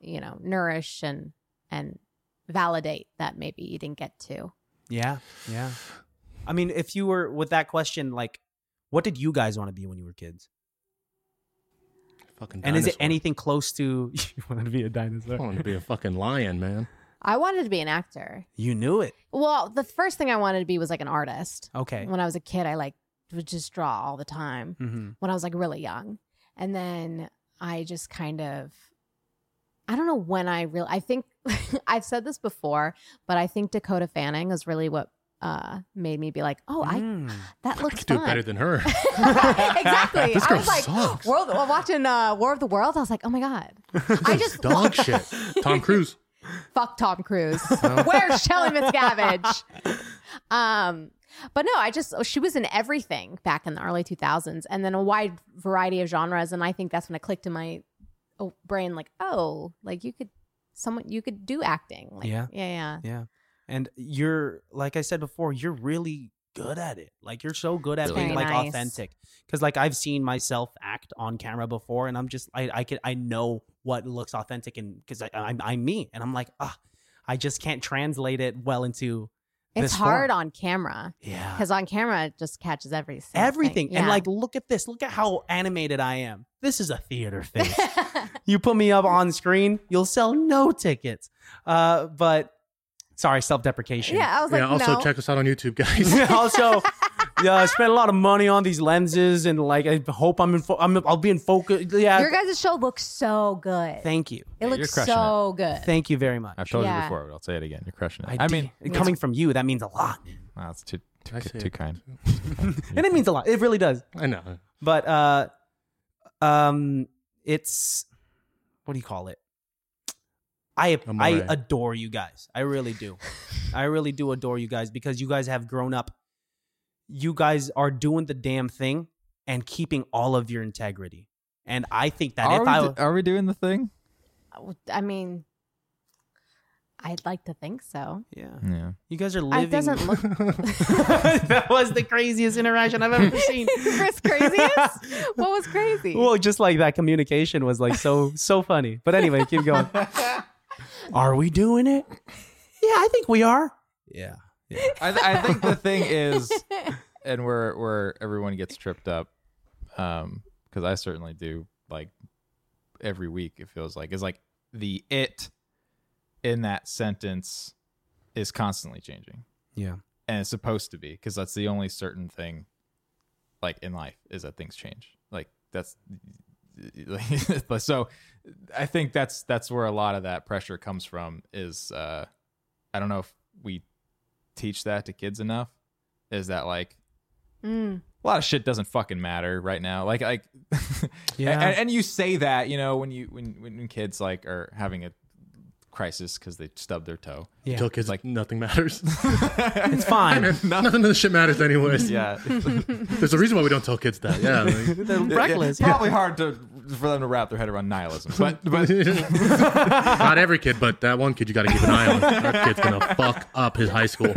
S7: you know, nourish and and validate that maybe you didn't get to.
S2: yeah, yeah. I mean, if you were with that question, like, what did you guys want to be when you were kids?
S5: fucking.
S2: And is it
S5: dinosaur.
S2: anything close to <laughs> you wanted to be a
S5: I
S2: dinosaur?
S5: want to be a fucking lion, man.
S7: I wanted to be an actor.
S2: You knew it.
S7: Well, the first thing I wanted to be was like an artist.
S2: Okay.
S7: When I was a kid, I like would just draw all the time.
S2: Mm-hmm.
S7: when I was like really young. And then I just kind of I don't know when I real I think <laughs> I've said this before, but I think Dakota Fanning is really what uh made me be like, "Oh, I
S2: Hmm.
S7: that
S5: Mm. I
S7: looks
S5: could do it
S7: fun."
S5: better <laughs> than her.
S7: <laughs> exactly.
S5: This
S7: I
S5: girl
S7: was like,
S5: sucks.
S7: World, well, watching uh, War of the Worlds, I was like, "Oh my god, I just <laughs>
S5: Dog shit. Tom Cruise.
S7: fuck Tom Cruise. Where's Shelley Miscavige? Um, but no, I just she was in everything back in the early 2000s, and then a wide variety of genres. And I think that's when it clicked in my oh, brain, like, oh, like you could someone you could do acting. Like,
S2: Yeah.
S7: yeah, yeah.
S2: And you're like I said before, you're really good at it. Like you're so good at
S7: Really?
S2: being like
S7: Very nice.
S2: authentic. Cause like I've seen myself act on camera before and I'm just I I could I know what looks authentic and because I I'm I'm me. And I'm like, ah, I just can't translate it well into
S7: It's
S2: This
S7: hard
S2: form.
S7: on camera
S2: yeah.
S7: because on camera it just catches every single
S2: Everything.
S7: thing.
S2: And
S7: Yeah. <laughs>
S2: like look at this. Look at how animated I am. This is a
S7: <laughs>
S2: theater face. you put me up on screen, you'll sell no tickets. Uh but sorry, self deprecation.
S7: yeah, I was like,
S5: yeah. Also,
S7: no.
S5: check us out on YouTube, guys.
S2: <laughs> also, yeah, I spent a lot of money on these lenses, and like, I hope I'm in. Fo- I'm, I'll be in focus. Yeah,
S7: Your guys' show looks so good.
S2: thank you,
S7: it
S1: you're
S7: looks
S1: crushing
S7: so good.
S2: thank you very much.
S1: I've told
S7: Yeah.
S1: you before, but I'll say it again. You're crushing it. I, mean,
S2: did- coming from you, that means a lot,
S1: oh, it's too too,
S5: I
S1: ki-
S5: see
S1: too
S5: it.
S1: kind.
S2: and it means a lot. It really does.
S5: I
S2: <laughs>
S5: know.
S2: But uh, um, it's what do you call it? I
S5: Amore.
S2: I adore you guys. I
S1: <laughs>
S2: really do. I really do adore you guys because you guys have grown up. You guys are doing the damn thing and keeping all of your integrity. And I think that
S1: Are
S2: if
S1: we,
S2: I
S1: do- are we doing the thing?
S7: I mean, I'd like to think so.
S2: yeah.
S1: Yeah. <laughs>
S2: You guys are
S7: It doesn't
S2: <laughs>
S7: look
S2: that was the craziest interaction I've
S7: <laughs>
S2: ever seen.
S7: Chris craziest. what was crazy? <laughs>
S2: well, just like that communication was like so so funny. But anyway, keep going. Are we doing it? Yeah, I think we are. Yeah.
S1: I, th- I think the thing is, and where where everyone gets tripped up, um, because I certainly do. Like every week, it feels like is like the it in that sentence is constantly changing,
S2: Yeah.
S1: and it's supposed to be because that's the only certain thing, like in life, is that things change. Like that's, <laughs> but so I think that's that's where a lot of that pressure comes from. Is uh, I don't know if we teach that to kids enough. Is that like
S7: Mm.
S1: a lot of shit doesn't fucking matter right now. Like like <laughs>
S2: Yeah.
S1: and, and you say that, you know, when you when when kids like are having a crisis cuz they stubbed their toe. <laughs>
S2: Yeah.
S5: Tell kids
S1: Like-
S5: like
S2: <laughs>
S5: nothing matters.
S2: It's fine.
S5: <laughs> nothing of this shit matters anyways.
S1: yeah.
S5: There's a reason why we don't tell kids that. Yeah. like-
S2: <laughs> They're reckless.
S1: It's probably hard to for them to wrap their head around nihilism. But
S2: <laughs>
S1: but
S5: <laughs> Not every kid, but that one kid you got to keep an eye on. That kid's gonna fuck up his
S2: <laughs>
S5: high school.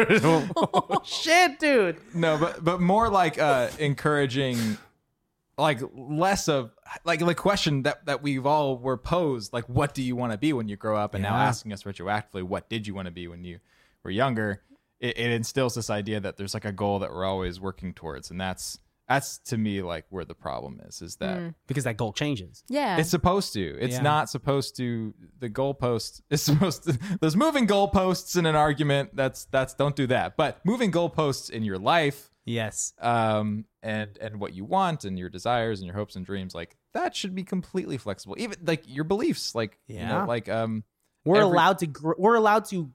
S2: Shit, dude.
S1: no, but but more like uh encouraging like less of like the question that that we've all were posed like what do you want to be when you grow up and now
S2: Yeah.
S1: asking us retroactively what did you want to be when you were younger it, it instills this idea that there's like a goal that we're always working towards and that's that's to me like where the problem is is
S2: Mm.
S1: that
S2: Because that goal changes.
S7: Mm, Yeah.
S1: it's supposed to. It's
S2: Yeah.
S1: not supposed to. The goalpost <laughs> is supposed to. There's moving goalposts in an argument. That's that's don't do that. But moving goalposts in your life,
S2: Yes.
S1: um, and and what you want and your desires and your hopes and dreams, like that should be completely flexible. Even like your beliefs, like you know,
S2: Yeah.
S1: like um,
S2: We're
S1: Every-
S2: allowed to gr- we're allowed to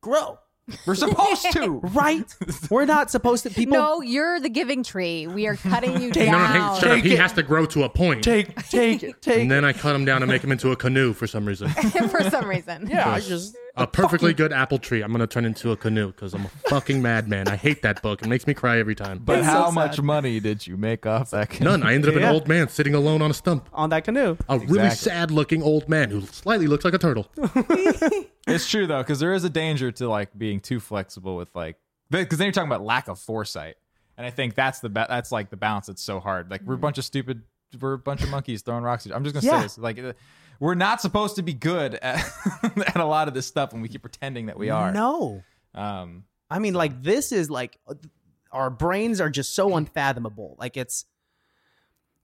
S2: grow.
S1: we're supposed to.
S2: Right? we're not supposed to people
S7: no, you're the giving tree. We are cutting
S2: <laughs>
S7: you
S5: No,
S7: down.
S5: no, hey, shut up.
S2: Take
S5: He
S2: it.
S5: has to grow to a
S2: <laughs>
S5: point.
S2: take take take
S5: And then I cut him down and make him into a canoe for some
S2: <laughs>
S5: reason.
S7: <laughs> for some reason.
S2: Yeah, I just
S5: A perfectly good apple tree. I'm gonna turn into a canoe because I'm a fucking madman. I hate that book. It makes me cry every time.
S1: But
S2: It's so
S1: how
S2: sad.
S1: much money did you make off that?
S5: None. I ended up
S2: Yeah.
S5: an old man sitting alone on a stump.
S2: on that canoe.
S5: A really
S1: Exactly.
S5: sad-looking old man who slightly looks like a turtle.
S1: It's true though, because there is a danger to like being too flexible with like because then you're talking about lack of foresight, and I think that's the ba- that's like the balance that's so hard. Like we're a bunch of stupid, we're a bunch of monkeys throwing rocks. At I'm just gonna
S2: Mm. Yeah.
S1: say this, like uh, we're not supposed to be good at, <laughs> at a lot of this stuff, and we keep pretending that we are.
S2: No.
S1: Um,
S2: I mean, like this is like uh, our brains are just so unfathomable. Like it's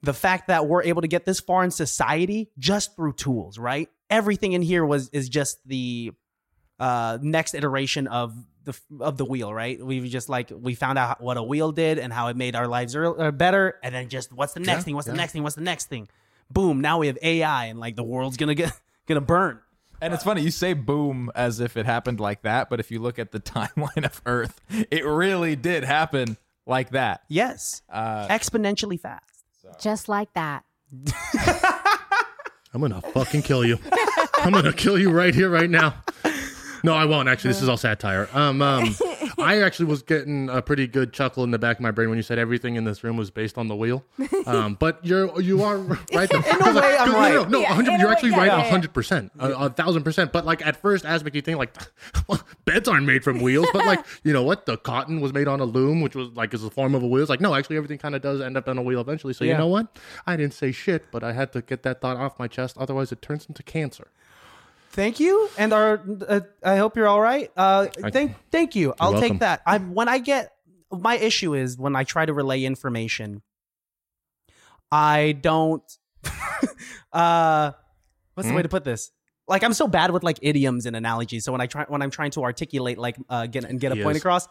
S2: the fact that we're able to get this far in society just through tools, right? Everything in here was is just the uh, next iteration of the of the wheel, right? We've just like we found out what a wheel did and how it made our lives ear- uh, better, and then just what's the next
S5: Yeah,
S2: thing? What's the
S5: yeah.
S2: next thing? What's the next thing? Boom! Now we have AI, and like the world's gonna get <laughs> gonna burn.
S1: and it's funny you say boom as if it happened like that, but if you look at the <laughs> timeline of Earth, it really did happen like that.
S2: Yes,
S1: Uh,
S2: exponentially fast.
S7: Just like that.
S5: I'm gonna fucking kill you. I'm gonna kill you right here, right now. No, I won't. Actually, this is all satire. Um, um, I actually was getting a pretty good chuckle in the back of my brain when you said everything in this room was based on the wheel. Um, but you're you are
S2: <laughs>
S5: right. Though. in
S2: a way, I'm
S5: no, No,
S2: right.
S5: no,
S7: Yeah,
S5: 100,
S7: in a
S5: you're
S7: way,
S5: actually
S7: yeah,
S5: right.
S7: yeah,
S5: A
S7: yeah.
S5: hundred percent, a a thousand percent. But like at first aspect, you think like <laughs> well, beds aren't made from wheels, but like you know what, the cotton was made on a loom, which was like is a form of a wheel. It's like no, actually everything kind of does end up on a wheel eventually. So
S2: Yeah.
S5: you know what, I didn't say shit, but I had to get that thought off my chest. Otherwise, it turns into cancer.
S2: Thank you, and our. Uh, I hope you're all right. Uh, thank, thank you. I'll
S5: welcome.
S2: take that. I when I get my issue is when I try to relay information, I don't. <laughs> uh, what's the way to put this? Like I'm so bad with like idioms and analogies. So when I try when I'm trying to articulate like uh, get and get a
S5: He
S2: point
S5: is.
S2: across,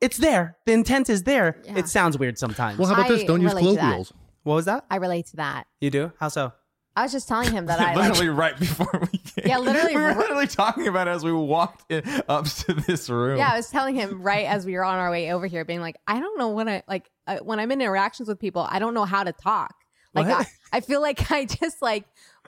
S2: it's there. The intent is there.
S7: Yeah.
S2: It sounds weird sometimes.
S5: Well, how about this?
S7: I
S5: Don't use
S7: relate to that.
S5: colloquials.
S2: what was that?
S7: I relate to that.
S2: You do? How so?
S7: I was just telling
S2: <laughs>
S7: him that I like,
S1: literally right before we came.
S7: Yeah, literally
S1: We were
S7: right-
S1: literally talking about it as we walked in, up to this room.
S7: Yeah, I was telling him right as we were on our way over here, being like, I don't know when I like uh, when I'm in interactions with people, I don't know how to talk. Like, I,
S2: What?
S7: I feel like <laughs> I just like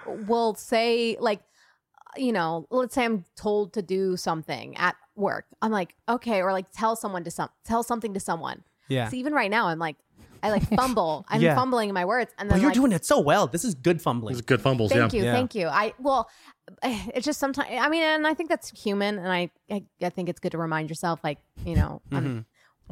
S7: will say like, uh, you know, let's say I'm told to do something at work. I'm like, okay, or like tell someone to some tell something to someone.
S2: Yeah.
S7: So even right now, I'm like,
S2: <laughs>
S7: I like fumble. I'm
S2: Yeah.
S7: fumbling my words, and
S2: But
S7: then
S2: you're
S7: like,
S2: doing it so well. This is good fumbling.
S5: It's good fumbles.
S7: Thank
S5: yeah.
S7: you,
S2: Yeah.
S7: thank you. I well, <sighs> it's just sometimes. I mean, and I think that's human, and I I, I think it's good to remind yourself, like you know, I'm,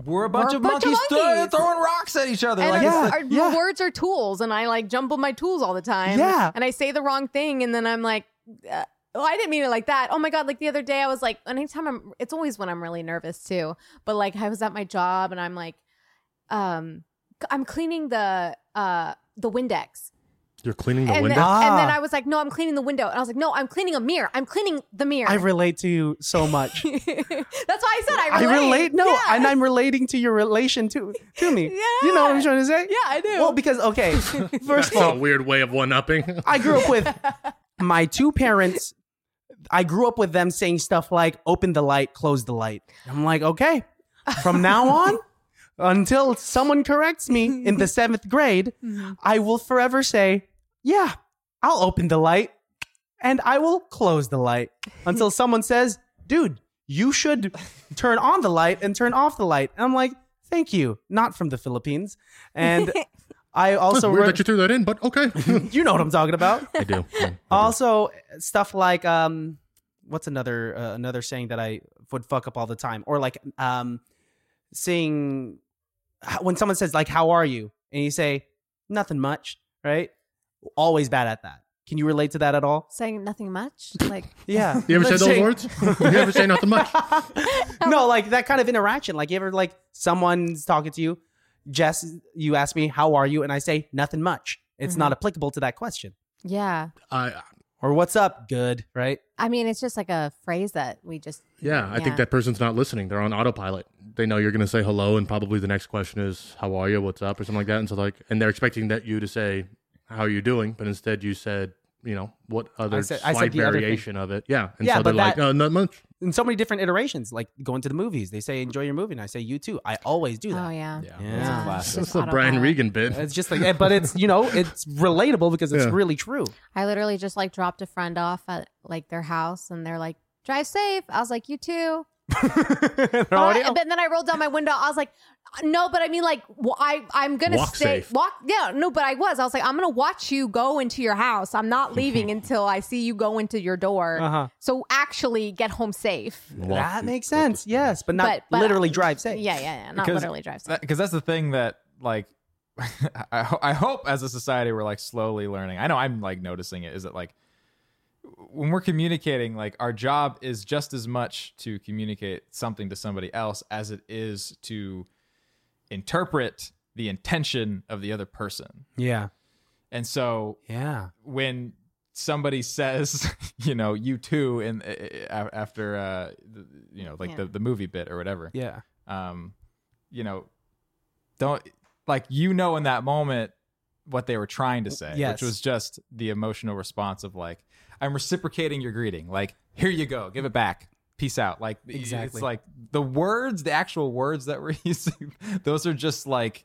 S1: We're a bunch
S7: We're a
S1: of
S7: bunch of
S1: monkeys, throw-
S7: monkeys.
S1: throwing rocks at each other.
S7: and
S1: like,
S7: our-
S1: it's
S2: Yeah.
S1: like-
S7: our, my words are tools, and I like jumble my tools all the time.
S2: Yeah.
S7: and I say the wrong thing, and then I'm like, uh, Oh, I didn't mean it like that. Oh my god! Like the other day, I was like, anytime I'm, it's always when I'm really nervous too. But like, I was at my job and I'm like, um, I'm cleaning the uh the Windex,
S5: You're cleaning the
S7: and <laughs>
S5: window.
S7: then, and then
S2: Ah.
S7: I was like, no, I'm cleaning the window, and I was like, no, I'm cleaning a mirror. I'm cleaning the mirror. <laughs>
S2: I relate to you so much.
S7: That's why I said I
S2: I
S7: relate.
S2: relate. No,
S7: yeah.
S2: and I'm relating to your relation to to me.
S7: <laughs> Yeah.
S2: You know what I'm trying to say?
S7: Yeah, I do.
S2: Well, because
S7: <laughs>
S2: okay, first
S5: That's
S2: of all,
S5: a weird way of one upping. <laughs>
S2: I grew up with my two parents. I grew up with them saying stuff like "open the light, close the light." I'm like, okay, from now
S5: <laughs>
S2: on, until someone corrects me in the seventh grade,
S5: Mm-hmm.
S2: I will forever say, "Yeah, I'll open the light, and I will close the light."
S5: <laughs>
S2: Until someone says, "Dude, you should turn on the light and turn off the light," and I'm like, "Thank you, not from the Philippines."
S5: <laughs>
S2: And I also
S5: weird
S2: re-
S5: that you threw that in, but
S7: <laughs>
S5: okay.
S2: <laughs> you know what I'm talking about
S5: I do. Yeah, I do.
S2: also stuff like um what's another uh, another saying that i would fuck up all the time or like um saying when someone says like how are you and you say nothing much right always bad at that can you relate to that at all
S7: saying nothing much, like
S2: yeah
S5: <laughs> You ever
S2: Like
S5: said those
S2: saying-
S5: words? You ever say
S7: <laughs>
S5: nothing much?
S2: <laughs> no like that kind of interaction like you ever like someone's talking to you jess you ask me how are you and i say nothing much it's not applicable to that question
S7: yeah.
S5: I
S2: or what's up good right
S7: I mean, it's just like a phrase that we just
S5: yeah, I think that person's not listening. They're on autopilot. They know you're going to say hello, and probably the next question is how are you, what's up, or something like that. And so like, and they're expecting that you to say how are you doing, but instead you said you know what other
S2: I said- I
S5: slight
S2: said the other thing.
S5: variation of it. Yeah, and
S2: Yeah,
S5: so
S2: but
S5: they're like,
S2: that-
S5: uh, not much.
S2: in so many different iterations, like going to the movies. They say enjoy your movie, and I say you too. I always do that.
S7: Oh yeah.
S1: Yeah. It's
S2: Yeah.
S1: a
S2: Yeah.
S1: classic.
S5: That's the Brian
S7: autopilot.
S5: Regan bit.
S2: It's just like, eh, but it's you know, it's relatable because it's
S5: Yeah.
S2: really true.
S7: I literally just like dropped a friend off at like their house, and they're like, "Drive safe." I was like, "You too."
S2: <laughs> They're
S7: <laughs> But
S2: already-
S7: and then I rolled down my window. I was like, "No, but I mean, like, wh- I I'm gonna
S5: Walk
S7: stay
S5: safe.
S7: walk." Yeah, no, but I was. I was like, "I'm gonna watch you go into your house. I'm not leaving until I see you go into your door."
S2: Uh-huh.
S7: So actually, get home safe.
S5: Walk-
S2: that makes sense. Yes, but not
S7: But- but-
S2: literally drive safe.
S7: Yeah, yeah, yeah. Not
S1: Because
S7: literally drive safe.
S1: because that's the thing that like <laughs> I, ho- I hope as a society we're like slowly learning i know i'm like noticing it is that like when we're communicating like our job is just as much to communicate something to somebody else as it is to interpret the intention of the other person
S2: yeah,
S1: and so
S2: yeah.
S1: when somebody <laughs> says you know you too and after uh the- you know like
S7: Yeah.
S1: the, the movie bit or whatever
S2: yeah.
S1: um, you know, don't like you know in that moment what they were trying to say,
S2: Yes.
S1: which was just the emotional response of like, I'm reciprocating your greeting. Like, here you go, give it back. Peace out. Like
S2: Exactly.
S1: it's like the words, the actual words that we're <laughs> using, those are just like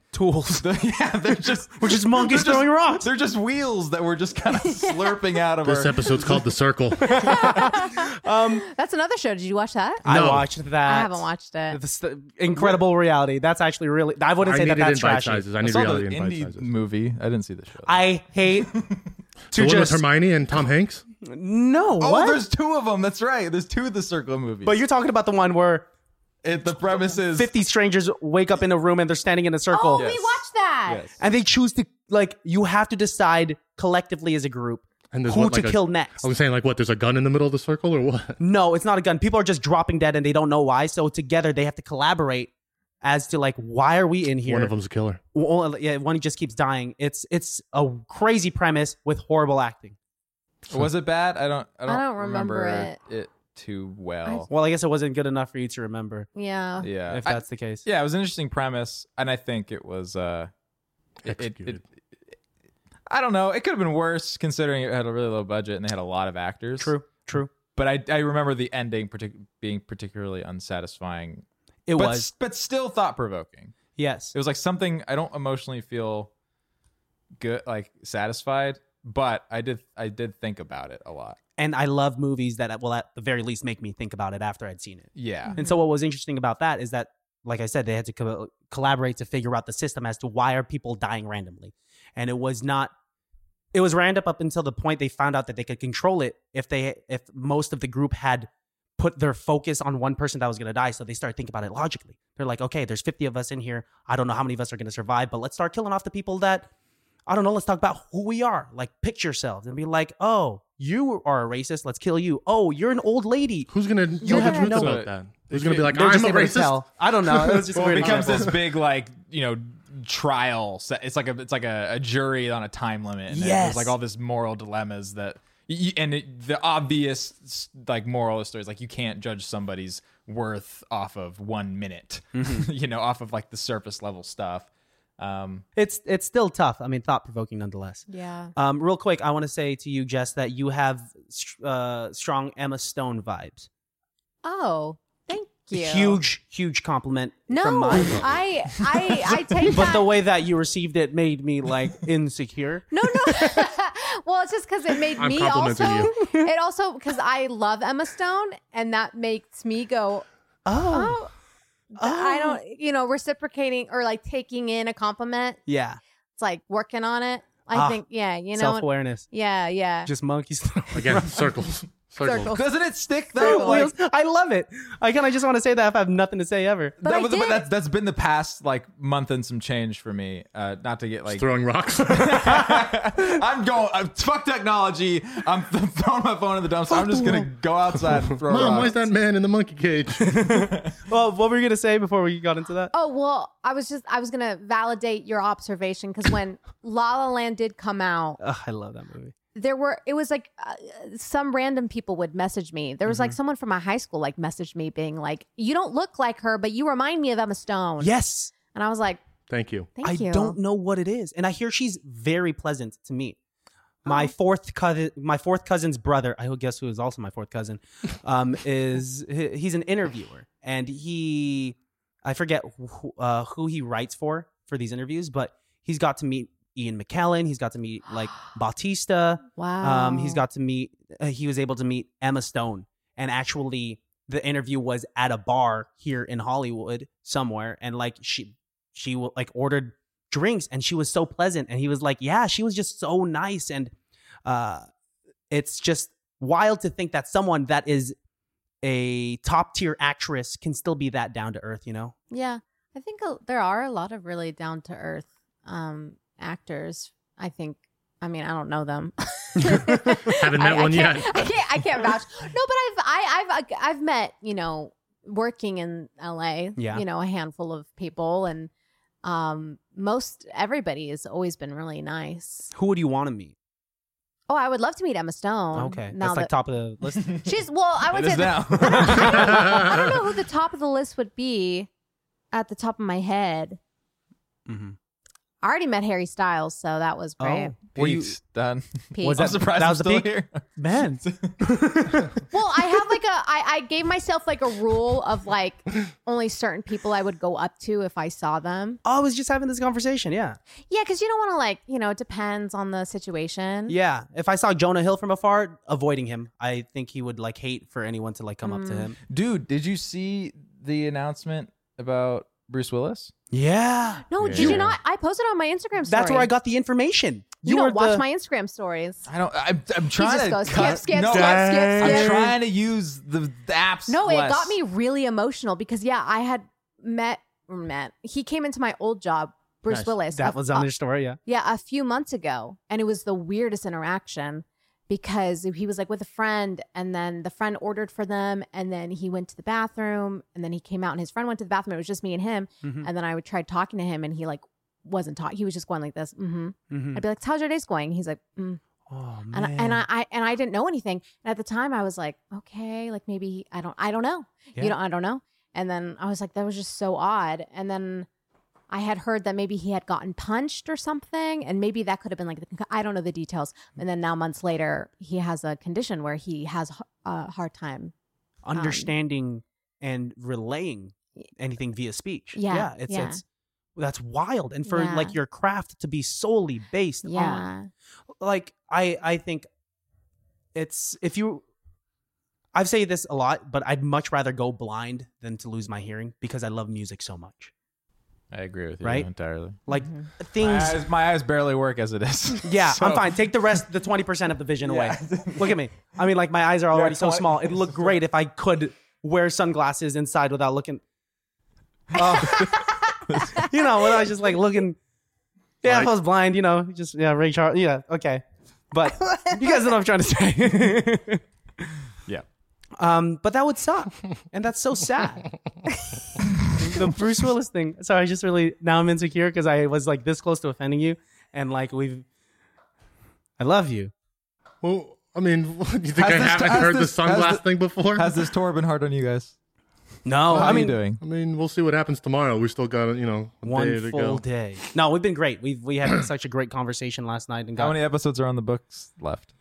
S1: <laughs>
S2: Tools,
S1: the, yeah, they're just
S2: <laughs> which is monkeys
S1: they're just-
S2: throwing rocks.
S1: They're just wheels that we're just kind
S2: <laughs>
S1: of slurping out of
S5: This
S1: our
S5: episode's called The Circle. I
S2: Um,
S7: That's another show. Did you watch that?
S2: I
S5: No.
S2: watched that.
S7: I haven't watched it.
S2: This- the incredible reality. That's actually really. I wouldn't say
S5: need
S2: that
S5: it in
S2: that's
S5: bite
S2: trashy.
S5: sizes. I
S1: I
S5: need
S1: saw
S5: reality
S1: the
S5: in bite
S1: indie
S5: sizes.
S1: movie. I didn't see the show.
S2: I hate
S5: The
S2: to
S5: one with
S2: just
S5: Hermione and Tom Hanks?
S2: no.
S1: oh,
S2: what?
S1: there's two of them. That's right. There's two of the Circle movies.
S2: But you're talking about the one where
S1: It, the premise is
S2: 50 strangers wake up in a room and they're standing in a circle.
S7: Oh, we
S1: Yes.
S7: watched that.
S1: Yes.
S2: and they choose to like you have to decide collectively as a group
S5: And there's
S2: who
S5: what,
S2: to
S5: like a-
S2: kill next.
S5: I was saying, like, what? There's a gun in the middle of the circle, or what?
S2: No, it's not a gun. People are just dropping dead and they don't know why. So together they have to collaborate as to like why are we in here?
S5: One of them's a killer.
S2: Well, yeah, one just keeps dying. It's it's a crazy premise with horrible acting.
S1: Was it bad? I don't. I don't,
S7: don't remember
S1: it. too well.
S2: Well, I guess it wasn't good enough for you to remember
S7: Yeah.
S1: yeah,
S2: if
S1: I-
S2: that's the case.
S1: yeah, it was an interesting premise, and I think it was. uh it, it,
S5: Executed.
S1: it- I don't know. It could have been worse considering it had a really low budget and they had a lot of actors.
S2: True, true.
S1: but I, I remember the ending partic- being particularly unsatisfying.
S2: It
S1: but,
S2: was.
S1: s- but still thought provoking.
S2: Yes.
S1: It was like something I don't emotionally feel good, like satisfied, but I did. I did think about it a lot.
S2: And I love movies that will at the very least make me think about it after I'd seen it.
S1: Yeah,
S2: And so what was interesting about that is that, like I said, they had to co- collaborate to figure out the system as to why are people dying randomly, and it was not. It was random up until the point they found out that they could control it if they if most of the group had put their focus on one person that was going to die. So they started thinking about it logically. They're like, okay, there's 50 of us in here. I don't know how many of us are going to survive, but let's start killing off the people that I don't know. Let's talk about who we are. Like picture yourselves and be like, oh, you are a racist. Let's kill you. Oh, you're an old lady.
S5: Who's gonna tell the
S2: have
S5: truth
S2: no-
S5: about that? Who's gonna be like, "Oh,
S2: They're
S5: I'm
S2: just
S5: a
S2: able to
S5: racist?
S2: tell. I don't know.
S5: <laughs>
S2: It was just a
S1: well, it
S2: weird
S1: becomes
S2: example.
S1: this big like you know trial. Set. It's like a it's like a, a jury on a time limit. And it-
S2: Yes.
S1: there's like all this moral dilemmas that y- y- and it, the obvious s- like moral of stories like you can't judge somebody's worth off of one minute. <laughs> you know, off of like the surface level stuff. Um,
S2: It's it's still tough. I mean, thought provoking nonetheless.
S7: Yeah.
S2: Um, real quick, I want to say to you, Jess, that you have str- uh, strong Emma Stone vibes.
S7: Oh, thank you.
S2: Huge, huge compliment
S7: No,
S2: from mine.
S7: I, I, I take
S2: But
S7: that.
S2: the way that you received it made me like insecure.
S7: <laughs> no, no. <laughs> well, it's just because it made
S5: I'm
S7: me also.
S5: complimenting
S7: <laughs> It also because I love Emma Stone, and that makes me go,
S2: Oh,
S7: oh, I don't, you know, reciprocating or like taking in a compliment.
S2: yeah.
S7: It's like working on it. I
S2: Ah,
S7: think, yeah, you know,
S2: Self awareness,
S7: yeah, yeah.
S2: just
S7: <laughs>
S2: monkeys. <laughs>
S5: Again, <laughs> circles, circles.
S1: <laughs>
S7: Circles.
S1: doesn't it stick
S2: Fruit
S1: though? Like,
S2: Wheels. I love it. Again, I just want to say that if I have nothing to say ever.
S7: But I
S1: that was, but
S7: did.
S1: that's that's been the past like month and some change for me. Uh, not to get like
S5: Throwing rocks.
S1: <laughs> I'm going. I'm, fuck technology. I'm <laughs> th- throwing my phone in the dumpster. I'm just gonna go outside and
S7: <laughs>
S1: throw.
S5: Mom,
S1: rocks.
S5: why is that man in the monkey cage?
S2: Well, what were you gonna say before we got into that?
S7: Oh well, I was just I was gonna validate your observation because when La La Land did come out,
S2: Ugh, I love that movie.
S7: there were it was like uh, some random people would message me. There was
S2: Mm-hmm.
S7: like someone from my high school like messaged me being like, "You don't look like her, but you remind me of Emma Stone."
S2: Yes,
S7: and I was like,
S5: Thank <laughs> you.
S7: "Thank
S2: I
S7: you."
S2: don't know what it is, and I hear she's very pleasant to meet. My
S7: Oh.
S2: fourth cousin, my fourth cousin's brother, I would guess who is also my fourth cousin, um,
S7: <laughs>
S2: is he- he's an interviewer, and he, I forget who, uh, who he writes for for these interviews, but he's got to meet Ian McKellen, he's got to meet
S7: <gasps>
S2: like Bautista,
S7: Wow.
S2: Um, he's got to meet. Uh, he was able to meet Emma Stone, and actually, the interview was at a bar here in Hollywood somewhere, and like she, she w- like ordered drinks, and she was so pleasant, and he was like, yeah, she was just so nice, and uh, it's just wild to think that someone that is a top tier actress can still be that down to earth, you know?
S7: Yeah, I think a, there are a lot of really down to earth um, actors. I think. I mean, I don't know them. <laughs>
S5: Haven't met
S7: I- I
S5: one
S7: can't-
S5: yet.
S7: I can't. I can't vouch. No, but I've I, I've I've met you know working in L.A.
S2: Yeah.
S7: you know a handful of people and um most everybody has always been really nice.
S2: Who would you want to meet?
S7: Oh, I would love to meet Emma Stone.
S2: okay,
S7: Um, now
S2: that's like
S7: that
S2: top of the
S7: <laughs>
S2: list.
S7: she's well, I would
S1: <laughs> It
S7: say
S1: is
S7: the-
S1: now.
S7: <laughs>
S1: <laughs>
S7: I
S5: <laughs>
S7: don't know who the top of the list would be at the top of my head.
S2: mm-hmm.
S7: I already met Harry Styles, so that was great.
S2: Oh, were you,
S1: Pete's done.
S7: Pete.
S2: Was
S1: I'm
S2: that-
S1: surprised
S2: that
S1: I'm
S2: was the
S1: still
S2: peak?
S1: here.
S2: <laughs> man?
S7: Well, I have like a I, I gave myself like a rule of like only certain people I would go up to if I saw them.
S2: I was just having this conversation. Yeah.
S7: Yeah, because you don't want to like, you know, it depends on the situation.
S2: Yeah, if I saw Jonah Hill from afar, avoiding him, I think he would like hate for anyone to like come up to
S7: Mm.
S2: him.
S1: Dude, did you see the announcement about Bruce Willis?
S2: Yeah,
S7: No, did
S5: Yeah.
S7: you not? I posted on my Instagram story.
S2: that's where I got the information.
S7: you, don't
S2: were
S7: watch
S2: the-
S7: my Instagram stories.
S1: I don't. I'm, I'm trying
S7: just
S1: to
S7: goes,
S1: cut-
S7: skip, skip,
S1: no,
S7: skip,
S1: I'm-
S7: skip,
S1: I'm
S7: skip.
S1: trying to use the the apps.
S7: No, it
S1: less.
S7: got me really emotional because yeah, I had met met he came into my old job, Bruce
S5: Nice.
S2: <laughs>
S7: Willis.
S2: that
S7: a-
S2: was
S7: a-
S2: on your story. Yeah,
S7: Yeah, a few months ago. And it was the weirdest interaction because he was like with a friend and then the friend ordered for them and then he went to the bathroom and then he came out and his friend went to the bathroom. It was just me and him.
S2: Mhm.
S7: And then I would try talking to him and he like wasn't talking. He was just going like this. hmm
S2: mm-hmm.
S7: I'd be like, "How's your day's going?" He's like, mm.
S2: oh man,
S7: and I, and I, I and I didn't know anything. And at the time, I was like, "Okay, like maybe I don't I don't know.
S2: Yeah.
S7: You know, I don't know." And then I was like, "That was just so odd." And then I had heard that maybe he had gotten punched or something, and maybe that could have been like the, concu- I don't know the details. And then now months later, he has a condition where he has h- a hard time. um,
S2: understanding and relaying anything via speech.
S7: Yeah,
S2: it's
S7: yeah.
S2: it's that's wild, and for
S7: Yeah.
S2: like your craft to be solely based on
S7: Yeah,
S2: like I I think it's if you I say this a lot, but I'd much rather go blind than to lose my hearing because I love music so much.
S1: I agree with you
S2: Right?
S1: entirely.
S2: Like
S1: My
S2: things
S1: eyes, my eyes barely work as it is.
S2: Yeah,
S1: <laughs> So-
S2: I'm fine. Take the
S1: <laughs>
S2: rest the 20% of the vision away.
S1: Yeah. <laughs>
S2: Look at me. I mean like my eyes are already so
S1: 20.
S2: small.
S1: <laughs>
S2: It'd look great if I could wear sunglasses inside without
S1: <laughs>
S2: looking Oh. <laughs> you know, when I was just like looking yeah, if I was blind, you know, just yeah, Ray Charles. Yeah, okay.
S1: <laughs>
S2: But you guys know what I'm trying to say. <laughs>
S1: Yeah.
S2: Um, but that would <laughs> suck. And that's so sad. <laughs> the Bruce Willis thing. Sorry, I just really now I'm insecure because I was like this close to offending you and like we've I love you.
S5: Well, I mean, <laughs> you think
S1: Has
S5: I
S1: this-
S5: haven't
S1: has
S5: heard
S1: this-
S5: the
S1: has
S5: sunglass
S1: the-
S5: thing before?
S1: Has this tour been hard on you guys? How
S2: No, I
S1: are
S2: mean
S1: you doing?
S5: I mean, we'll see what happens tomorrow. We still got, you know, a day
S2: one
S5: to
S2: full
S5: go.
S2: day. No, we've been great. We've we
S1: <clears throat>
S2: had such a great conversation last night and
S1: How
S2: got
S1: many episodes are on the books left?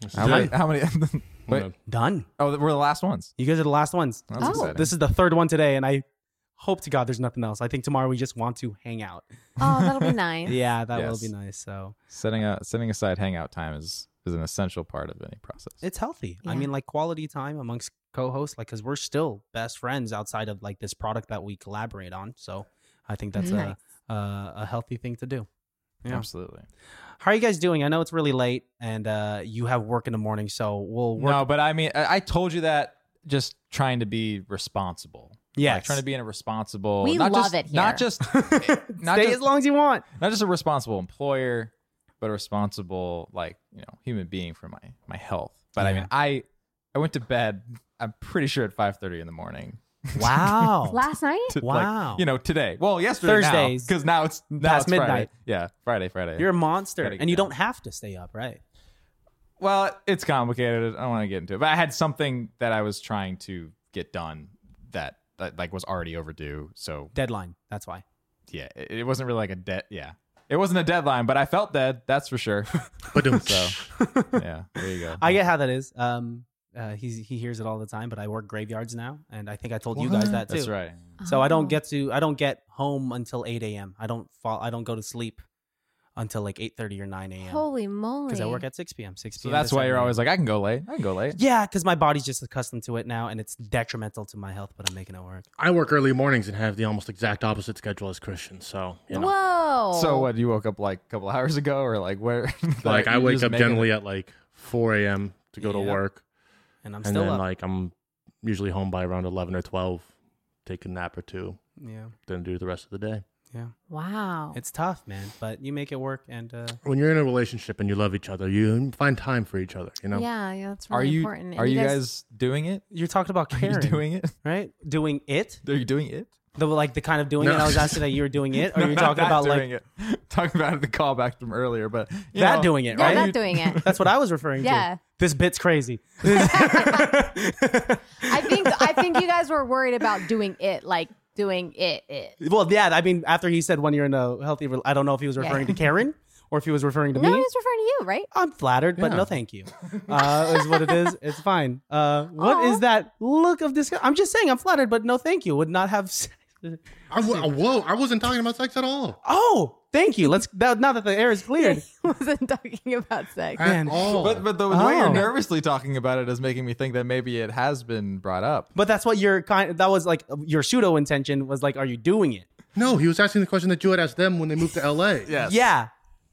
S5: This is
S1: How many?
S5: it.
S1: How many? <laughs>
S5: Wait.
S1: wait,
S2: done.
S1: oh, we're the last ones.
S2: You guys are the last ones.
S1: That's
S7: Oh.
S1: exciting.
S2: This is the third one today, and I hope to God there's nothing else. I think tomorrow we just want to hang out.
S7: Oh,
S1: <laughs>
S7: that'll be nice.
S2: Yeah, that will
S1: Yes.
S2: be nice. So
S1: setting out setting aside hangout time is is an essential part of any process.
S2: it's healthy. I
S7: Yeah.
S2: mean, like quality time amongst co-hosts, like because we're still best friends outside of like this product that we collaborate on. So I think that's
S7: Nice.
S2: a, a a healthy thing to do. Yeah.
S1: Absolutely.
S2: How are you guys doing? I know it's really late, and uh, you have work in the morning, so we'll work.
S1: No, but I mean, I, I told you that just trying to be responsible.
S2: yeah,
S1: Like, trying to be in a responsible.
S7: We
S1: not
S7: love
S1: just,
S7: it
S1: Not
S7: here.
S1: just not
S2: <laughs> stay
S1: just-
S2: as long as you want.
S1: not just a responsible employer, but a responsible like you know human being for my my health. But I
S2: Yeah.
S1: mean, I I went to bed. I'm pretty sure at 5:30 in the morning.
S2: Wow.
S7: <laughs> Last night?
S1: To, <laughs>
S2: Wow.
S1: Like, you know, today. Well, yesterday.
S2: Oh. Thursdays.
S1: Because now, it's now
S2: Past
S1: it's Friday.
S2: midnight.
S1: Yeah, Friday, Friday.
S2: You're a monster,
S1: Gotta get
S2: and you
S1: down.
S2: don't have to stay up, right?
S1: Well, it's complicated. I don't want to get into it, but I had something that I was trying to get done that, that like was already overdue. So
S2: Deadline. That's why.
S1: yeah, it, it wasn't really like a debt. Yeah, it wasn't a deadline, but I felt dead. That's for sure. <laughs>
S5: But don't-
S1: So yeah, there you go.
S2: I get how that is. Um, uh, he's, he hears it all the time, but I work graveyards now, and I think I told you guys that too.
S1: That's right.
S2: So I
S7: Oh.
S2: don't get to I don't get home until eight a.m. I don't fall. I don't go to sleep until like eight thirty or nine a.m.
S7: Holy moly.
S2: because I work at six p.m. Six
S1: So
S2: p.m.
S1: that's
S2: to
S1: why you're
S2: 7 a.m..
S1: always like, I can go late. I can go late.
S2: Yeah, because my body's just accustomed to it now, and it's detrimental to my health. But I'm making it work.
S5: <laughs> I work early mornings and have the almost exact opposite schedule as Christian. So, you know,
S7: Whoa.
S1: So what? You woke up like a couple <laughs> hours ago, or like where? <laughs>
S5: like I
S1: you're
S5: wake
S1: just
S5: up
S1: making-
S5: generally at like 4 a.m. to go to
S2: Yeah.
S5: work.
S2: And I'm
S5: and
S2: still
S5: then
S2: up.
S5: like I'm usually home by around 11 or 12, take a nap or two,
S2: yeah,
S5: then do the rest of the day.
S7: Wow.
S2: it's tough, man. But you make it work, and uh,
S5: When you're in a relationship and you love each other, you find time for each other, you know?
S7: Yeah, yeah, that's
S1: Are
S7: really
S1: you
S7: important. And
S1: are you guys doing it? <laughs>
S2: you're talking <laughs> about
S1: Are you
S2: Karen,
S1: doing it?
S2: right? Doing it,
S1: Are you doing it?
S2: the like the kind of doing
S5: No.
S2: it. I was asking that you were doing it,
S1: <laughs>
S2: or
S1: No,
S2: Oh, you're
S1: not
S2: talking
S1: that
S2: about like
S1: doing it. <laughs> talking about the callback from earlier, but you
S2: that
S1: know,
S2: doing it,
S7: Yeah,
S2: right?
S7: that doing it.
S2: That's what I was referring
S7: Yeah.
S2: to. This bit's crazy.
S7: I think I think you guys were worried about doing it, like doing it, it.
S2: well, yeah, I mean, after he said when you're in a healthy, re- I don't know if he was referring to Karen or if he was referring to
S7: No,
S2: me.
S7: he's referring to you, right?
S2: I'm flattered, but no,
S5: Yeah.
S2: thank you. Uh, is what it is. It's fine. Uh, what is
S7: Aw.
S2: that look of disgust? I'm just saying, I'm flattered, but no, thank you. Would not have. s-
S5: I w- whoa, I wasn't talking about sex at all.
S2: Oh, thank you. Let's that, now that the air is
S7: <laughs>
S2: cleared.
S7: Wasn't talking about sex.
S5: At
S2: Man.
S5: all.
S1: But but the
S2: Oh.
S1: way you're nervously talking about it is making me think that maybe it has been brought up.
S2: But that's what your kind. That was like your pseudo intention was like, are you doing it?
S5: no, he was asking the question that you had asked them when they moved to <laughs> LA.
S1: Yes.
S2: Yeah.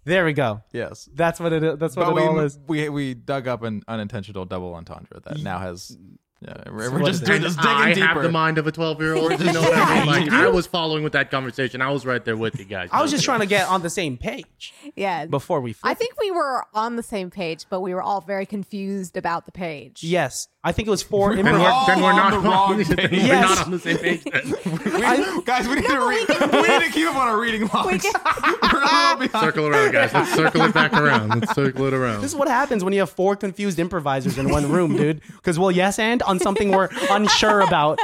S2: There we go.
S1: Yes.
S2: That's what it. is- That's what
S1: but
S2: it
S1: we,
S2: all is.
S1: we we dug up an unintentional double entendre that now has. Yeah, we're, we're
S2: what
S1: just
S2: is
S1: doing
S5: And
S1: just
S5: I
S1: digging
S5: have
S1: deeper.
S5: the mind of a 12 year old. You know what I
S2: <laughs>
S5: mean? Like, I was following with that conversation. I was right there with you guys.
S2: I was just trying to get on the same page
S7: Yeah.
S2: before we.
S7: I
S2: flip.
S7: think we were on the same page, but we were all very confused about the page.
S2: yes, I think it was four.
S5: Then
S2: improv-
S5: we're,
S1: all
S5: then we're
S1: on
S5: not
S1: the wrong
S5: then
S1: page.
S5: <laughs> we're
S2: Yes.
S5: not on the same page. then.
S1: We- guys, we need to read. We need to keep up on our reading logs.
S7: can-
S1: <laughs> we're all behind.
S5: circle around, guys. Let's circle it back around. Let's circle it around.
S2: This is what happens when you have four confused improvisers in one room, dude. Because well, yes, and on something we're unsure about,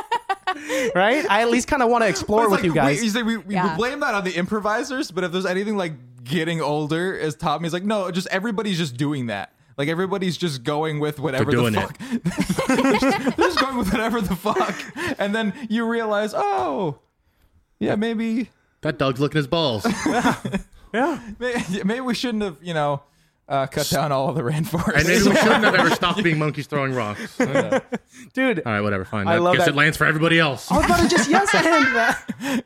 S2: right? I at least kind of want to explore
S1: It's
S2: with
S1: like,
S2: you guys.
S1: We, you say we, we
S7: Yeah.
S1: blame that on the improvisers, but if there's anything like getting older, as taught me, it's like no, just everybody's just doing that. Like everybody's just going with whatever
S5: doing
S1: the
S5: it.
S1: fuck. <laughs> they're, just, they're just going with whatever the fuck, and then you realize, oh, yeah, maybe,
S5: That dog's looking
S2: <laughs>
S5: his balls.
S1: maybe, <laughs> maybe we shouldn't have, you know, uh, cut down all of the rainforest.
S5: And maybe
S1: <laughs>
S5: we shouldn't have ever stopped being monkeys throwing rocks. All
S2: dude.
S5: right, whatever. Fine.
S2: I
S5: I,
S2: love
S5: guess
S2: that-
S5: it lands for everybody else.
S2: I was about to
S5: <laughs>
S2: just yes and that.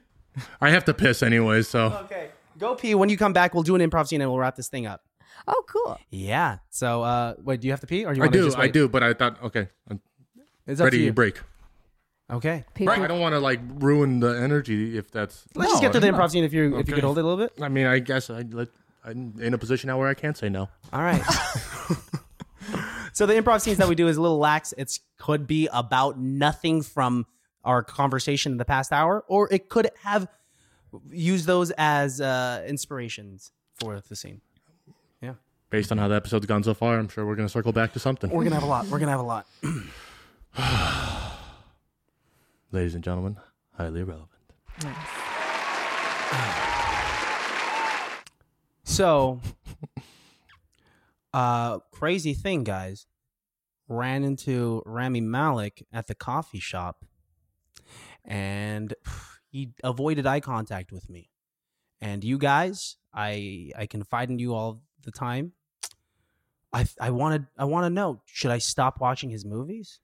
S5: I have to piss anyway, so
S2: Okay, go pee. When you come back, we'll do an improv scene and we'll wrap this thing up.
S7: Oh, cool.
S2: Yeah. So, uh, wait, do you have to pee or you
S5: I
S2: want to
S5: do.
S2: just
S5: I
S2: wait?
S5: do. But I thought, okay, I'm
S2: It's up
S5: ready.
S2: to
S5: You.
S2: you.
S5: Break.
S2: Okay.
S7: People.
S5: I don't want to like ruin the energy if that's.
S2: Let's just
S1: No,
S2: get to the
S1: no.
S2: improv scene if you if you
S5: Okay.
S2: could hold it a little bit.
S5: I mean, I guess I let. I'm in a position now where I can't say no.
S2: All <laughs> right. so the improv scenes that we do is a little lax. It could be about nothing from our conversation in the past hour, or it could have used those as uh, inspirations for the scene.
S5: Based on how the episode's gone so far, I'm sure we're going to circle back to something.
S2: We're gonna have a lot. We're gonna have a lot.
S5: Ladies and gentlemen, highly irrelevant.
S2: So, uh, crazy thing, guys. Ran into Rami Malik at the coffee shop, and he avoided eye contact with me. And you guys, I I confide in you all the time. I I wanted I want to know: should I stop watching his movies?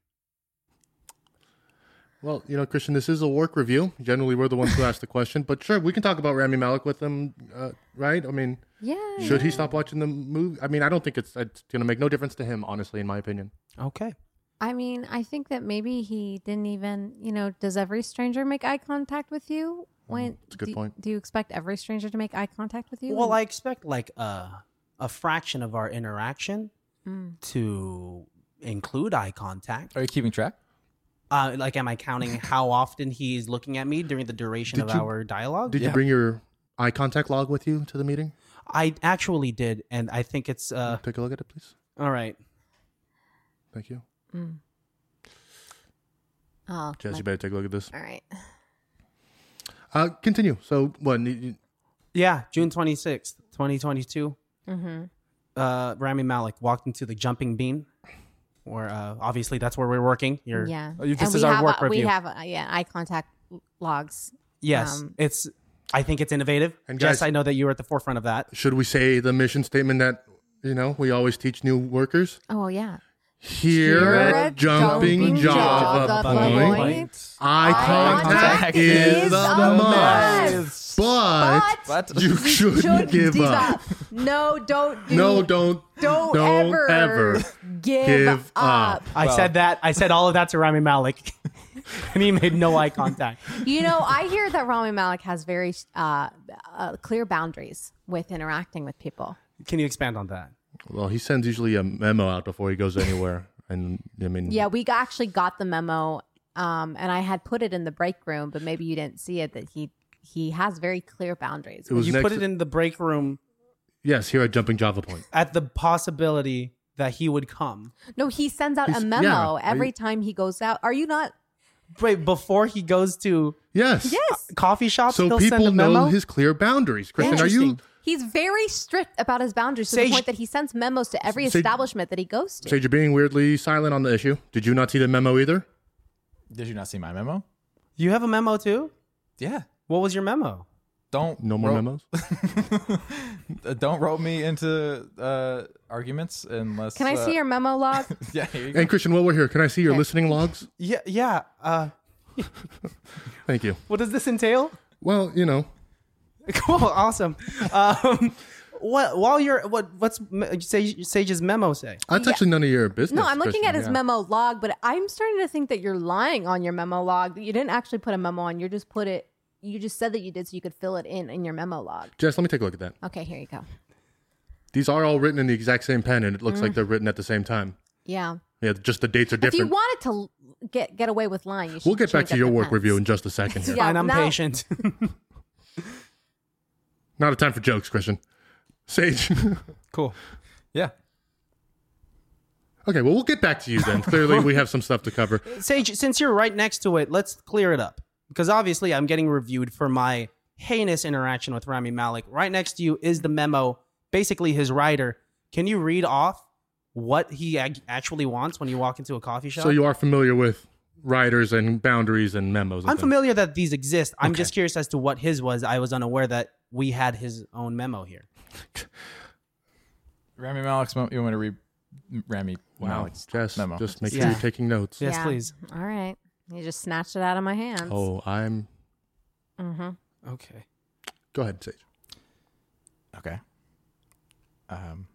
S5: Well, you know, Christian, this is a work review. Generally, we're the ones who ask the question, but sure, we can talk about Rami Malik with them, uh, right? I mean,
S7: Yeah.
S5: should he stop watching the movie? I mean, I don't think it's, it's going to make no difference to him, honestly, in my opinion.
S2: Okay.
S7: I mean, I think that maybe he didn't even, you know, does every stranger make eye contact with you? When
S5: Mm, that's a good
S7: do,
S5: point.
S7: Do you expect every stranger to make eye contact with you?
S2: Well, I expect like a a fraction of our interaction
S7: Mm.
S2: to include eye contact.
S1: Are you keeping track?
S2: Uh, like, am I counting how often he's looking at me during the duration
S5: Did
S2: of
S5: you-
S2: our dialogue?
S5: Did you
S1: Yeah.
S5: bring your eye contact log with you to the meeting?
S2: I actually did, and I think it's uh,
S5: Take a look at it, please.
S2: all right.
S5: Thank you.
S7: oh,
S5: Jess, you
S7: like-
S5: better take a look at this.
S7: all right.
S5: Uh, continue. So, what? you- you-
S2: Yeah, June twenty sixth, twenty twenty two.
S7: Mm-hmm.
S2: Uh, Rami Malik walked into the jumping bean, where uh, obviously that's where we're working. You're,
S7: yeah.
S2: Oh, you- this
S7: and
S2: is
S7: we
S2: our
S7: have,
S2: work
S7: uh,
S2: review.
S7: We have, uh, yeah, eye contact logs.
S2: Yes,
S7: Um,
S2: it's. I think it's innovative.
S5: And
S2: Jess,
S5: guys-
S2: I know that you were at the forefront of that.
S5: Should we say the mission statement that, you know, we always teach new workers?
S7: Oh, yeah.
S5: Here,
S7: at
S5: at Jumping,
S7: Jumping
S5: Java,
S7: Java
S2: uh,
S5: Point,
S7: Point.
S5: eye contact
S7: contact
S5: is
S7: is
S5: the
S7: the
S5: must.
S1: Yes.
S5: But
S1: But
S5: you shouldn't
S7: Don't
S5: give
S7: give
S5: up.
S7: up. No, don't do
S5: No, don't.
S7: Don't
S5: Don't
S7: ever
S5: ever
S7: give,
S5: give
S7: up.
S5: up.
S2: I said that. I said all of that to Rami Malik, <laughs> and he made no eye contact.
S7: You know, I hear that Rami Malik has very uh, uh, clear boundaries with interacting with people.
S2: Can you expand on that?
S5: Well, he sends usually a memo out before he goes anywhere. And I mean,
S7: Yeah, we got- actually got the memo, um, and I had put it in the break room, but maybe you didn't see it. That he he has very clear boundaries.
S5: it was
S2: you
S5: next.
S2: put it in the break room
S5: yes, here at Jumping Java Point.
S2: at the possibility that he would come.
S7: No, he sends out a
S5: He's-
S7: memo
S5: yeah,
S7: every
S5: he-
S7: time he goes out. Are you not?
S2: Wait, before he goes to
S5: Yes.
S7: Yes.
S2: coffee shops,
S5: So
S2: he'll send
S5: people
S2: a
S5: know
S2: memo.
S5: his clear boundaries. Christian, are you?
S2: Interesting.
S7: He's very strict about his boundaries to
S2: Sage-
S7: the point that he sends memos to every
S5: Sage-
S7: establishment that he goes to.
S5: Sage, you're being weirdly silent on the issue. Did you not see the memo either?
S1: Did you not see my memo?
S2: you have a memo too?
S1: Yeah.
S2: What was your memo?
S1: Don't
S5: No more
S1: rope-
S7: <laughs>
S5: memos.
S1: Uh, Don't rope me into uh, arguments unless.
S7: Can I
S1: uh,
S7: see your memo
S5: <laughs>
S7: log?
S1: <laughs> Yeah. Here you go.
S5: And Christian, while we're here, can I see your listening logs?
S2: Yeah, yeah. Uh,
S5: Thank you.
S2: what does this entail? <laughs>
S5: Well, you know,
S2: cool, awesome. Um, <laughs> what while you're what what's me- Sage, Sage's memo say?
S5: that's actually none of your business.
S7: No, I'm looking
S5: Christian.
S7: at his memo log, but I'm starting to think that you're lying on your memo log. that You didn't actually put a memo on. You just put it. You just said that you did, so you could fill it in in your memo log.
S5: Jess, let me take a look at that.
S7: Okay, here you go.
S5: These are all written in the exact same pen, and it looks like they're written at the same time.
S7: Yeah.
S5: Yeah, just the dates are
S7: Mm. If you
S5: different.
S7: wanted to l- get get away with lying, you should
S5: we'll get back
S7: change
S5: to
S7: up
S5: your
S7: the
S5: work
S7: pens.
S5: review in just a second here.
S7: <laughs> Yeah,
S2: and I'm
S7: now-
S2: patient. <laughs>
S5: Not a time for jokes, Christian. Sage. <laughs>
S2: cool.
S1: Yeah.
S5: okay, well, we'll get back to you then. Clearly, we have some stuff to
S7: <laughs>
S5: cover.
S2: Sage, since you're right next to it, let's clear it up because obviously I'm getting reviewed for my heinous interaction with Rami Malik. Right next to you is the memo, basically his rider. Can you read off what he ac- actually wants when you walk into a coffee shop?
S5: So you are familiar with riders and boundaries and memos. And
S2: I'm
S5: things.
S2: familiar that these exist. I'm just curious as to what his was. I was unaware that we had his own memo here.
S1: Rami Malik's memo. You want me to read Rami
S5: Wow,
S1: Malik's
S5: Jess,
S1: memo?
S5: just make sure
S2: Yeah.
S5: you're taking notes.
S2: Yes,
S7: Yeah.
S2: please.
S7: All right, you just snatched it out of my hands.
S5: Oh, I'm.
S7: hmm
S2: Okay.
S5: Go ahead, Sage.
S1: Okay. Um.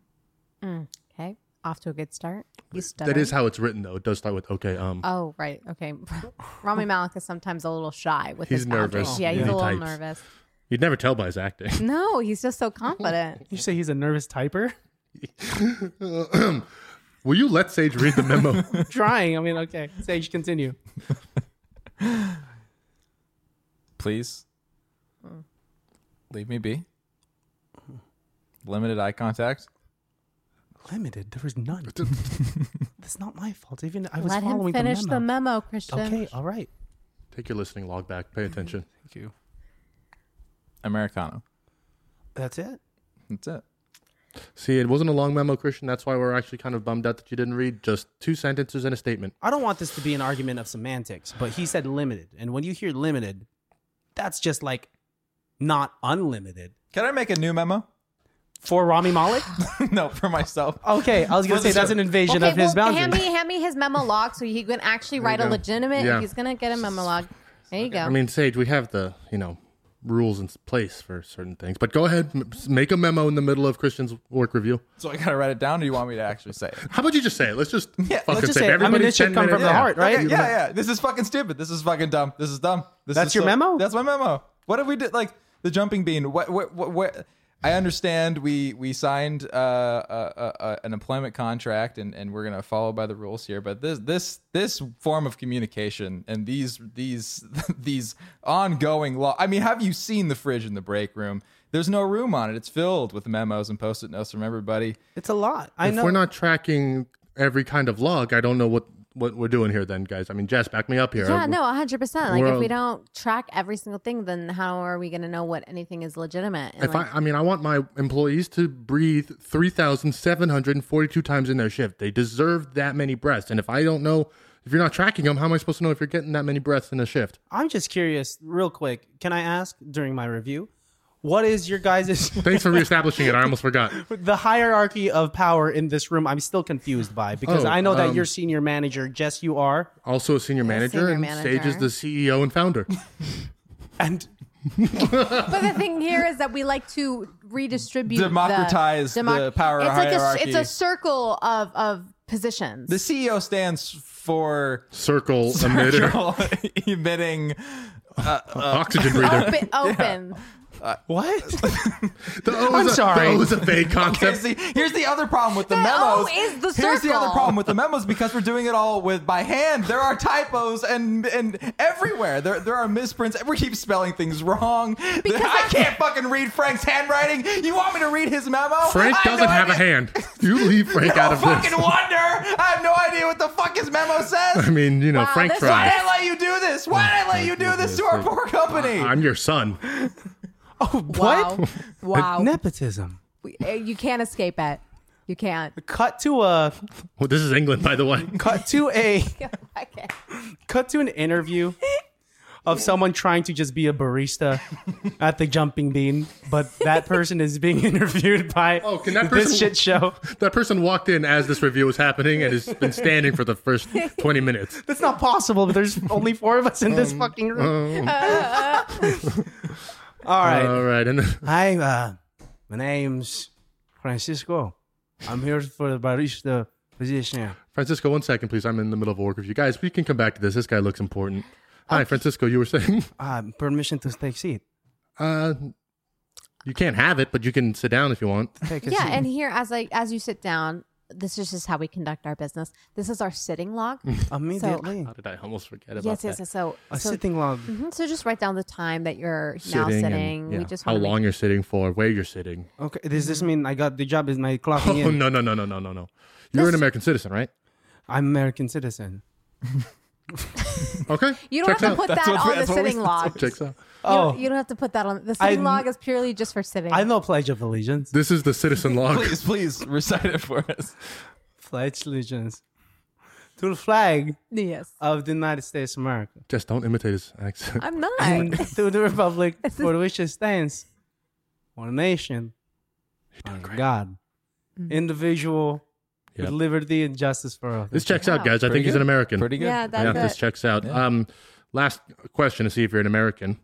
S7: Okay, off to a good start. You
S5: That
S7: stuttered.
S5: is how it's written, though. It does start with okay, um.
S7: Oh right, okay. <laughs> Rami Malik is sometimes a little shy with
S5: He's
S7: his boundaries.
S5: nervous
S7: Yeah, he's
S5: when
S7: a
S5: he
S7: little
S5: types.
S7: nervous.
S5: You'd never tell by his acting. <laughs>
S7: No, he's just so confident.
S2: You say he's a nervous typer?
S5: Will you let Sage read
S2: <laughs>
S5: the memo?
S2: <laughs> Trying. I mean, okay. Sage, continue.
S1: Please leave me be. Limited eye contact.
S2: Limited. There was <laughs> none. That's not my fault. Even I was
S7: Let him
S2: following the
S7: finish the
S2: memo.
S7: memo, Christian.
S2: okay. All right.
S5: Take your listening log back. Pay attention.
S2: Thank you.
S1: Americano.
S2: That's it.
S1: That's it.
S5: See, it wasn't a long memo, Christian. That's why we're actually kind of bummed out that you didn't read just two sentences and a statement.
S2: I don't want this to be an argument of semantics, but he said limited, and when you hear limited, that's just like not unlimited
S1: Can I make a new memo? <laughs>
S2: for Rami Malek.
S1: no, for myself.
S2: Okay, I was gonna say that's an invasion
S7: Okay,
S2: of his
S7: well,
S2: boundary.
S7: hand me, hand me his memo log so he can actually write a
S5: go.
S7: legitimate.
S5: Yeah.
S7: He's gonna get a memo log. There you go.
S2: Oh.
S5: I mean, Sage, we have the you know rules in place for certain things, but go ahead, m- make a memo in the middle of Christian's work review.
S1: So I gotta write it down. Or do you want me to actually say it?
S5: How about you just say it?
S2: <laughs>
S5: Let's just
S1: Yeah,
S5: fucking
S2: let's just
S5: say
S2: say it. I
S5: it.
S2: mean,
S5: Everybody's
S2: it should
S5: 10
S2: come from
S5: minutes
S2: the
S5: in.
S2: heart, right?
S1: Okay, yeah, yeah. This is fucking stupid. This is fucking dumb. This is dumb. This
S2: That's
S1: is
S2: your memo?
S1: That's my memo. What have we did? Like the jumping bean. What? What? What? what I understand we we signed uh, uh, uh, uh, an employment contract and, and we're gonna follow by the rules here. But this this this form of communication and these these <laughs> these ongoing law. I mean, have you seen the fridge in the break room? There's no room on it. It's filled with memos and post-it notes from everybody.
S2: It's a lot. I
S5: If
S2: know.
S5: we're not tracking every kind of log, I don't know what what we're doing here, then, guys. I mean, Jess, back me up here.
S7: yeah, no, hundred percent. Like
S5: we're
S7: if we
S5: on-
S7: don't track every single thing, then how are we gonna know what anything is legitimate? And
S5: If
S7: like,
S5: I, I mean, I want my employees to breathe 3,742 times in their shift. They deserve that many breaths. And if I don't know, if you're not tracking them, how am I supposed to know if you're getting that many breaths in a shift?
S2: I'm just curious, real quick. Can I ask during my review, what is your guys'
S5: Thanks for reestablishing it. I almost forgot.
S2: <laughs> the hierarchy of power in this room? I'm still confused by because
S5: Oh,
S2: I know that
S5: um,
S2: you're senior manager. Jess, you are,
S5: Also, a senior manager,
S7: senior
S5: and
S7: manager.
S5: Sage is the CEO and founder.
S2: and
S7: but the thing here is that we like to redistribute, the-
S1: Democratize the power
S7: It's like a,
S1: hierarchy.
S7: it's a circle of of positions.
S1: The CEO stands for
S5: Circle,
S1: <laughs>
S5: emitter,
S1: emitting
S5: oxygen breather.
S7: Open, open.
S2: what?
S5: The O is a-
S2: sorry.
S5: The O is a vague
S1: Here's
S5: concept.
S1: the, here's the other problem with the,
S7: The O
S1: memos.
S7: is the
S1: Here's the other
S7: circle.
S1: problem with the memos because we're doing it all with by hand. There are typos and and everywhere. There there are misprints. We keep spelling things wrong. I can't fucking read Frank's handwriting. You want me to read his memo?
S5: Frank
S1: I
S5: doesn't
S1: no
S5: have a
S1: idea-
S5: hand. You leave Frank
S1: No
S5: out of
S1: fucking
S5: this.
S1: wonder. I have no idea what the fuck his memo
S5: I <laughs>
S1: says.
S5: mean, you know,
S7: Wow,
S5: Frank
S7: this
S5: tried.
S1: Why did I let you do this? Why did I let you do this to our poor company?
S5: I'm your son.
S2: What? <laughs>
S7: Wow, wow.
S2: Nepotism.
S7: We- uh, you can't escape it. You can't.
S2: Cut to a
S5: Well, this is England, by the way.
S2: cut to
S7: <laughs>
S2: a
S7: Okay.
S2: cut to an interview of someone trying to just be a barista at the jumping bean, but that person is being <laughs> interviewed by
S5: Oh, can <laughs> that
S2: this
S5: person-
S2: shit show.
S5: That person walked in as this review was happening and has been standing for the first 20 minutes.
S2: That's not possible, but there's only four of us in this fucking room. <laughs> All right.
S5: All <laughs> right. And then,
S2: Hi, uh, my name's Francisco. I'm here for the barista position.
S5: Francisco, one second, please. I'm in the middle of a work review. Guys, we can come back to this. This guy looks important. Hi, Francisco. You were saying <laughs>
S2: Uh, permission to take seat.
S5: uh, you can't have it, but you can sit down if you want.
S2: Take a
S7: Yeah,
S2: seat.
S7: and here as I as you sit down, this is just how we conduct our business. This is our sitting log.
S2: immediately.
S5: How did I almost forget about
S7: yes,
S5: that?
S7: yes, yes. So,
S2: a
S7: uh, so,
S2: sitting log.
S7: mhm, so just write down the time that you're now
S5: and-
S7: sitting.
S5: yeah,
S7: We just
S5: how
S7: wanna make-
S5: long you're sitting for, where you're sitting.
S2: Okay, does this mean I got the job? Is my <laughs> clocking
S5: <laughs> Oh,
S2: in?
S5: no, no, no, no, no, no, no. You're an American citizen, right?
S2: I'm American citizen.
S5: Okay.
S7: you don't
S5: Checks
S7: have
S5: out.
S7: to put
S1: That's
S7: that
S1: what-
S7: on the
S1: that's what we-
S7: sitting log.
S5: Checks out.
S2: Oh,
S7: you, don't have to put that on. The sitting
S2: I-
S7: log is purely just for sitting.
S2: I know Pledge of Allegiance.
S5: This is the citizen log.
S1: Please, please recite it for us.
S2: Pledge allegiance to the flag
S7: yes,
S2: of the United States of America
S5: Just don't imitate his accent.
S7: I'm not. <laughs>
S2: and <laughs> to the republic for which it stands, one nation, under God, individual
S5: Yep.
S2: with liberty and justice for all.
S5: This checks out,
S7: Wow.
S5: guys. I think he's an American.
S1: Pretty good.
S7: yeah,
S5: yeah,
S7: that's
S5: this
S7: it.
S5: checks out. Um, last question to see if you're an American.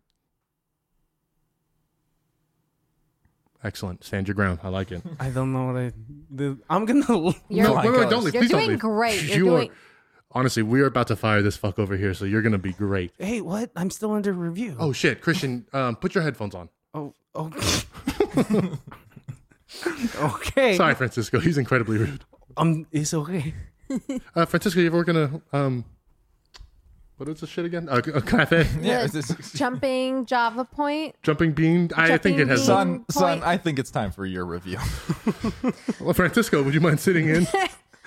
S5: Excellent. Stand your ground. I like it.
S2: I don't know what I. The, I'm gonna.
S7: You're,
S1: No,
S5: wait, wait,
S1: Oh gosh.
S5: don't leave.
S7: You're
S5: Please don't
S7: doing
S5: leave.
S7: great. You're
S5: You
S7: doing-
S5: are- honestly, we are about to fire this fuck over here, so you're gonna be great.
S2: hey, what? I'm still under review.
S5: Oh shit, Christian, um, put your headphones on.
S2: Oh, okay. <laughs> okay.
S5: Sorry, Francisco. He's incredibly rude.
S2: Um, it's okay.
S5: Uh, Francisco, you ever work in a um, what is this shit again? A, a cafe?
S7: <laughs>
S1: Yeah,
S7: The
S1: it's just-
S7: Jumping Java Point.
S5: Jumping bean? I think
S7: Jumping
S5: it has.
S7: bean.
S1: son, son,
S7: Point.
S1: I think it's time for your review.
S5: Well, Francisco, would you mind
S2: <laughs>
S5: sitting in?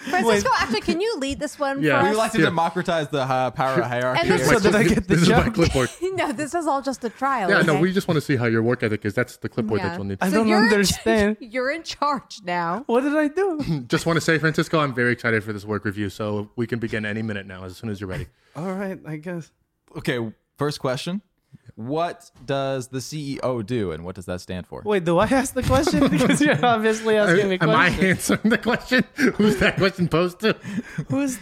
S7: Francisco, actually, can you lead this one
S5: Yeah.
S7: for
S1: We
S7: us?
S1: would like to
S5: Yeah.
S1: democratize the uh, <laughs> power hierarchy.
S7: And this-
S1: here.
S5: My
S2: So did I
S5: clip-
S2: get the
S5: this is my
S2: joke? <laughs>
S5: clipboard.
S7: <laughs> no, this is all just a trial.
S5: Yeah, no,
S7: okay?
S5: we just want to see how your work ethic is. That's the clipboard
S7: Yeah.
S5: that you'll need.
S2: I don't
S7: you're in-
S2: understand.
S7: <laughs> you're in charge now.
S2: What did I do?
S5: Just want to say, Francisco, I'm very excited for this work review, so we can begin any minute now, as soon as
S2: <laughs>
S5: you're ready.
S2: <laughs> All right, I guess.
S1: okay, first question. What does the CEO do and what does that stand for?
S2: Wait, do I ask the <laughs> question? Because you're obviously asking me
S5: Am I
S2: questions.
S5: answering the question? <laughs> Who's that question posed to?
S2: Who's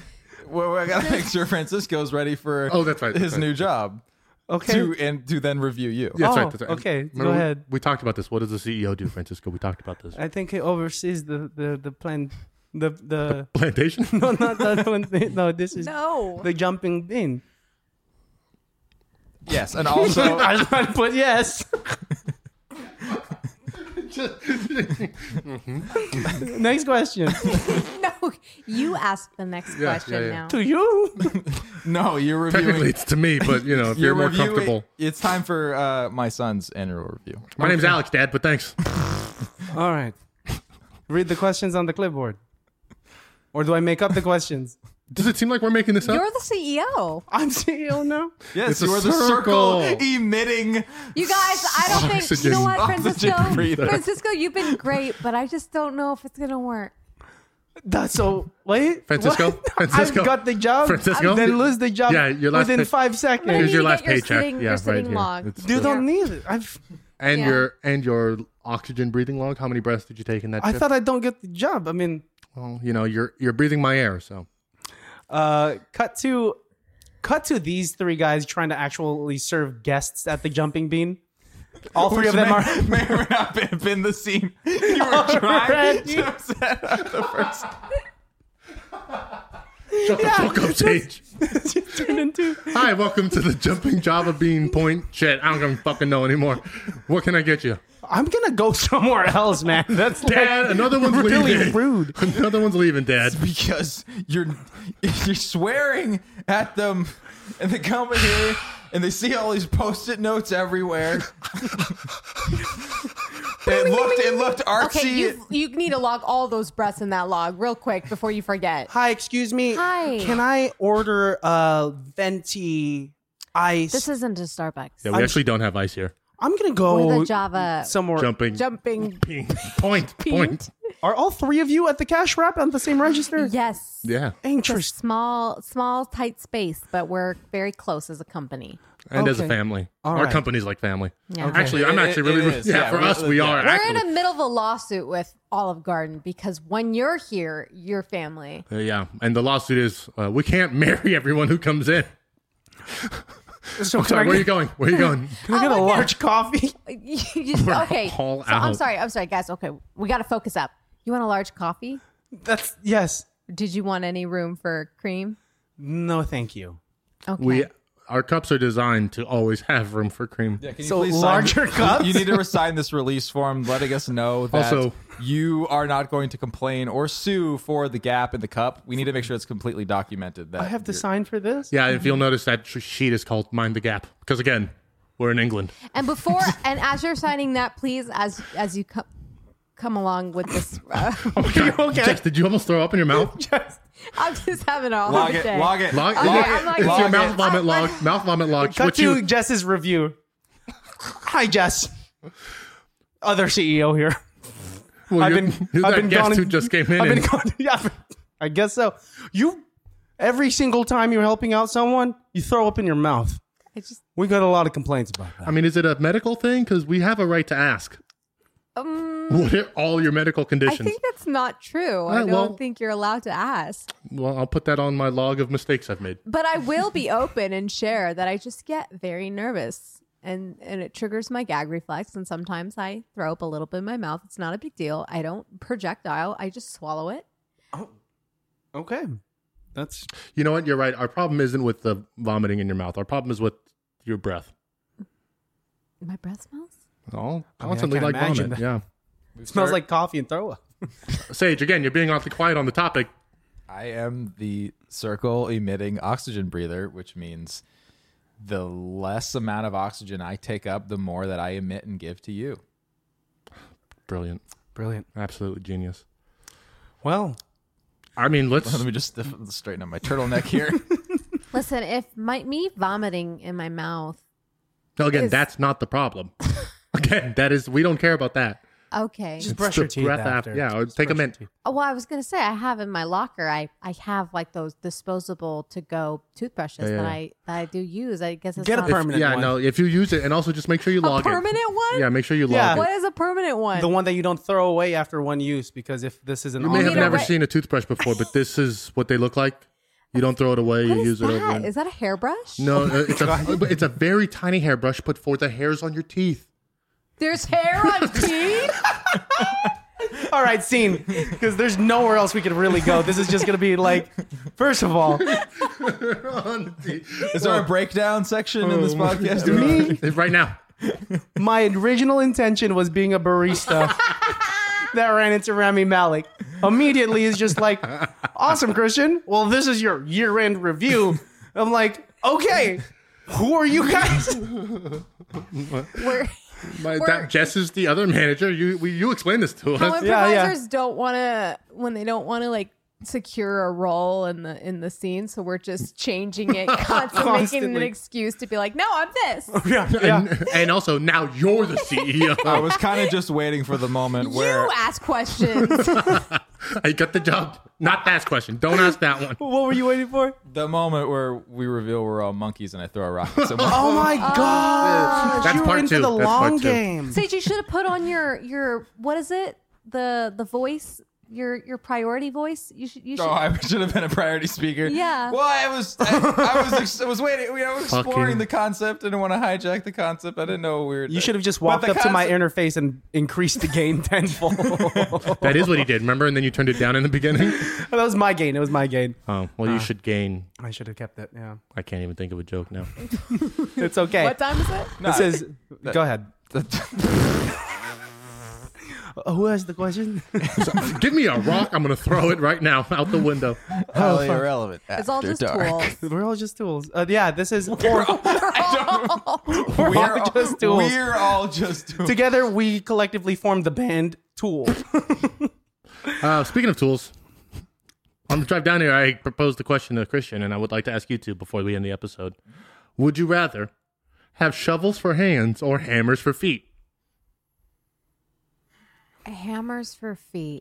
S1: Well, we gotta make sure Francisco's ready <laughs> for
S5: Oh, that's right, that's
S1: his
S5: right.
S1: new job
S2: okay?
S1: to and to then review you.
S5: Yeah, that's
S2: Oh,
S5: right, that's right.
S2: okay,
S5: Remember
S2: go
S5: we-
S2: ahead.
S5: We talked about this. What does the CEO do, Francisco? We talked about this.
S2: I think he oversees the the the plan. The the <laughs>
S5: Plantation? <laughs>
S2: no, not that one. <laughs> No, this is
S7: <laughs> No.
S2: the jumping bean.
S1: Yes, and <laughs> also
S2: <laughs> I just want to put <laughs> yes. Next question <laughs>
S7: no, you ask the next
S5: Yeah,
S7: question
S5: yeah, yeah.
S7: now.
S2: to you.
S1: no, you're
S5: Technically,
S1: reviewing.
S5: it's to me, but you know, if
S1: You're
S5: you're more
S1: reviewing-
S5: comfortable.
S1: It's time for uh, my son's annual review.
S5: My name's Alex, Dad, but
S2: <laughs>
S5: thanks.
S2: <laughs> All right, read the questions on the clipboard, or do I make up the questions?
S5: Does it seem like we're making this up?
S7: You're the E CEO.
S2: I'm <laughs> CEO now.
S1: Yes,
S5: It's a
S1: you are the circle
S5: circle.
S1: emitting.
S7: You guys, I don't think you know
S5: <laughs>
S7: what,
S1: Oxygen
S7: Francisco.
S1: breather.
S7: Francisco, you've been great, but I just don't know if it's gonna work.
S2: That's so. Wait,
S5: Francisco?
S2: what? <laughs>
S5: Francisco?
S2: I've got the job.
S5: Francisco?
S2: then lose the job.
S5: Yeah, your last
S2: within
S5: pic-
S2: five
S7: Maybe
S2: seconds.
S5: Here's your
S7: you
S5: last
S7: get your
S5: paycheck.
S7: sitting-
S5: yeah,
S7: your
S5: right
S7: sitting
S5: here.
S7: log.
S5: It's-
S2: You
S5: it's-
S2: don't need it. I've.
S5: and
S7: Yeah.
S5: your and your oxygen breathing log. How many breaths did you take in that?
S2: I
S5: trip?
S2: thought I don't get the job. I mean,
S5: well, you know, you're you're breathing my air. So
S2: uh, cut to, cut to these three guys trying to actually serve guests at the jumping bean. All three of them
S1: may,
S2: are. <laughs>
S1: may or may not have been the scene <laughs> you were trying
S2: Already.
S1: to set up the first.
S5: shut the fuck up, Sage.
S2: turned into.
S5: Hi, welcome to the jumping Java bean point. Shit, I don't even fucking know anymore. What can I get you,
S2: I'm gonna go <laughs> somewhere else, man. That's
S5: Dad?
S2: like
S5: Another one's
S2: really
S5: leaving.
S2: rude.
S5: Another one's leaving, Dad.
S1: because you're <laughs> you're swearing at them, and they come in here and they see all these post-it notes
S7: <laughs>
S1: everywhere. it looked it looked artsy.
S7: Okay, you you need to log all those breaths in that log real quick before you forget.
S2: Hi, excuse me.
S7: Hi.
S2: Can I order uh venti ice?
S7: This isn't a Starbucks.
S5: Yeah, Oh, we
S2: I'm-
S5: actually don't have ice here.
S2: I'm gonna
S7: We're
S2: go
S7: the Java
S2: somewhere.
S5: Jumping
S7: jumping.
S5: bean point point.
S2: Are all three of you at the cash wrap on the same register?
S7: Yes.
S5: Yeah,
S2: Interesting.
S7: Small, small, tight space, but we're very close as a company.
S5: and as a
S2: Okay.
S5: family,
S2: All
S5: our
S2: right.
S5: company's like family.
S7: Yeah. Okay.
S5: Actually, I'm
S1: It-
S5: actually
S1: it
S5: really.
S1: is.
S5: Yeah,
S1: Yeah,
S5: for
S1: we-
S5: us, we
S1: yeah.
S5: are.
S1: We're
S7: We're
S5: actually.
S7: in the middle of a lawsuit with Olive Garden because when you're here, you're family. <laughs>
S5: Uh, yeah, and the lawsuit is uh, we can't <laughs> marry everyone who comes in.
S2: So can I
S5: Sorry, where are you
S2: get-
S5: going? Where are
S1: <laughs>
S5: you going?
S2: Can I get a large coffee? <laughs>
S7: You just-
S5: We're
S7: okay.
S5: all
S7: so I'm
S5: out.
S7: sorry. I'm sorry, guys. Okay, we got to focus up. You want a large coffee?
S2: That's yes.
S7: Did you want any room for cream?
S2: No, thank you.
S7: Okay.
S5: We our cups are designed to always have room for cream.
S1: Yeah, can you
S2: So
S1: please sign-
S2: larger cups?
S1: You need to sign this release form letting us know that
S5: Also-
S1: you are not going to complain or sue for the gap in the cup. We need to make sure it's completely documented. That
S2: I have to
S1: you're-
S2: sign for this.
S5: Yeah, if you'll notice that sh- sheet is called "Mind the Gap" because again, we're in England.
S2: <laughs>
S7: and before <laughs> and as you're signing that, please, as as you come come along with this, <laughs> uh,
S5: Are you okay? <laughs> Jess, did you almost throw up in your
S2: <laughs>
S5: mouth?
S7: I'm just having all
S1: Log
S7: day.
S1: it, log it,
S5: Log,
S2: Oh,
S7: Okay,
S5: log
S7: I'm
S5: it.
S7: like-
S5: it's your
S1: Log
S5: mouth
S1: it.
S5: vomit log. Mouth vomit log.
S2: Cut
S5: What
S2: to
S5: you?
S2: Jess's review. Hi, Jess. Other CEO here.
S5: Well,
S2: I've
S5: you-
S2: been-
S5: you're
S2: I've
S5: that
S2: been
S5: guest
S2: gone-
S5: who just came in.
S2: I've been
S5: and-
S2: going. <laughs> Yeah, I guess so. You every single time you're helping out someone, you throw up in your mouth.
S7: I just
S2: We got a lot of complaints about that.
S5: I mean, is it a medical thing? Because we have a right to ask.
S7: um.
S2: Mm.
S5: What are all your medical
S7: I
S5: conditions?
S7: think that's not true. I
S5: Alright,
S7: don't
S5: well-
S7: think you're allowed to ask.
S5: well, I'll put that on my log of mistakes I've made.
S7: But I will be open and share that I just get very nervous and and it triggers my gag reflex and sometimes I throw up a little bit in my mouth. It's not a big deal. I don't projectile. I just swallow it.
S2: Okay, that's
S5: You know what? You're right. Our problem isn't with the vomiting in your mouth. Our problem is with your breath.
S7: My breath smells.
S5: Oh,
S2: I mean, I
S5: constantly
S2: can't
S5: like
S2: imagine
S5: vomit. Yeah.
S1: We've
S2: smells
S1: start-
S2: like coffee and throw up.
S5: Sage, again, you're being awfully quiet on the topic.
S1: I am the circle emitting oxygen breather, which means the less amount of oxygen I take up, the more that I emit and give to you. <laughs>
S5: Brilliant.
S2: Brilliant.
S5: Absolutely genius.
S2: Well,
S5: I mean, let's.
S1: Let me just straighten up my turtleneck
S7: <laughs>
S1: here.
S7: Listen, if my me vomiting in my mouth.
S5: No, again,
S7: is-
S5: that's not the problem. <laughs> again, that is. We don't care about that.
S7: Okay.
S2: just
S5: It's
S2: brush
S5: the
S2: your teeth
S5: breath af-
S2: after.
S5: yeah, or
S2: Just
S5: take a
S2: brush your
S5: minute.
S2: teeth.
S7: Oh, well, I was gonna say I have in my locker. I I have like those disposable to go toothbrushes
S5: Yeah,
S7: that
S5: yeah.
S7: I that I do use. I guess it's
S2: Get a
S7: not
S2: permanent
S5: yeah,
S2: one.
S5: no. If you use it, and also just make sure you
S7: A
S5: log
S7: permanent one.
S5: in. Yeah, make sure you
S2: Yeah.
S5: log
S7: What
S5: in.
S7: is a permanent one?
S2: The one that you don't throw away after one use because if this is an
S5: You may
S7: You
S5: have
S7: need a
S5: never
S7: re-
S5: seen a toothbrush before, but this is what they look like. You don't throw it away.
S7: What
S5: you
S7: is
S5: use it over.
S7: that?
S5: and-
S7: Is that a hairbrush? <laughs>
S5: no, uh, it's a but it's a very tiny hairbrush, but for the hairs on
S7: <laughs>
S5: your teeth.
S7: There's hair
S5: <laughs>
S7: on teeth.
S2: All right, scene. Because there's nowhere else we could really go. This is just gonna be like, first of all,
S5: on the teeth.
S1: <laughs> Is there a breakdown section in
S8: Oh
S7: Oh.
S1: this podcast?
S2: me.
S5: <laughs> Right now.
S2: My original intention was being a barista
S5: <laughs>
S2: that ran into Rami Malik. Immediately is just like, awesome, Christian. Well, this is your year end review. I'm like, okay, who are you guys?
S5: <laughs>
S7: We're,
S5: My,
S7: We're-
S5: that, Jess is the other manager. You we, you explain this to
S7: how
S5: us.
S7: improvisers
S2: Yeah, yeah.
S7: don't want to when they don't want to like secure a role in the in the scene, so we're just changing
S5: <laughs>
S7: it, constantly making an
S2: Constantly.
S7: excuse to be like, no, I'm this.
S2: yeah,
S5: And, and also now you're the E CEO.
S1: I was kind
S7: <laughs>
S1: of just waiting for the moment where
S7: You ask
S5: <laughs>
S7: questions.
S5: <laughs> I got the job. Not that question. Don't ask that one.
S2: <laughs> What were you waiting for?
S1: the moment where we reveal we're all monkeys and I throw a rock at
S7: <laughs>
S1: someone.
S2: Oh my gosh,
S5: That's
S2: you were
S5: part
S2: into
S5: two.
S2: the
S5: That's part
S2: long
S5: two.
S2: game.
S7: Sage, you should have put on your your what is it? The the voice, your your priority voice. You should you should
S1: Oh, I should have been a priority speaker.
S7: Yeah.
S1: Well, I was, I, I was, ex- I was waiting. You know, I was exploring
S5: Fucking-
S1: the concept. Didn't want to hijack the concept. I didn't know we were.
S2: You should have just
S1: But
S2: walked
S1: the
S2: up to my
S1: concept-
S2: interface and increased the gain <laughs> tenfold. that
S5: That is what <laughs> he did, remember? And then you turned it down in the beginning. <laughs>
S2: was my gain. It was my gain.
S5: Oh, well, you should gain.
S2: I should have kept it. Yeah,
S5: I can't even think of a joke now.
S2: it's okay.
S7: What time is it?
S2: This is. Go ahead. <laughs> Who has the question?
S5: <laughs>
S2: <laughs>
S5: Give me a rock. I'm going to throw it right now out the window.
S1: highly irrelevant.
S7: It's all just <laughs> tools.
S2: We're all just tools. Uh, yeah, this is. We're,
S1: We're
S2: all just tools.
S1: We're all just tools.
S2: together, we collectively formed the band
S7: <laughs>
S2: Tool.
S5: Uh, speaking of tools, on the drive down here, I proposed the question to Christian, and I would like to ask you two before we end the episode. Would you rather have shovels for hands or hammers for feet?
S7: <laughs> Hammers for feet.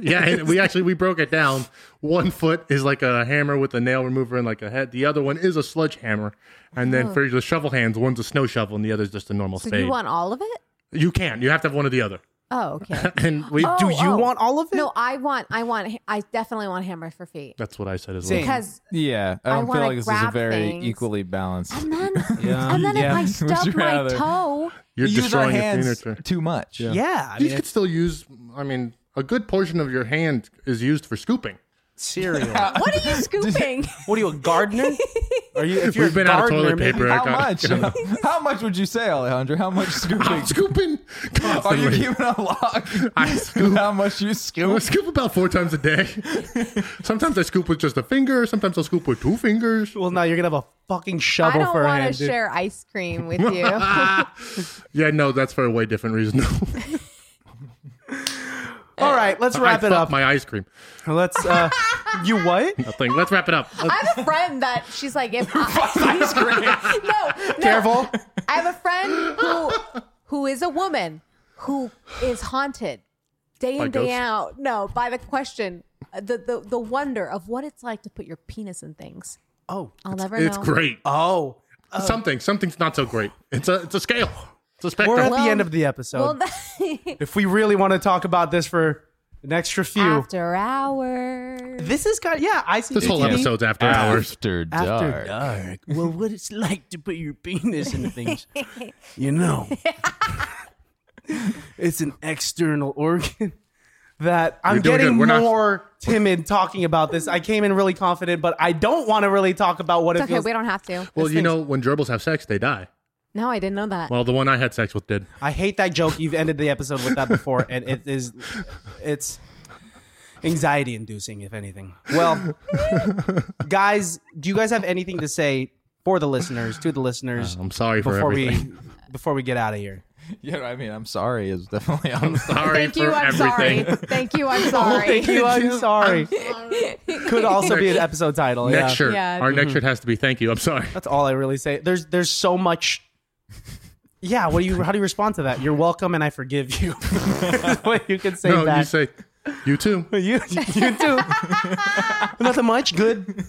S5: Yeah, and <laughs> we actually we broke it down. One foot is like a hammer with a nail remover and like a head. The other one is a sledgehammer. And then for the shovel hands, one's a snow shovel and the other's just a normal
S7: So
S5: spade.
S7: you want all of it?
S5: you can. You have to have one or the other. <laughs>
S7: Oh, okay.
S5: And we
S7: Oh,
S5: do.
S2: Do you
S7: oh.
S2: want all of it?
S7: No, I want, I want, I definitely want hammer for feet
S5: That's what I said as
S2: Same.
S5: well.
S7: because
S1: Yeah, um, I
S7: I
S1: don't feel
S7: wanna
S1: like this is a
S7: grab
S1: very
S7: things.
S1: equally balanced.
S7: and then
S2: Yeah.
S7: and then
S2: Yeah.
S7: if
S2: <laughs>
S7: I
S2: Would
S1: you
S7: stub my
S1: rather?
S7: toe,
S5: You're
S1: You use our
S5: destroying your
S1: hands
S5: furniture.
S1: too much.
S2: Yeah, I
S5: You
S2: mean,
S5: could still use. I mean, a good portion of your hand is used for <laughs> scooping.
S7: <laughs>
S2: cereal.
S7: what
S2: <laughs>
S7: are you scooping?
S2: What are you, a gardener? Are you? If you're
S5: We've been
S2: a
S5: out of
S2: gardener,
S5: toilet
S2: maybe-
S5: paper.
S1: How
S5: I got-
S1: much? <laughs> How much would you say, Alejandro? How much scooping?
S5: I'm Ah, scooping.
S1: Are you
S5: Constantly.
S1: keeping a log?
S5: I scoop.
S1: How much you
S5: <laughs> I
S1: scoop?
S5: scoop about four times a day. <laughs> Sometimes I scoop with just a finger. Sometimes I'll scoop with two fingers.
S2: Well, now you're gonna have a fucking
S7: I
S2: shovel
S7: don't
S2: for a
S7: want
S2: hand.
S7: to
S2: dude.
S7: share ice cream
S2: <laughs>
S7: with you.
S5: Yeah, no, that's for a way different reason. <laughs> though.
S2: All right, let's
S5: I
S2: wrap it
S5: fucked
S2: up.
S5: My ice cream.
S2: Let's. uh You
S5: <laughs>
S2: what?
S5: Nothing. Let's wrap it up.
S7: I have a friend that she's like, if <laughs> I, no, no,
S2: Careful.
S7: I have a friend who who is a woman who is haunted day in
S5: By
S7: day
S5: ghosts?
S7: out. No, by the question, uh, the, the the wonder of what it's like to put your penis in things.
S2: Oh.
S7: I'll never
S5: It's
S7: know.
S5: great.
S2: Oh.
S5: Something. Something's not so great. It's a. It's a scale. It's a
S2: We're at
S5: spectrum.
S2: the end of the episode.
S7: Well, <laughs> that,
S2: if we really want to talk about this for an extra few.
S7: after hours.
S2: this is kind of, yeah, I see
S5: This whole episode's after hours.
S1: After
S2: After
S1: dark.
S2: dark. well, what it's like to put your penis in
S7: <laughs>
S2: things. You know, it's an external organ that I'm
S5: You're doing
S2: getting
S5: good. We're not-
S2: more timid talking about this. I came in really confident, but I don't want to really talk about what
S7: It's
S2: it
S7: okay,
S2: feels
S7: we don't have to.
S5: Well, you know, when gerbils have sex, they die.
S7: No, I didn't know that.
S5: Well, the one I had sex with did.
S2: I hate that joke. You've ended the episode with that before, and it is, it's anxiety inducing, if anything. Well, guys, do you guys have anything to say for the listeners, to the listeners,
S5: Uh, I'm sorry for
S2: before
S5: everything.
S2: we before we get out of here?
S1: Yeah, I mean, I'm sorry is definitely on.
S5: Sorry
S7: Thank
S5: for
S7: you. I'm
S5: everything.
S7: sorry. <laughs> Thank you.
S5: <laughs>
S7: I'm sorry.
S2: Thank <laughs> you. I'm sorry. Could also be an episode title.
S5: Next
S2: yeah.
S5: shirt.
S7: Yeah.
S5: Our next shirt has to be thank you. I'm sorry.
S2: That's all I really say. There's there's so much. Yeah, what do you? How do you respond to that? You're welcome, and I forgive you. <laughs> what you can say
S5: <laughs> no,
S2: back.
S5: you say you too.
S2: you <laughs> you too. Nothing much. Good.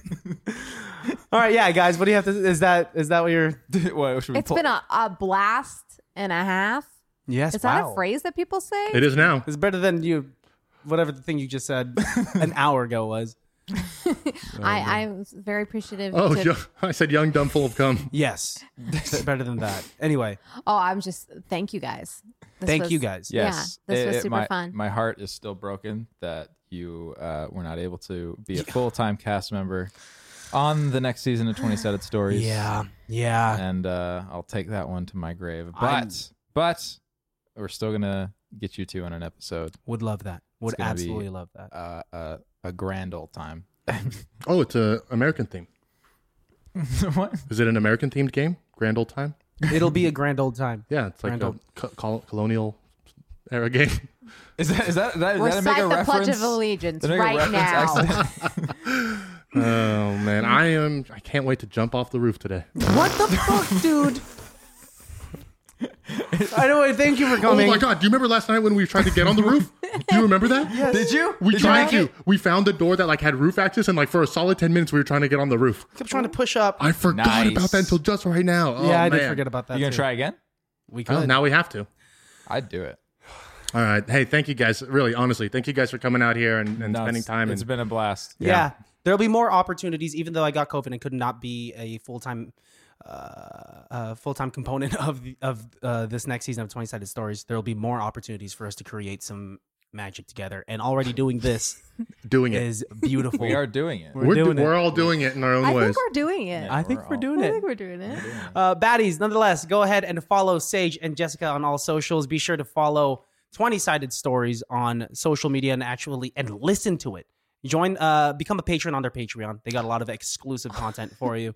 S2: All right, yeah, guys. What do you have to? Is that is that what you're?
S1: <laughs> what, should we
S7: It's been a, a blast and a half.
S2: Yes.
S7: Is that a phrase that people say?
S5: It is now.
S2: It's better than you, whatever the thing you just said <laughs> an hour ago was.
S7: I, I'm very appreciative.
S5: Oh,
S7: to-
S5: yo- I said young, dumb, full of cum.
S2: Yes, Th- <laughs> better than that. Anyway,
S7: oh, I'm just thank you guys. This
S2: thank
S7: was-
S2: you guys.
S1: yes,
S7: Yeah, this was super
S1: my,
S7: fun.
S1: My heart is still broken that you uh, were not able to be a full time cast member on the next season of Twenty Sided Stories.
S2: Yeah, yeah.
S1: and uh, I'll take that one to my grave. But
S2: I'm-
S1: but we're still gonna get you two on an episode.
S2: Would love that. Would
S1: It's gonna be-
S2: absolutely love that.
S1: Uh, uh, a grand old time.
S5: Oh, it's a American theme.
S1: what?
S5: Is it an American themed game? Grand old time.
S2: <laughs> It'll be a grand old time.
S5: Yeah, it's like
S2: Grand
S5: a
S2: old-
S5: co- col- colonial era game.
S1: Is that is that, that is that to make
S7: Recite
S1: a
S7: the
S1: reference?
S7: Pledge of Allegiance
S1: Did I make a
S7: right
S1: reference
S7: now.
S1: accidentally?
S5: oh man, I am. I can't wait to jump off the roof today.
S2: What the
S5: <laughs>
S2: fuck, dude? I know. I Thank you for coming.
S5: Oh my god, do you remember last night when we tried to get on the roof? Do you remember that? Yes.
S1: Did you?
S5: We
S1: Did you
S5: tried
S1: make
S5: to.
S1: it?
S5: We found the door that like had roof access, and like for a solid ten minutes, we were trying to get on the roof.
S2: kept trying to push up.
S5: I forgot
S1: Nice.
S5: about that until just right now. Oh,
S2: yeah, I did
S5: man.
S2: forget about that.
S1: You gonna
S2: too.
S1: try again?
S2: We could.
S5: Well, now we have to.
S1: I'd do it.
S5: All right. Hey, thank you guys. Really, honestly, thank you guys for coming out here and, and
S1: No,
S5: spending
S1: it's-
S5: time.
S1: It's
S5: and
S1: been a blast.
S2: yeah. there'll be more opportunities. Even though I got COVID and could not be a full time, uh, uh, full time component <laughs> of the, of uh, this next season of Twenty Sided Stories, there'll be more opportunities for us to create some magic together. And already doing this
S1: <laughs>
S5: doing it.
S2: is beautiful.
S1: We are doing it.
S2: We're
S5: We're, do-
S2: doing it.
S5: we're all doing it in our own
S7: I
S5: ways.
S7: think we're doing it.
S1: Yeah.
S2: I think
S1: We're
S2: we're
S1: all-
S2: doing
S7: I
S2: it.
S7: think we're doing it.
S2: Uh, baddies, nonetheless, go ahead and follow Sage and Jessica on all socials. Be sure to follow 20 Sided Stories on social media and actually and listen to it. Join, uh, become a patron on their Patreon. They got a lot of exclusive content for you,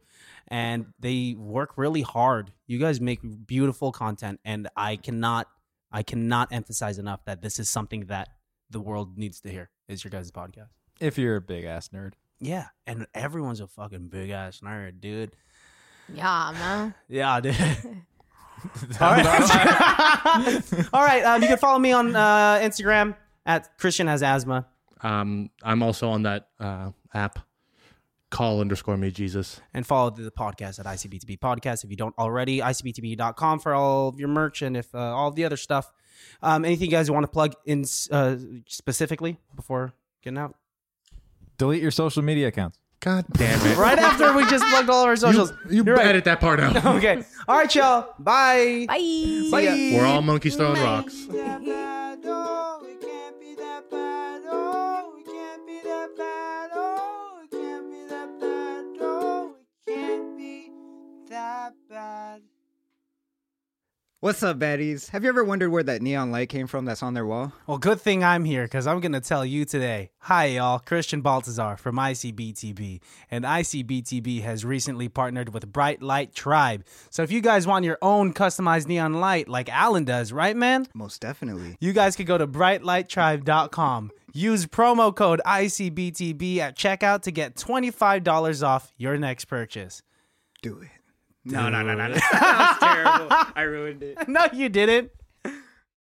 S2: and they work really hard. You guys make beautiful content, and I cannot, I cannot emphasize enough that this is something that the world needs to hear. Is your guys' podcast?
S1: If you're a big ass nerd,
S2: Yeah, and everyone's a fucking big ass nerd, dude.
S7: Yeah, man.
S2: Yeah, dude. All right. <laughs> All right. Um, you can follow me on uh, Instagram at Christian has asthma.
S5: Um, I'm also on that uh, app. Call underscore me Jesus.
S2: And follow the podcast at ICBTB Podcast if you don't already. ICBTB.com for all of your merch and if uh, all the other stuff. Um, anything you guys want to plug in uh, specifically before getting out?
S1: delete your social media accounts.
S5: God damn it!
S2: Right after we just plugged all of our socials.
S5: You, you
S2: You're right.
S5: edit that part out.
S2: <laughs> Okay. All right, y'all. Bye.
S7: Bye.
S2: See ya.
S5: We're all monkeys throwing rocks.
S4: that bad. Oh, we can't be that bad. Oh, we can't be that bad. Oh, we can't be that bad. Oh, we can't be that bad.
S8: What's up, baddies? Have you ever wondered where that neon light came from that's on their wall?
S2: Well, good thing I'm here because I'm going to tell you today. Hi, y'all. Christian Baltazar from ICBTB. And ICBTB has recently partnered with Bright Light Tribe. So if you guys want your own customized neon light like Alan does, right, man?
S8: Most definitely.
S2: You guys could go to brightlighttribe.com. Use promo code ICBTB at checkout to get $25 off your next purchase. <laughs>
S8: Do it. No, no, no, no. no. that was terrible. I ruined it.
S2: No, you didn't.